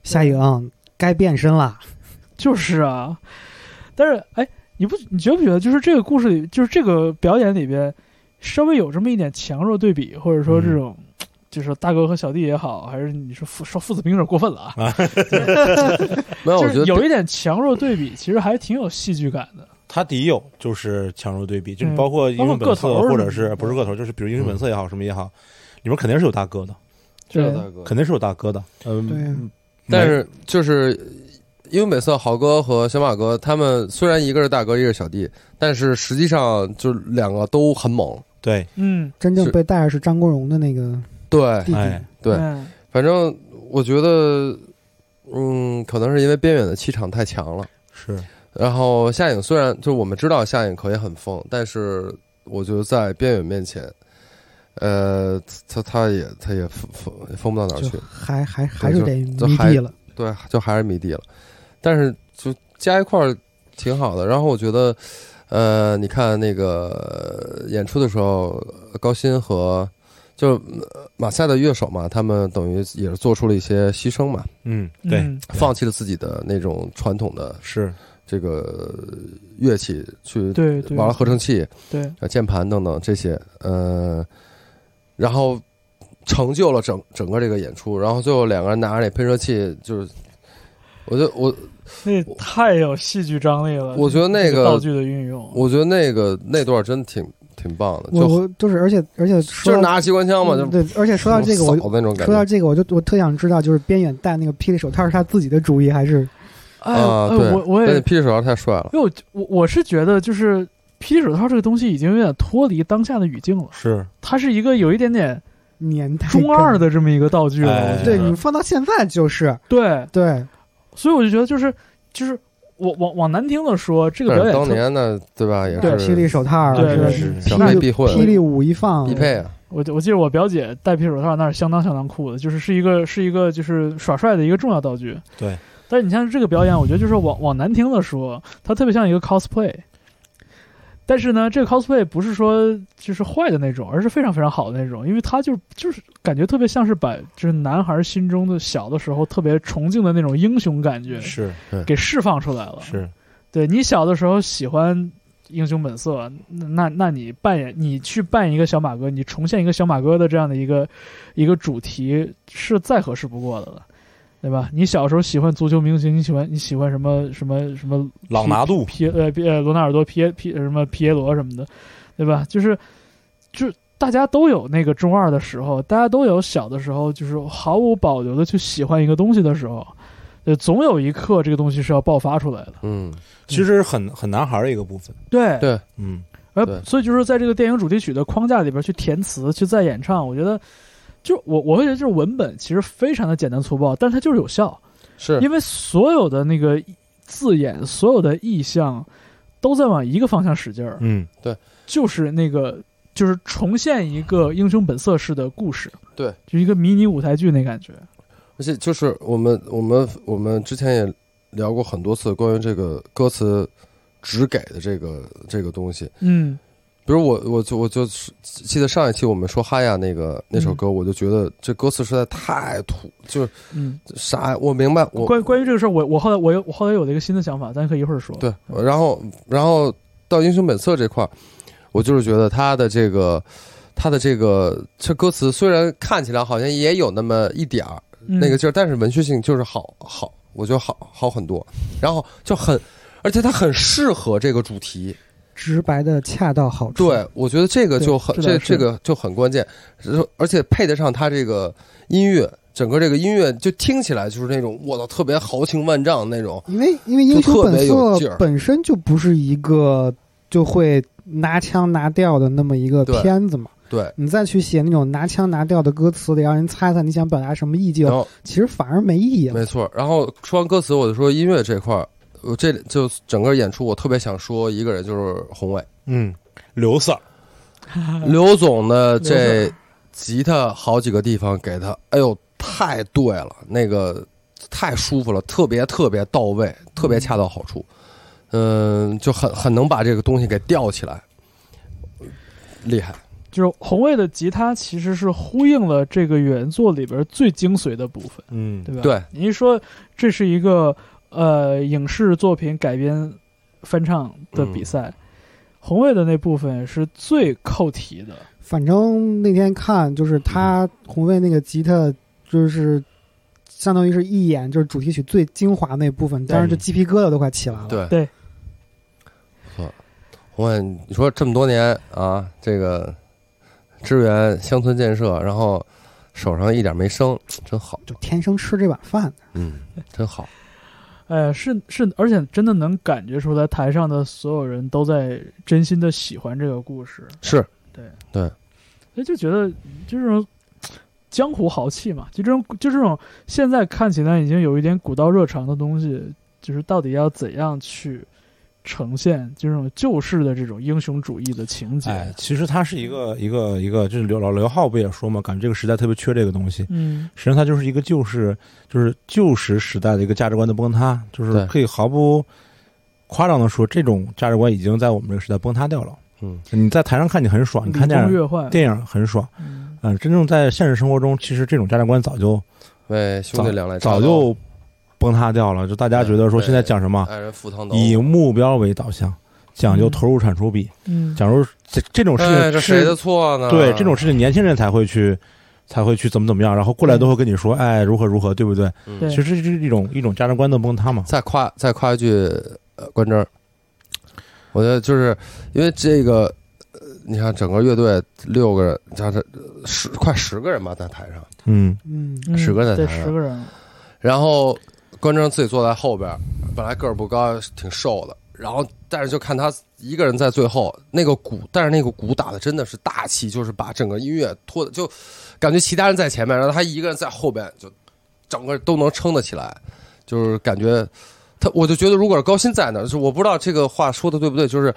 下影该变身了。
就是啊。但是哎，你不你觉不觉得就是这个故事里，就是这个表演里边稍微有这么一点强弱对比，或者说这种。就是大哥和小弟也好，还是你说父说父子兵有点过分了啊，
没有，
就
我觉
是
得
有一点强弱对比，其实还挺有戏剧感的。
他底有就是强弱对比，就
嗯
是包括英文
包括个头
本色
儿
或
什么
者
的嗯
是不是个头，就是比如英文本色也好，什么也好，里面肯定是有大哥的，
这
对
个大哥
肯定是有大哥的。嗯，
对啊
但是就是因为每次豪哥和小马哥他们虽然一个是大哥，一个是小弟，但是实际上就两个都很猛。
对，
嗯，
真正被带着是张国荣的那个
对
弟弟，
哎，
对
嗯
反正我觉得，嗯，可能是因为边远的气场太强了。
是
然后夏影虽然就是我们知道夏影可以很疯，但是我觉得在边远面前，呃，他他也他也疯疯疯不到哪儿
就
去，
还还还是得
就
迷
还
弟了。
对，就还是迷弟了。但是就加一块儿挺好的。然后我觉得，呃，你看那个演出的时候，高鑫和就呃马赛的乐手嘛，他们等于也是做出了一些牺牲嘛，
嗯，对，
嗯
放弃了自己的那种传统的
是
这个乐器，去
对对
玩了合成器、
对，
呃键盘等等这些，呃，然后成就了整整个这个演出。然后最后两个人拿着那喷射器，就是，我就我
那太有戏剧张力了。
我觉得那
这
个
道具的运用，
我觉得那个那段真挺挺棒的，
我
就
我就是，而且而且
就是
说到
拿着机关枪嘛，就
嗯对，而且说到这个，我
扫那种感
说到
觉。
这个，我就我特想知道，就是边远戴那个霹雳手套是他自己的主意还是？
哎，
啊，
哎
对，
我我也
但是霹雳手套太帅了，
因为我我我是觉得就是霹雳手套这个东西已经有点脱离当下的语境了，
是，
它是一个有一点 [laughs] 点
年代
中二
的，
的这么一个道具了。
哎
我觉得
[laughs] 对你放到现在就是
对，
对，
所以我就觉得就是就是我往往难听的说，这个
但
表演
是当
特
年呢，对吧，也
对
霹雳
是
手套
对
吧
是
是
小
霹
妹
雳
必混，
霹雳舞一放
必，配啊，
我我记得我表姐戴霹雳手套那是相当相当酷的，就是是一个是一个就是耍帅的一个重要道具。
对，
但是你像这个表演，我觉得就是往往难听的说，它特别像一个 cosplay。但是呢，这个 cosplay 不是说就是坏的那种，而是非常非常好的那种，因为它就就是感觉特别像是把就是男孩心中的小的时候特别崇敬的那种英雄感觉
是
给释放出来了。
是，
对你小的时候喜欢英雄本色，那那那你扮演你去扮一个小马哥，你重现一个小马哥的这样的一个一个主题是再合适不过的了，对吧？你小时候喜欢足球明星，你喜欢你喜欢什么什么什么
朗拿度
皮呃皮呃罗纳尔多皮耶皮什么皮耶罗什么的，对吧？就是就是大家都有那个中二的时候，大家都有小的时候，就是毫无保留的去喜欢一个东西的时候，呃，总有一刻这个东西是要爆发出来的。
嗯，
其实很很男孩儿的一个部分，
对
对，
嗯，
对
呃，所以就是在这个电影主题曲的框架里边去填词，去再演唱，我觉得，就我我会觉得就是文本其实非常的简单粗暴，但是它就是有效，
是
因为所有的那个字眼，所有的意象，都在往一个方向使劲儿，
嗯，
就是那个就是重现一个英雄本色式的故事，
对，
就一个迷你舞台剧那感觉，
而且就是我们我们我们之前也聊过很多次关于这个歌词只给的这个这个东西，
嗯
比如我我就我就是记得上一期我们说哈亚那个那首歌，我就觉得这歌词实在太土，就是
嗯。
啥我明白我
关关于这个事儿，我我后来我有我后来有了一个新的想法，咱可以一会儿说。
对，然后然后到英雄本色这块儿，我就是觉得他的这个他的这个这歌词虽然看起来好像也有那么一点儿
嗯， [laughs]
那个劲儿，但是文学性就是好好，我觉得好好很多，然后就很而且它很适合这个主题，
直白的恰到好处。
对，我觉得这个就很
对这
这
倒是
这个就很关键，而而且配得上他这个音乐，整个这个音乐就听起来就是那种我操特别豪情万丈那种，
因为因为英雄
就特
本
别有劲
色
儿
本身就不是一个就会拿腔拿调的那么一个
对
片子嘛，
对，
你再去写那种拿腔拿调的歌词，得让人猜猜你想表达什么意境
然，后
其实反而没意义了。
没错，然后说完歌词，我就说音乐这块儿，我这就整个演出我特别想说一个人就是宏伟，
嗯，刘四儿，
刘总的这
嗯刘
吉他好几个地方给他，哎呦太对了，那个太舒服了，特别特别到位，特别恰到好处，嗯，就很很能把这个东西给吊起来，厉害，
就是红卫的吉他其实是呼应了这个原作里边最精髓的部分，
嗯，
对吧？啊
对，
你一说这是一个呃影视作品改编翻唱的比赛，红卫的那部分是最扣题的，
反正那天看就是
嗯
他红卫那个吉他，就是相当于是一眼就是主题曲最精华那部分，当时就鸡皮疙瘩都快起来了。
对
对，
不错，红伟，你说这么多年啊，这个支援乡村建设，然后手上一点没生，真好，
就天生吃这碗饭的，
嗯，真好，
呃，是是，而且真的能感觉出来，台上的所有人都在真心的喜欢这个故事，
是
所以就觉得就这种江湖豪气嘛，就这种就这种现在看起来已经有一点古道热肠的东西，就是到底要怎样去呈现，就是那种旧式的这种英雄主义的情节。
哎，其实它是一个一个一个，就是刘老刘浩不也说嘛，感觉这个时代特别缺这个东西。
嗯，
实际上，它就是一个旧式，就是旧时时代的一个价值观的崩塌，就是
对
可以毫不夸张的说，这种价值观已经在我们这个时代崩塌掉了。
嗯，
你在台上看你很哦爽，你看
礼
电
崩
影
乐坏。
电影很爽，
嗯
嗯、真正在现实生活中，其实这种价值观早就
为兄弟两肋插刀
早就崩塌掉了。就大家觉得说
对
现在讲什么，
爱人赴汤蹈
啊以
火。
目标为导向，讲究
嗯
投入产出比，
嗯，
假如这这种事
哎，
情
这谁的啊
是，
错呢？
对这种事情年轻人才会去，才会去怎么怎么样，然后过来都会跟你说，哎，如何如何，对不对？
嗯
对
其实这就是一种一种价值观的崩塌嘛。
再夸再夸一句，呃，关铮，我觉得就是因为这个，呃你看整个乐队六个人，加上呃十快十个人吧，在台上，
嗯
嗯，
嗯
十个人在
对
台上
十个人，
然后关铮自己哎坐在后边儿，本来个儿不高，挺瘦的，然后但是就看他一个人在最后那个鼓，但是那个鼓打的真的是大气，就是把整个音乐拖的，就感觉其他人在前面，然后他一个人在后边，就整个都能撑得起来，就是感觉他，我就觉得如果是高薪在那儿，就是我不知道这个话说的对不对，就是。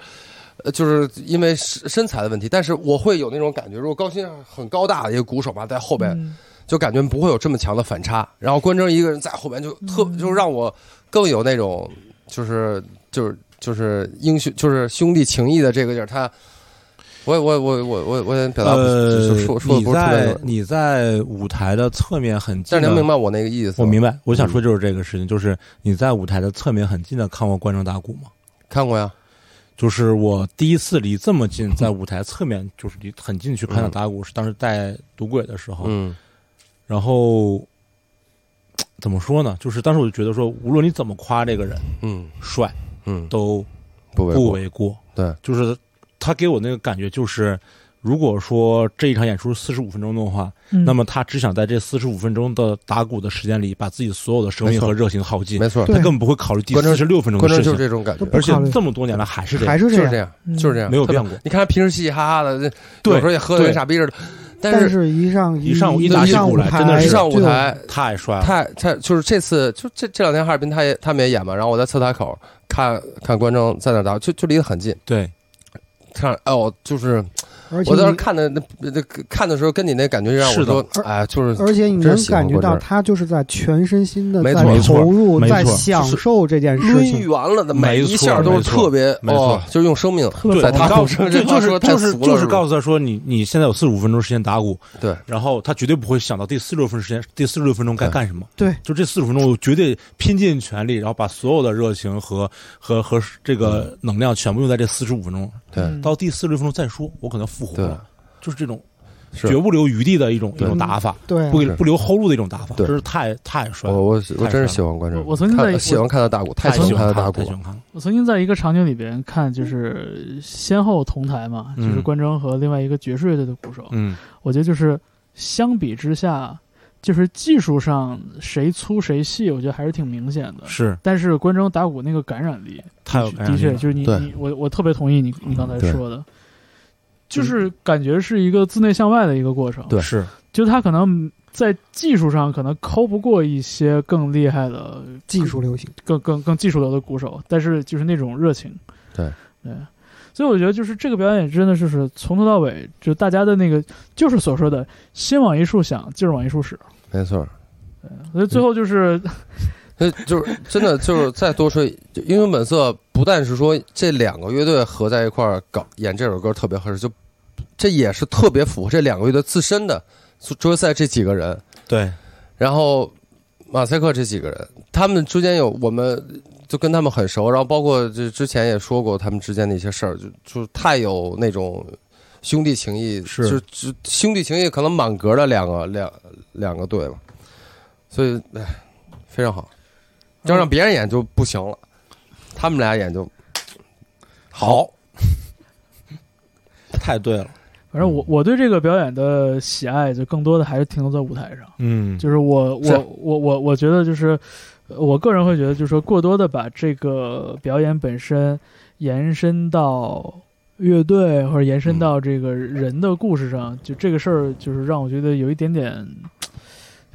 呃，就是因为身身材的问题，但是我会有那种感觉，如果高薪很高大的一个鼓手吧，在后边，
嗯
就感觉不会有这么强的反差。然后关铮一个人在后边就特，就是让我更有那种就是就是就是英雄就是兄弟情谊的这个劲儿。他，我我我我我我也表达不
呃
就说，说的
你
不是特别
在
多，
你在舞台的侧面很近
但是能明
的，
白我嗯那个意思吗？
我明白，我想说就是这个事情，就是你在舞台的侧面很近的看过观众打鼓吗？
看过呀，
就是我第一次离这么近，在舞台侧面就是离很近去看到打鼓，是当时带赌鬼的时候，
嗯
然后怎么说呢？就是当时我就觉得说，无论你怎么夸这个人
嗯
帅，
嗯，
都
不为
不
过，
为过。
对，
就是他给我那个感觉就是，如果说这一场演出四十五分钟的话，
嗯
那么他只想在这四十五分钟的打鼓的时间里，把自己所有的生
没
命
错
和热情耗尽，
没错，
他
对
根本不会考虑第
观众
四十六分钟
关
的
铮
事
就是
情。
这种感觉，
而且
不考虑
这么多年来还是这样
还，是
就
这
是这
样，
样，
嗯
就是这样，
没有
特别
变过。
你看他平时嘻嘻哈哈的，有
对
时候也喝的跟
对
傻逼似的，但
但
是
是一上
一上
一
一打
起
上
鼓
舞
来真的
台，
是
一上舞
对
台
太帅了，
太太就是这次就这这两天哈尔滨他也他们也演嘛，然后我在侧台口看看观众在那儿打，就就离得很近，
对，
看哎呦，就是
而且
我当时
你
看的那那看的时候跟你那感觉让我
是的
说，哎，就是
而且你
真
能
是喜欢
感觉到
过这儿
他就是在全身心的
没
在
错
投入，
没错
在
没错
享受这件事
抡
情。
圆了的每
没
一
错
下都是
没错
特别，
没错
哦就是用生命
特别
对
在
棒
他
告
口
诉
上，
就
这话
就是
说
就
太
是
俗了，
就是
是吧
告诉他说你你现在有四十五分钟时间打鼓，
对，
然后他绝对不会想到第四十六分时间第四十六分钟该
对
干什么，
对，
就这四十分钟我绝对拼尽全力，然后把所有的热情和和和这
嗯
个能量全部用在这四十五分钟，
对
嗯
到第四十六分钟再说，我可能复活
对
了，就是这种
是
嗯绝不留余地的一种一
对嗯
种打法，
对啊，
不
是
不留后路的一种打法，
对
这是太太帅
我
了，
我我
太
真是
帅
喜欢观众，
我我曾经在
看喜欢看他打鼓，太
太喜
欢他
欢看
打
了
鼓
太喜
了，
欢看了，
我曾经在一个场景里边看，就是先后同台嘛，
嗯
就是关铮和另外一个爵士乐队的鼓手。
嗯，
我觉得就是相比之下，就是技术上谁粗谁细，我觉得还是挺明显的。
嗯是
但是关铮打鼓那个感染力，
太有感染
的
力
确
了，嗯
就是你
对
你我我特别同意你你刚才
对
说的，就是感觉是一个自内向外的一个过程。
对
是
就他可能在技术上可能抠不过一些更厉害的
技术流行，
更更更技术流的鼓手，但是就是那种热情，
对
对，所以我觉得就是这个表演真的就是从头到尾，就大家的那个就是所说的心往一处想，劲儿往一处使，
没错。
所以最后就是、
所以就是真的就是再多说，就英雄本色不但是说这两个乐队合在一块儿搞演这首歌特别合适，就这也是特别符合这两个乐队自身的周赛这几个人，
对，
然后马赛克这几个人，他们之间有我们就跟他们很熟，然后包括这之前也说过他们之间的一些事儿，就就太有那种兄弟情谊，
是
就就兄弟情谊可能满格的两个两两个队吧，所以哎非常好，要
嗯呃
让别人演就不行了，他们俩演就 [laughs] 好，
太对了，
反正我我对这个表演的喜爱，就更多的还是停留在舞台上。
嗯，
就是我
是
我我我我觉得就是，呃我个人会觉得就是说过多的把这个表演本身延伸到乐队或者延伸到这个人的故事上，就这个事儿就是让我觉得有一点点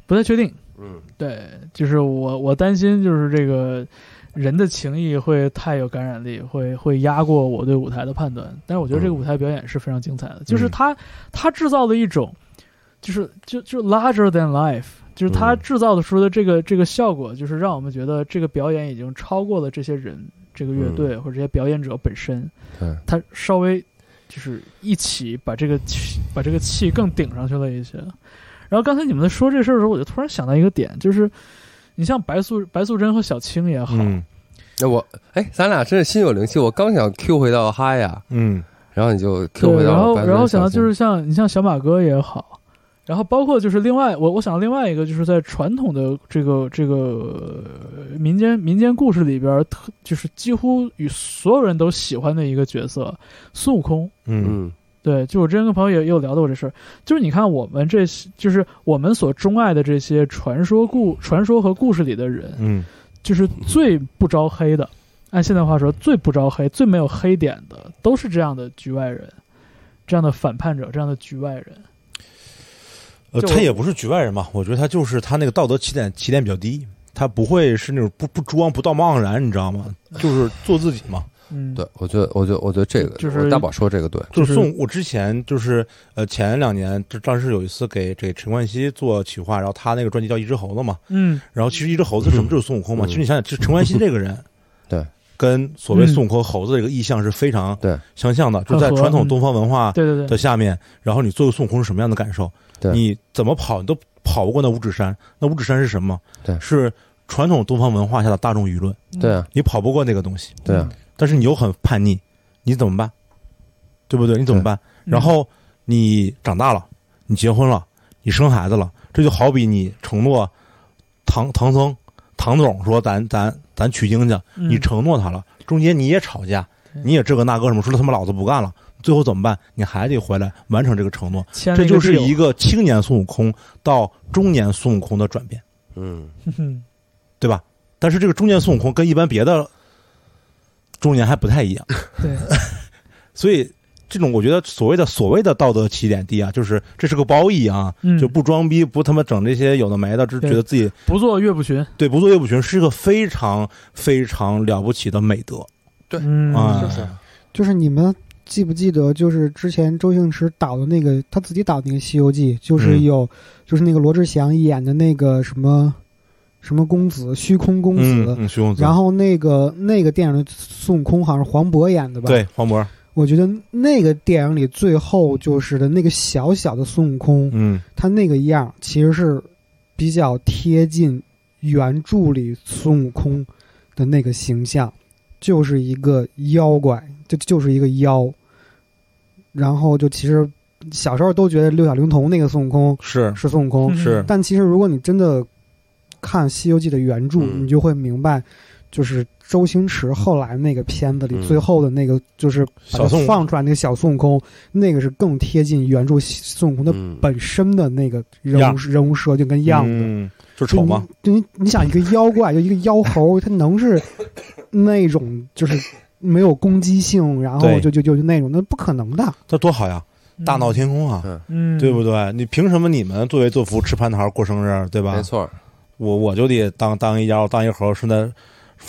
不太确定。
嗯，
对，就是我我担心就是这个。人的情谊会太有感染力，会会压过我对舞台的判断。但是我觉得这个
嗯
舞台表演是非常精彩的，就是他他制造了一种，就是就就 larger than life，就是他
嗯
制造的出的这个这个效果，就是让我们觉得这个表演已经超过了这些人、这个乐
嗯
队或者这些表演者本身，
对，
他稍微就是一起把这个气把这个气更顶上去了一些。然后刚才你们在说这事儿的时候，我就突然想到一个点，就是你像白素白素贞和小青也好，
嗯
那我哎，咱俩真是心有灵犀。我刚想 Q 回到哈呀，
嗯
然后你就 Q
对，
回到
然后
白色
然后
小
想到就
心
是像你像小马哥也好，然后包括就是另外我我想到另外一个就是在传统的这个这个呃民间民间故事里边儿，特就是几乎与所有人都喜欢的一个角色孙悟空。
嗯
嗯
对，就我之前跟朋友也也有聊到过这事儿，就是你看我们这些，就是我们所钟爱的这些传说故传说和故事里的人，
嗯
就是最不招黑的，按现在话说最不招黑、最没有黑点的，都是这样的局外人，这样的反叛者，这样的局外人。
呃，
就
他也不是局外人嘛，我觉得他就是他那个道德起点起点比较低，他不会是那种不不猪汪不道貌岸然，你知道吗？就是做自己嘛。
嗯，
对，我觉得我觉得我觉得这个
就是嗯
大宝说这个对，
就
就是是送我之前就是呃前两年，这当时有一次给给陈冠希做企划，然后他那个专辑叫《一只猴子》嘛，
嗯，
然后其实一只猴子什么就是孙悟空嘛，
嗯，
其实你想想，就陈冠希这个人
对，
跟所谓孙悟空猴子这个意象是非常
对
相像的，就
很
在
合
传统
嗯
东方文化
对对对，
的下面，然后你做个孙悟空是什么样的感受？
对
你怎么跑你都跑不过那五指山，那五指山是什么？
对
是传统东方文化下的大众舆论，
对啊
你跑不过那个东西，
嗯
对啊，
但是你又很叛逆，你怎么办？对不对？你怎么办？
嗯
然后你长大了，你结婚了，你生孩子了，这就好比你承诺唐唐僧、唐总说咱咱咱取经去，
嗯
你承诺他了，中间你也吵架
对，
你也这个那个什么，说他妈老子不干了，最后怎么办？你还得回来完成这个承诺，
签了
这就是一
个
个青年孙悟空到中年孙悟空的转变，
嗯，
[laughs]
deal，
对吧？但是这个中年孙悟空跟一般别的中年还不太一样。
对，
所以这种我觉得所谓的所谓的道德起点低啊，就是这是个褒义啊，
嗯，
[laughs] 就不装逼，不他妈整这些有的没的，只
对
觉得自己
嗯不做岳不群，
对不做岳不群是一个非常非常了不起的美德
对
嗯
啊，
是是
就是你们记不记得，就是之前周星驰导的那个他自己导的那个《西游记》，就是
嗯
有、就是那个罗志祥演的那个什么什么公子，虚空公子。
嗯嗯，徐公子，
然后那个那个电影的孙悟空好像是黄渤演的吧？，
对黄渤，
我觉得那个电影里最后就是的那个小小的孙悟空，
嗯
他那个样儿其实是比较贴近原著里孙悟空的那个形象，就是一个妖怪，就就是一个妖。然后就其实小时候都觉得六小龄童那个孙悟空
是
是孙悟空，
嗯
是
但其实如果你真的看《西游记》的原著，
嗯
你就会明白，就是周星驰后来那个片子里、
嗯
最后的那个，就是把它
小孙悟
放出来那个小孙悟空，那个是更贴近原著孙悟空的
嗯
本身的那个人物人物设定跟样子。
嗯就丑嘛，
就你？对你你想一个妖怪，就一个妖猴，他能
[laughs]
是那种就是没有攻击性，然后
对
就就就就那种，那不可能的。
这多好呀，大闹，天宫啊！
嗯，
对不对？你凭什么你们作威作福吃蟠桃过生日，对吧？
没错儿，
我我就得当当一妖当一猴，顺带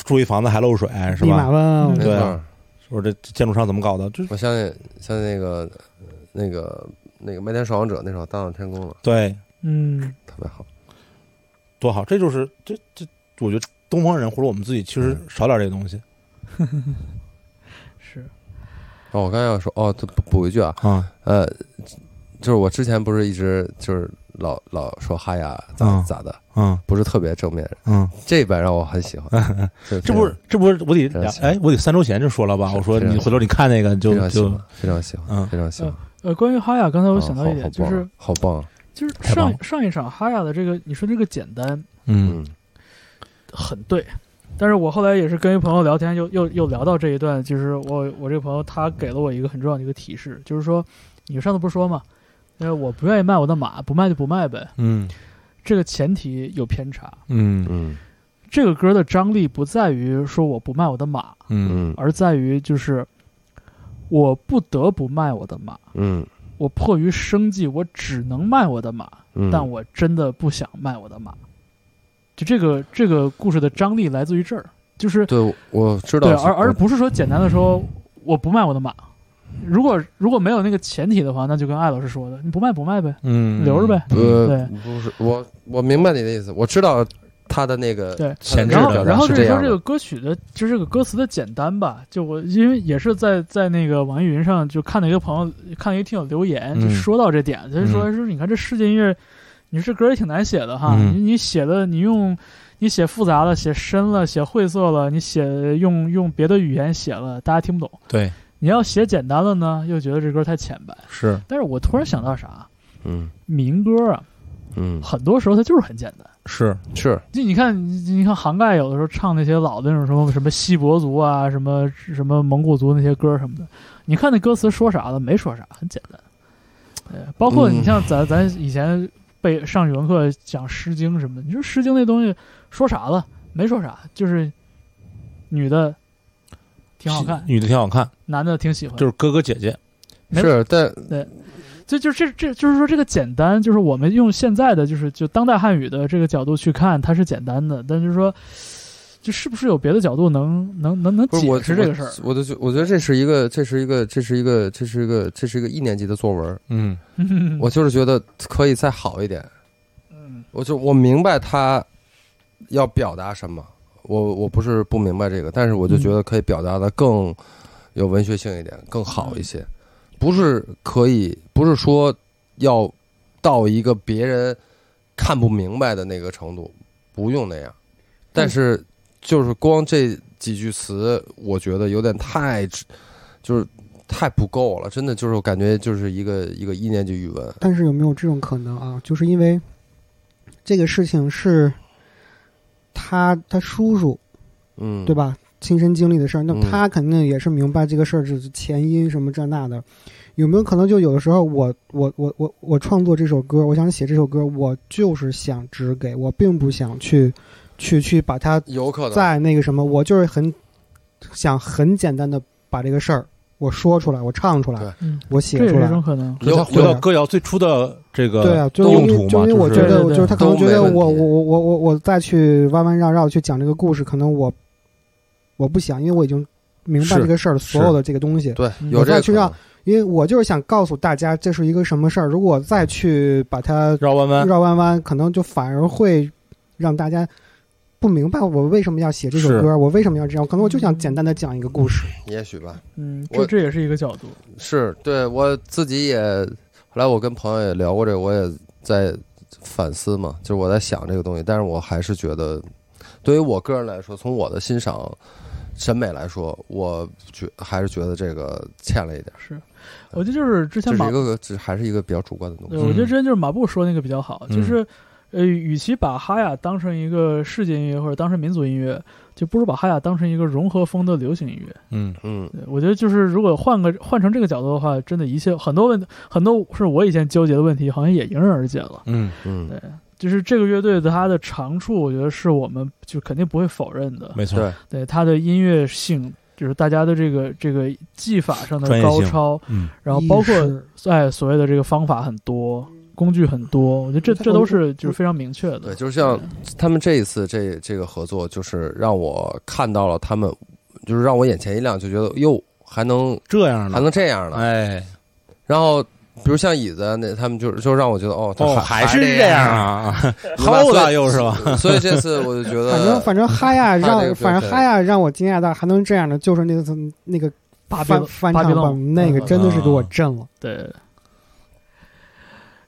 住一房子还漏水，是
立马
吧？
问
嗯
没错
对啊
儿。
我这建筑商怎么搞的？就是
我相信像那个那个那个《麦田守望者》那首《大闹天宫》了，
对，
嗯，
特别好。
多好！这就是这这，我觉得东方人或者我们自己其实少点这个东西
是，
哦，我刚才要说哦，补补一句啊，
啊。
呃，就是我之前不是一直就是老老说哈呀咋
嗯
咋的，
嗯
不是特别正面，
嗯，
这版让我很喜
[laughs]
欢。这
这不是这不是我得
非常喜欢
哎，我得三周前就说了吧？
是
我说
非常
你回头你看那个
非
就
常喜
就
欢，非常喜欢，
嗯
非常喜欢。
呃，关于哈雅，刚才
啊
我
嗯
想到
好
一点，
好
就
棒
是
好棒，
就是
太棒
上
了
上一场哈雅的这个，你说这个简单，
嗯
嗯
很对。但是我后来也是跟一朋友聊天，又又又聊到这一段，就是我我这个朋友他给了我一个很重要的一个提示，就是说，你上次不是说嘛，呃，我不愿意卖我的马，不卖就不卖呗，
嗯
这个前提有偏差。
嗯
嗯
这个歌的张力不在于说我不卖我的马，
嗯
嗯
而在于就是我不得不卖我的马，
嗯
我迫于生计，我只能卖我的马，
嗯，
但我真的不想卖我的马。就这个这个故事的张力来自于这儿，就是
对，我知道
对，
是，嗯
而而不是说简单的说我不卖我的马。如果如果没有那个前提的话，那就跟艾老师说的，你不卖不卖呗，
嗯，
留着呗。
呃
对，
不是我，我明白你的意思，我知道他的那个
对
他的
前置
那
然
个
后，
表
然
达
后
是
就是说
样
这
的
个歌曲的，就是这个歌词的简单吧。就我因为也是在在那个网易云上就看到一个朋友，看到一个听友留言，就
嗯
说到这点，他就
嗯
说说你看这世界音乐，你这歌也挺难写的哈，
嗯
你你写的你用你写复杂了，写深了，写晦涩了，你写用用别的语言写了，大家听不懂。
对，
你要写简单了呢，又觉得这歌太浅白。
是
但是我突然想到啥，
嗯
民歌啊，
嗯
很多时候它就是很简单。
是，
是
就你看，你你看杭盖有的时候唱那些老的那种什么什么锡伯族啊，什么什么蒙古族那些歌什么的，你看那歌词说啥了？没说啥，很简单。呃，包括你
嗯
像咱、咱以前背上语文课讲《诗经》什么的，你说《诗经》那东西说啥了？没说啥，就是女的挺好看，
女的挺好看，
男的挺喜欢，
就是哥哥姐姐，
没
是，但
就就这这就是说这个简单，就是我们用现在的就是就当代汉语的这个角度去看，它是简单的，但就是说，就是不是有别的角度能能能能
不是我
解释这个事儿？
我就觉我觉得这是一个，这是一个，这是一个，这是一个，这是一个一年级的作文，
嗯，
嗯
我就是觉得可以再好一点。
嗯
我就我明白他要表达什么，我我不是不明白这个，但是我就觉得可以表达的更有文学性一
嗯
点，更好一些，不是可以，不是说要到一个别人看不明白的那个程度，不用那样，但是就是光这几句词，我觉得有点太直，就是太不够了，真的就是我感觉就是一个一个一年级语文，
但是有没有这种可能啊？就是因为这个事情是他他叔叔
嗯，
对？吧？亲身经历的事儿，那
嗯
他肯定也是明白这个事儿就是前因什么这那的。有没有可能就有的时候我我我我我创作这首歌，我想写这首歌，我就是想只给我，并不想去去去把它
有可能
再那个什么，我就是很想很简单的把这个事儿我说出来，我唱出
对
来，
嗯，这
我写
也
出
是一
来
种。可能。
就
有
它回
有
到歌谣最初的这个
对啊，就
用
因为
途
就
嘛，
因为我
就
觉
是
得，
对对
我
对
就是他可
都
能觉
没
得
问
我
题
我我我我我再去弯弯绕绕去讲这个故事，可能我我不想，因为我已经明
是
白这个事儿所
是
有的这个东西，
对，
嗯
有
我
这
再
个
去
可
让
能
因为我就是想告诉大家这是一个什么事儿。如果再去把它
绕弯弯，
绕弯弯，可能就反而会让大家不明白我为什么要写这首
是
歌，我为什么要这样。可能我就想简单的讲一个故事。
也许吧，
嗯，
我
这这也是一个角度。
是对我自己也，后来我跟朋友也聊过这个，我也在反思嘛，就是我在想这个东西，但是我还是觉得，对于我个人来说，从我的欣赏审美来说，我觉还是觉得这个欠了一点，
是，我觉得就是之前
这是
马
一个只还是一个比较主观的东
对，
西。
嗯
我觉得之前就是马布说那个比较好，
嗯
就是，呃，与其把哈雅当成一个世界音乐或者当成民族音乐，就不如把哈雅当成一个融合风的流行音乐。
嗯
嗯
对，我觉得就是如果换个换成这个角度的话，真的一切很多问很多是我以前纠结的问题，好像也迎刃而解了。
嗯
嗯，
就是这个乐队的它的长处，我觉得是我们就肯定不会否认的。
没错，
对，
对它的音乐性，就是大家的这个这个技法上的
专业
高
性
超，
嗯，
然后包
意识
括哎所谓的这个方法很多，工具很多，我觉得这
我
这都
我
是就是非常明确的。
对，就是像他们这一次这这个合作，就是让我看到了他们，就是让我眼前一亮，就觉得哟，还能
这样
还
的，
能这样呢。
嗯哎，
然后比如像椅子那，他们就就让我觉得哦，他
哦，
还
是
这
这样啊， [laughs]
明白
厚道
所以
又是吧？
[laughs] 所以这次我就觉
呃
得，
反正反正哈亚
他这
让
个
反正
表现
哈亚让我惊讶到还能这样的，就是那次那个
巴比
翻
伦
翻
巴比
唱
伦
版那个
嗯
真的是给我
嗯
震了。
对，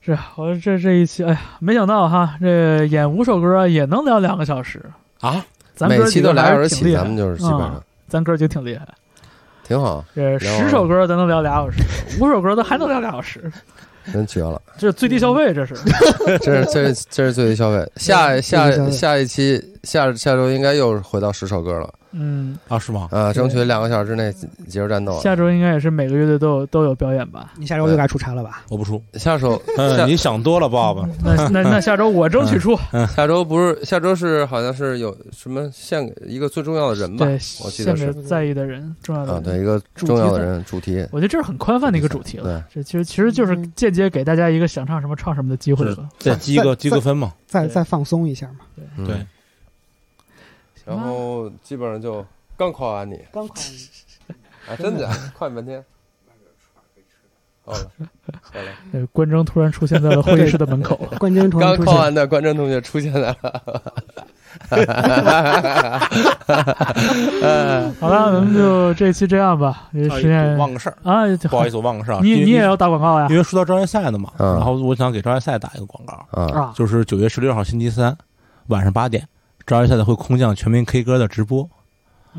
是我这这一期，哎呀，没想到哈，这演五首歌啊也能聊两个小时，
啊，
咱
每
哥
期
几
都
个
俩
还
小
是
时
挺
起，
厉害
咱们就是基本上、
嗯咱哥儿就挺厉害，
挺好，
这
聊
十首歌咱能聊俩小时，五首歌咱还能聊俩小时，
真绝了！ [laughs]
这是最低消费，这是。
这是这是这是最低消费。
[laughs]
下
最低消
下
费
下一期下下周应该又是回到十首歌了
嗯，
啊是吗？
啊，争取
对
两个小时之内结束战斗啊。
下周应该也是每个乐队都有都有表演
[laughs]
吧？
你下周又该出差了吧？
我不 [laughs] 出，
下首
嗯，
下
你想多了，爸爸，
那那那下周我争
嗯
取出，
下周不是下周是好像是有什么献给一个最重要的人吧
对，
我记
献
得
给
是
在意的人，重要的
啊，
人。
对一个重要的人主题，
我觉得这是很宽泛的一个主题了，这其实其实就是
嗯
间接给大家一个想唱什么唱什么的机会
是
了。
再积个积个分嘛，
再
对
再放松一下嘛。
嗯
对，
行然后基本上就刚夸完你，
刚 [laughs] 夸
啊，真假？夸你半天。好了，好了，
那呃关征突然出现在了会议室的门口，
关键虫
刚
出
夸
现，
完的观众同学出现了，
好了，咱们就这期这样吧，因为时间
忘个事儿，
啊，
不好意思，我忘个事儿啊。
你
因为
你也要打广告呀
因？为说到招业赛的嘛，
嗯
然后我想给招业赛打一个广告，
啊，
啊，
就是九月十六号星期三晚上八点，招业赛的会空降全民 K 歌的直播。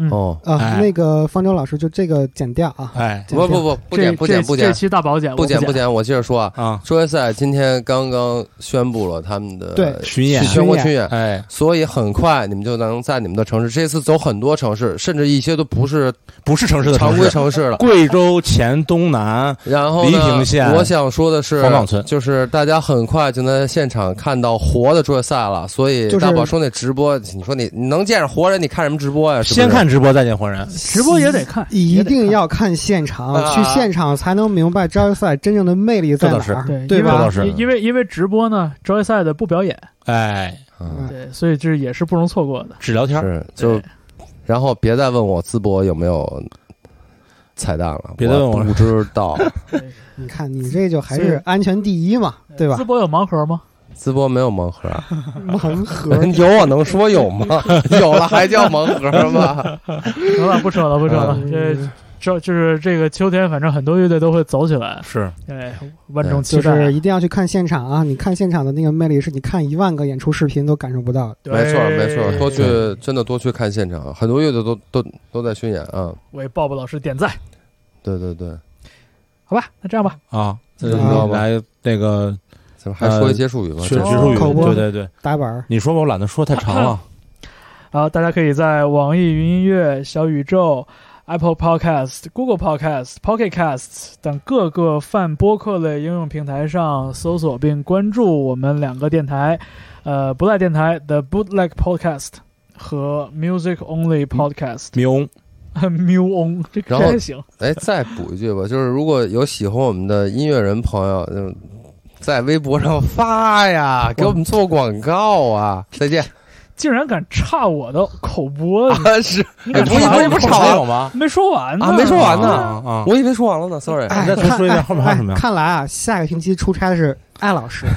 哦，
啊，
哎
那个方舟老师就这个剪掉啊，
哎
剪
不
掉
不不，不
这
剪不剪
这
不
这
剪
期大保检，
不
剪
剪不，剪，我接着说啊，
啊，
周杰赛今天刚刚宣布了他们的
对
巡演
全国巡演，
哎，
所以很快你们就能在你们的城市，这次走很多城市，甚至一些都不是
不是城市的
常
城
规
市
城
[laughs]
市了。
贵州黔东南，
然后
黎
呢
平县
我想说的是
黄岗村，
就是大家很快就能在现场看到活的桌赛了，所以
就是
大宝说那直播，你说你你能见着活人，你看什么直播呀？是不是
先看直播再见活人。
直播也得看，
一
也得看
定要看现场，
啊
去现场才能明白招赛真正的魅力在哪
这倒
儿，
对，
对
因为
这倒
吧？
是
因因为因为直播呢，职业赛的不表演，
哎，
嗯
对，所以这也是不容错过的。
只聊天儿，
是就
对
然后别再问我淄博有没有彩蛋了，
别再问我
我不知
[laughs]
道，
你看你这就还
所
是
以
安全第一嘛，对吧
淄？博有盲盒
[laughs]
吗？
淄博没有盲盒，
盲盒
[laughs]
[laughs] 有我能说有吗？ [laughs] 有了还叫盲盒吗？
好了，不扯了，不扯了。这
嗯
这就是这个秋天，反正很多乐队都会走起来，
[laughs] 是
哎，万众期
就
待。
是一定要去看现场啊！你看现场的那个魅力，是你看一万个演出视频都感受不到的。
对
没错没错，多去真的多去看现场，很多乐队都都都在巡演啊。
为 Bob 老师点赞，
对对对，
好吧？那这样吧，
啊，
知道
吧
来那个
咱们还说一些术语吧，
学
这
学术语，
口播
对对对，
打板儿，
你说吧，我懒得说太长了。
然后大家可以在网易云音乐、小宇宙、Apple Podcast、Google Podcast、Pocket Casts 等各个泛播客类应用平台上搜索并关注我们两个电台，呃，不赖电台 The Bootleg Podcast 和 Music Only Podcast。
喵，
喵翁，这这
然后
还行。
哎，再补一句吧，就是如果有喜欢我们的音乐人朋友，嗯在微博上发呀，给我们做广告啊！再见
竟然敢差我的口播，你
啊！是
你
哎
敢
不是
插
不是
我
不是
口
吵
播
啊
还有吗？
没说完呢，
啊没说完
哎
呢
啊啊！
我以为说完了呢，sorry。
哎，
再重说一遍
看
后面还有什么呀
哎看来啊，下个星期出差的是艾老师，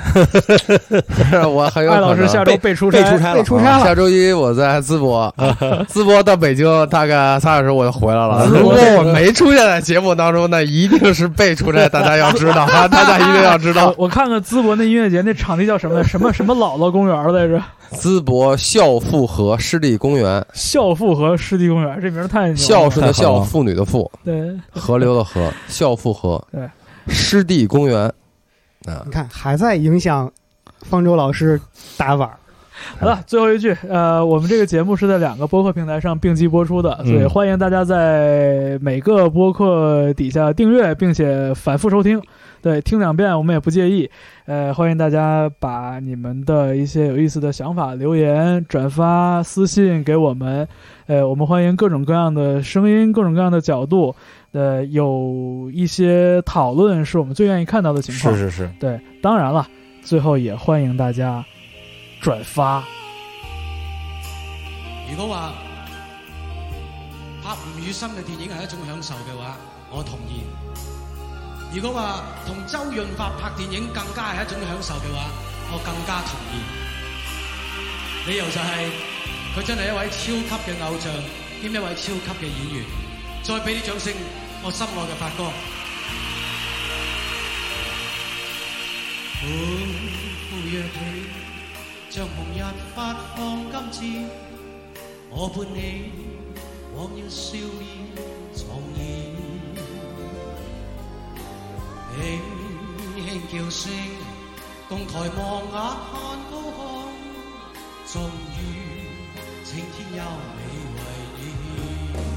我很有可
艾哎
能。
老师下周被出
被
差，啊
出差了，
被出差了。
下周一我在淄博，淄博到北京大概仨小时我就回来了。
淄博
如果我没出现在节目当中，那一定是被出差，大家要知道啊，大家一定要知道
我。我看看淄博那音乐节那场地叫什么什么什么姥姥公园来着？
淄博孝妇河湿地公园，
孝妇河湿地公园，这名儿太牛了。
孝顺的
太好
孝，
了
妇女的妇，
对，
河流的
[laughs]
河，孝妇河
对，
湿地公园啊
你，看，还在影响方舟老师打板儿。
好了，最后一句，呃，我们这个节目是在两个播客平台上并机播出的，
嗯
所以欢迎大家在每个播客底下订阅，并且反复收听。对，听两遍我们也不介意。呃，欢迎大家把你们的一些有意思的想法、留言、转发、私信给我们。呃，我们欢迎各种各样的声音，各种各样的角度。呃，有一些讨论是我们最愿意看到的情况。
是是是，
对，当然了，最后也欢迎大家转发。
如果話拍吳宇森嘅電影係一種享受嘅話，我同意。如果話同周潤發拍電影更加係一種享受嘅話，我更加同意。理由就係、佢真係一位超級嘅偶像，兼一位超級嘅演員。再俾啲掌聲，我心愛嘅發哥。每赴約會，像紅日發放金箭。我伴你往日笑意重現，輕輕叫聲，共抬望眼看高空，終於青天優美為你獻。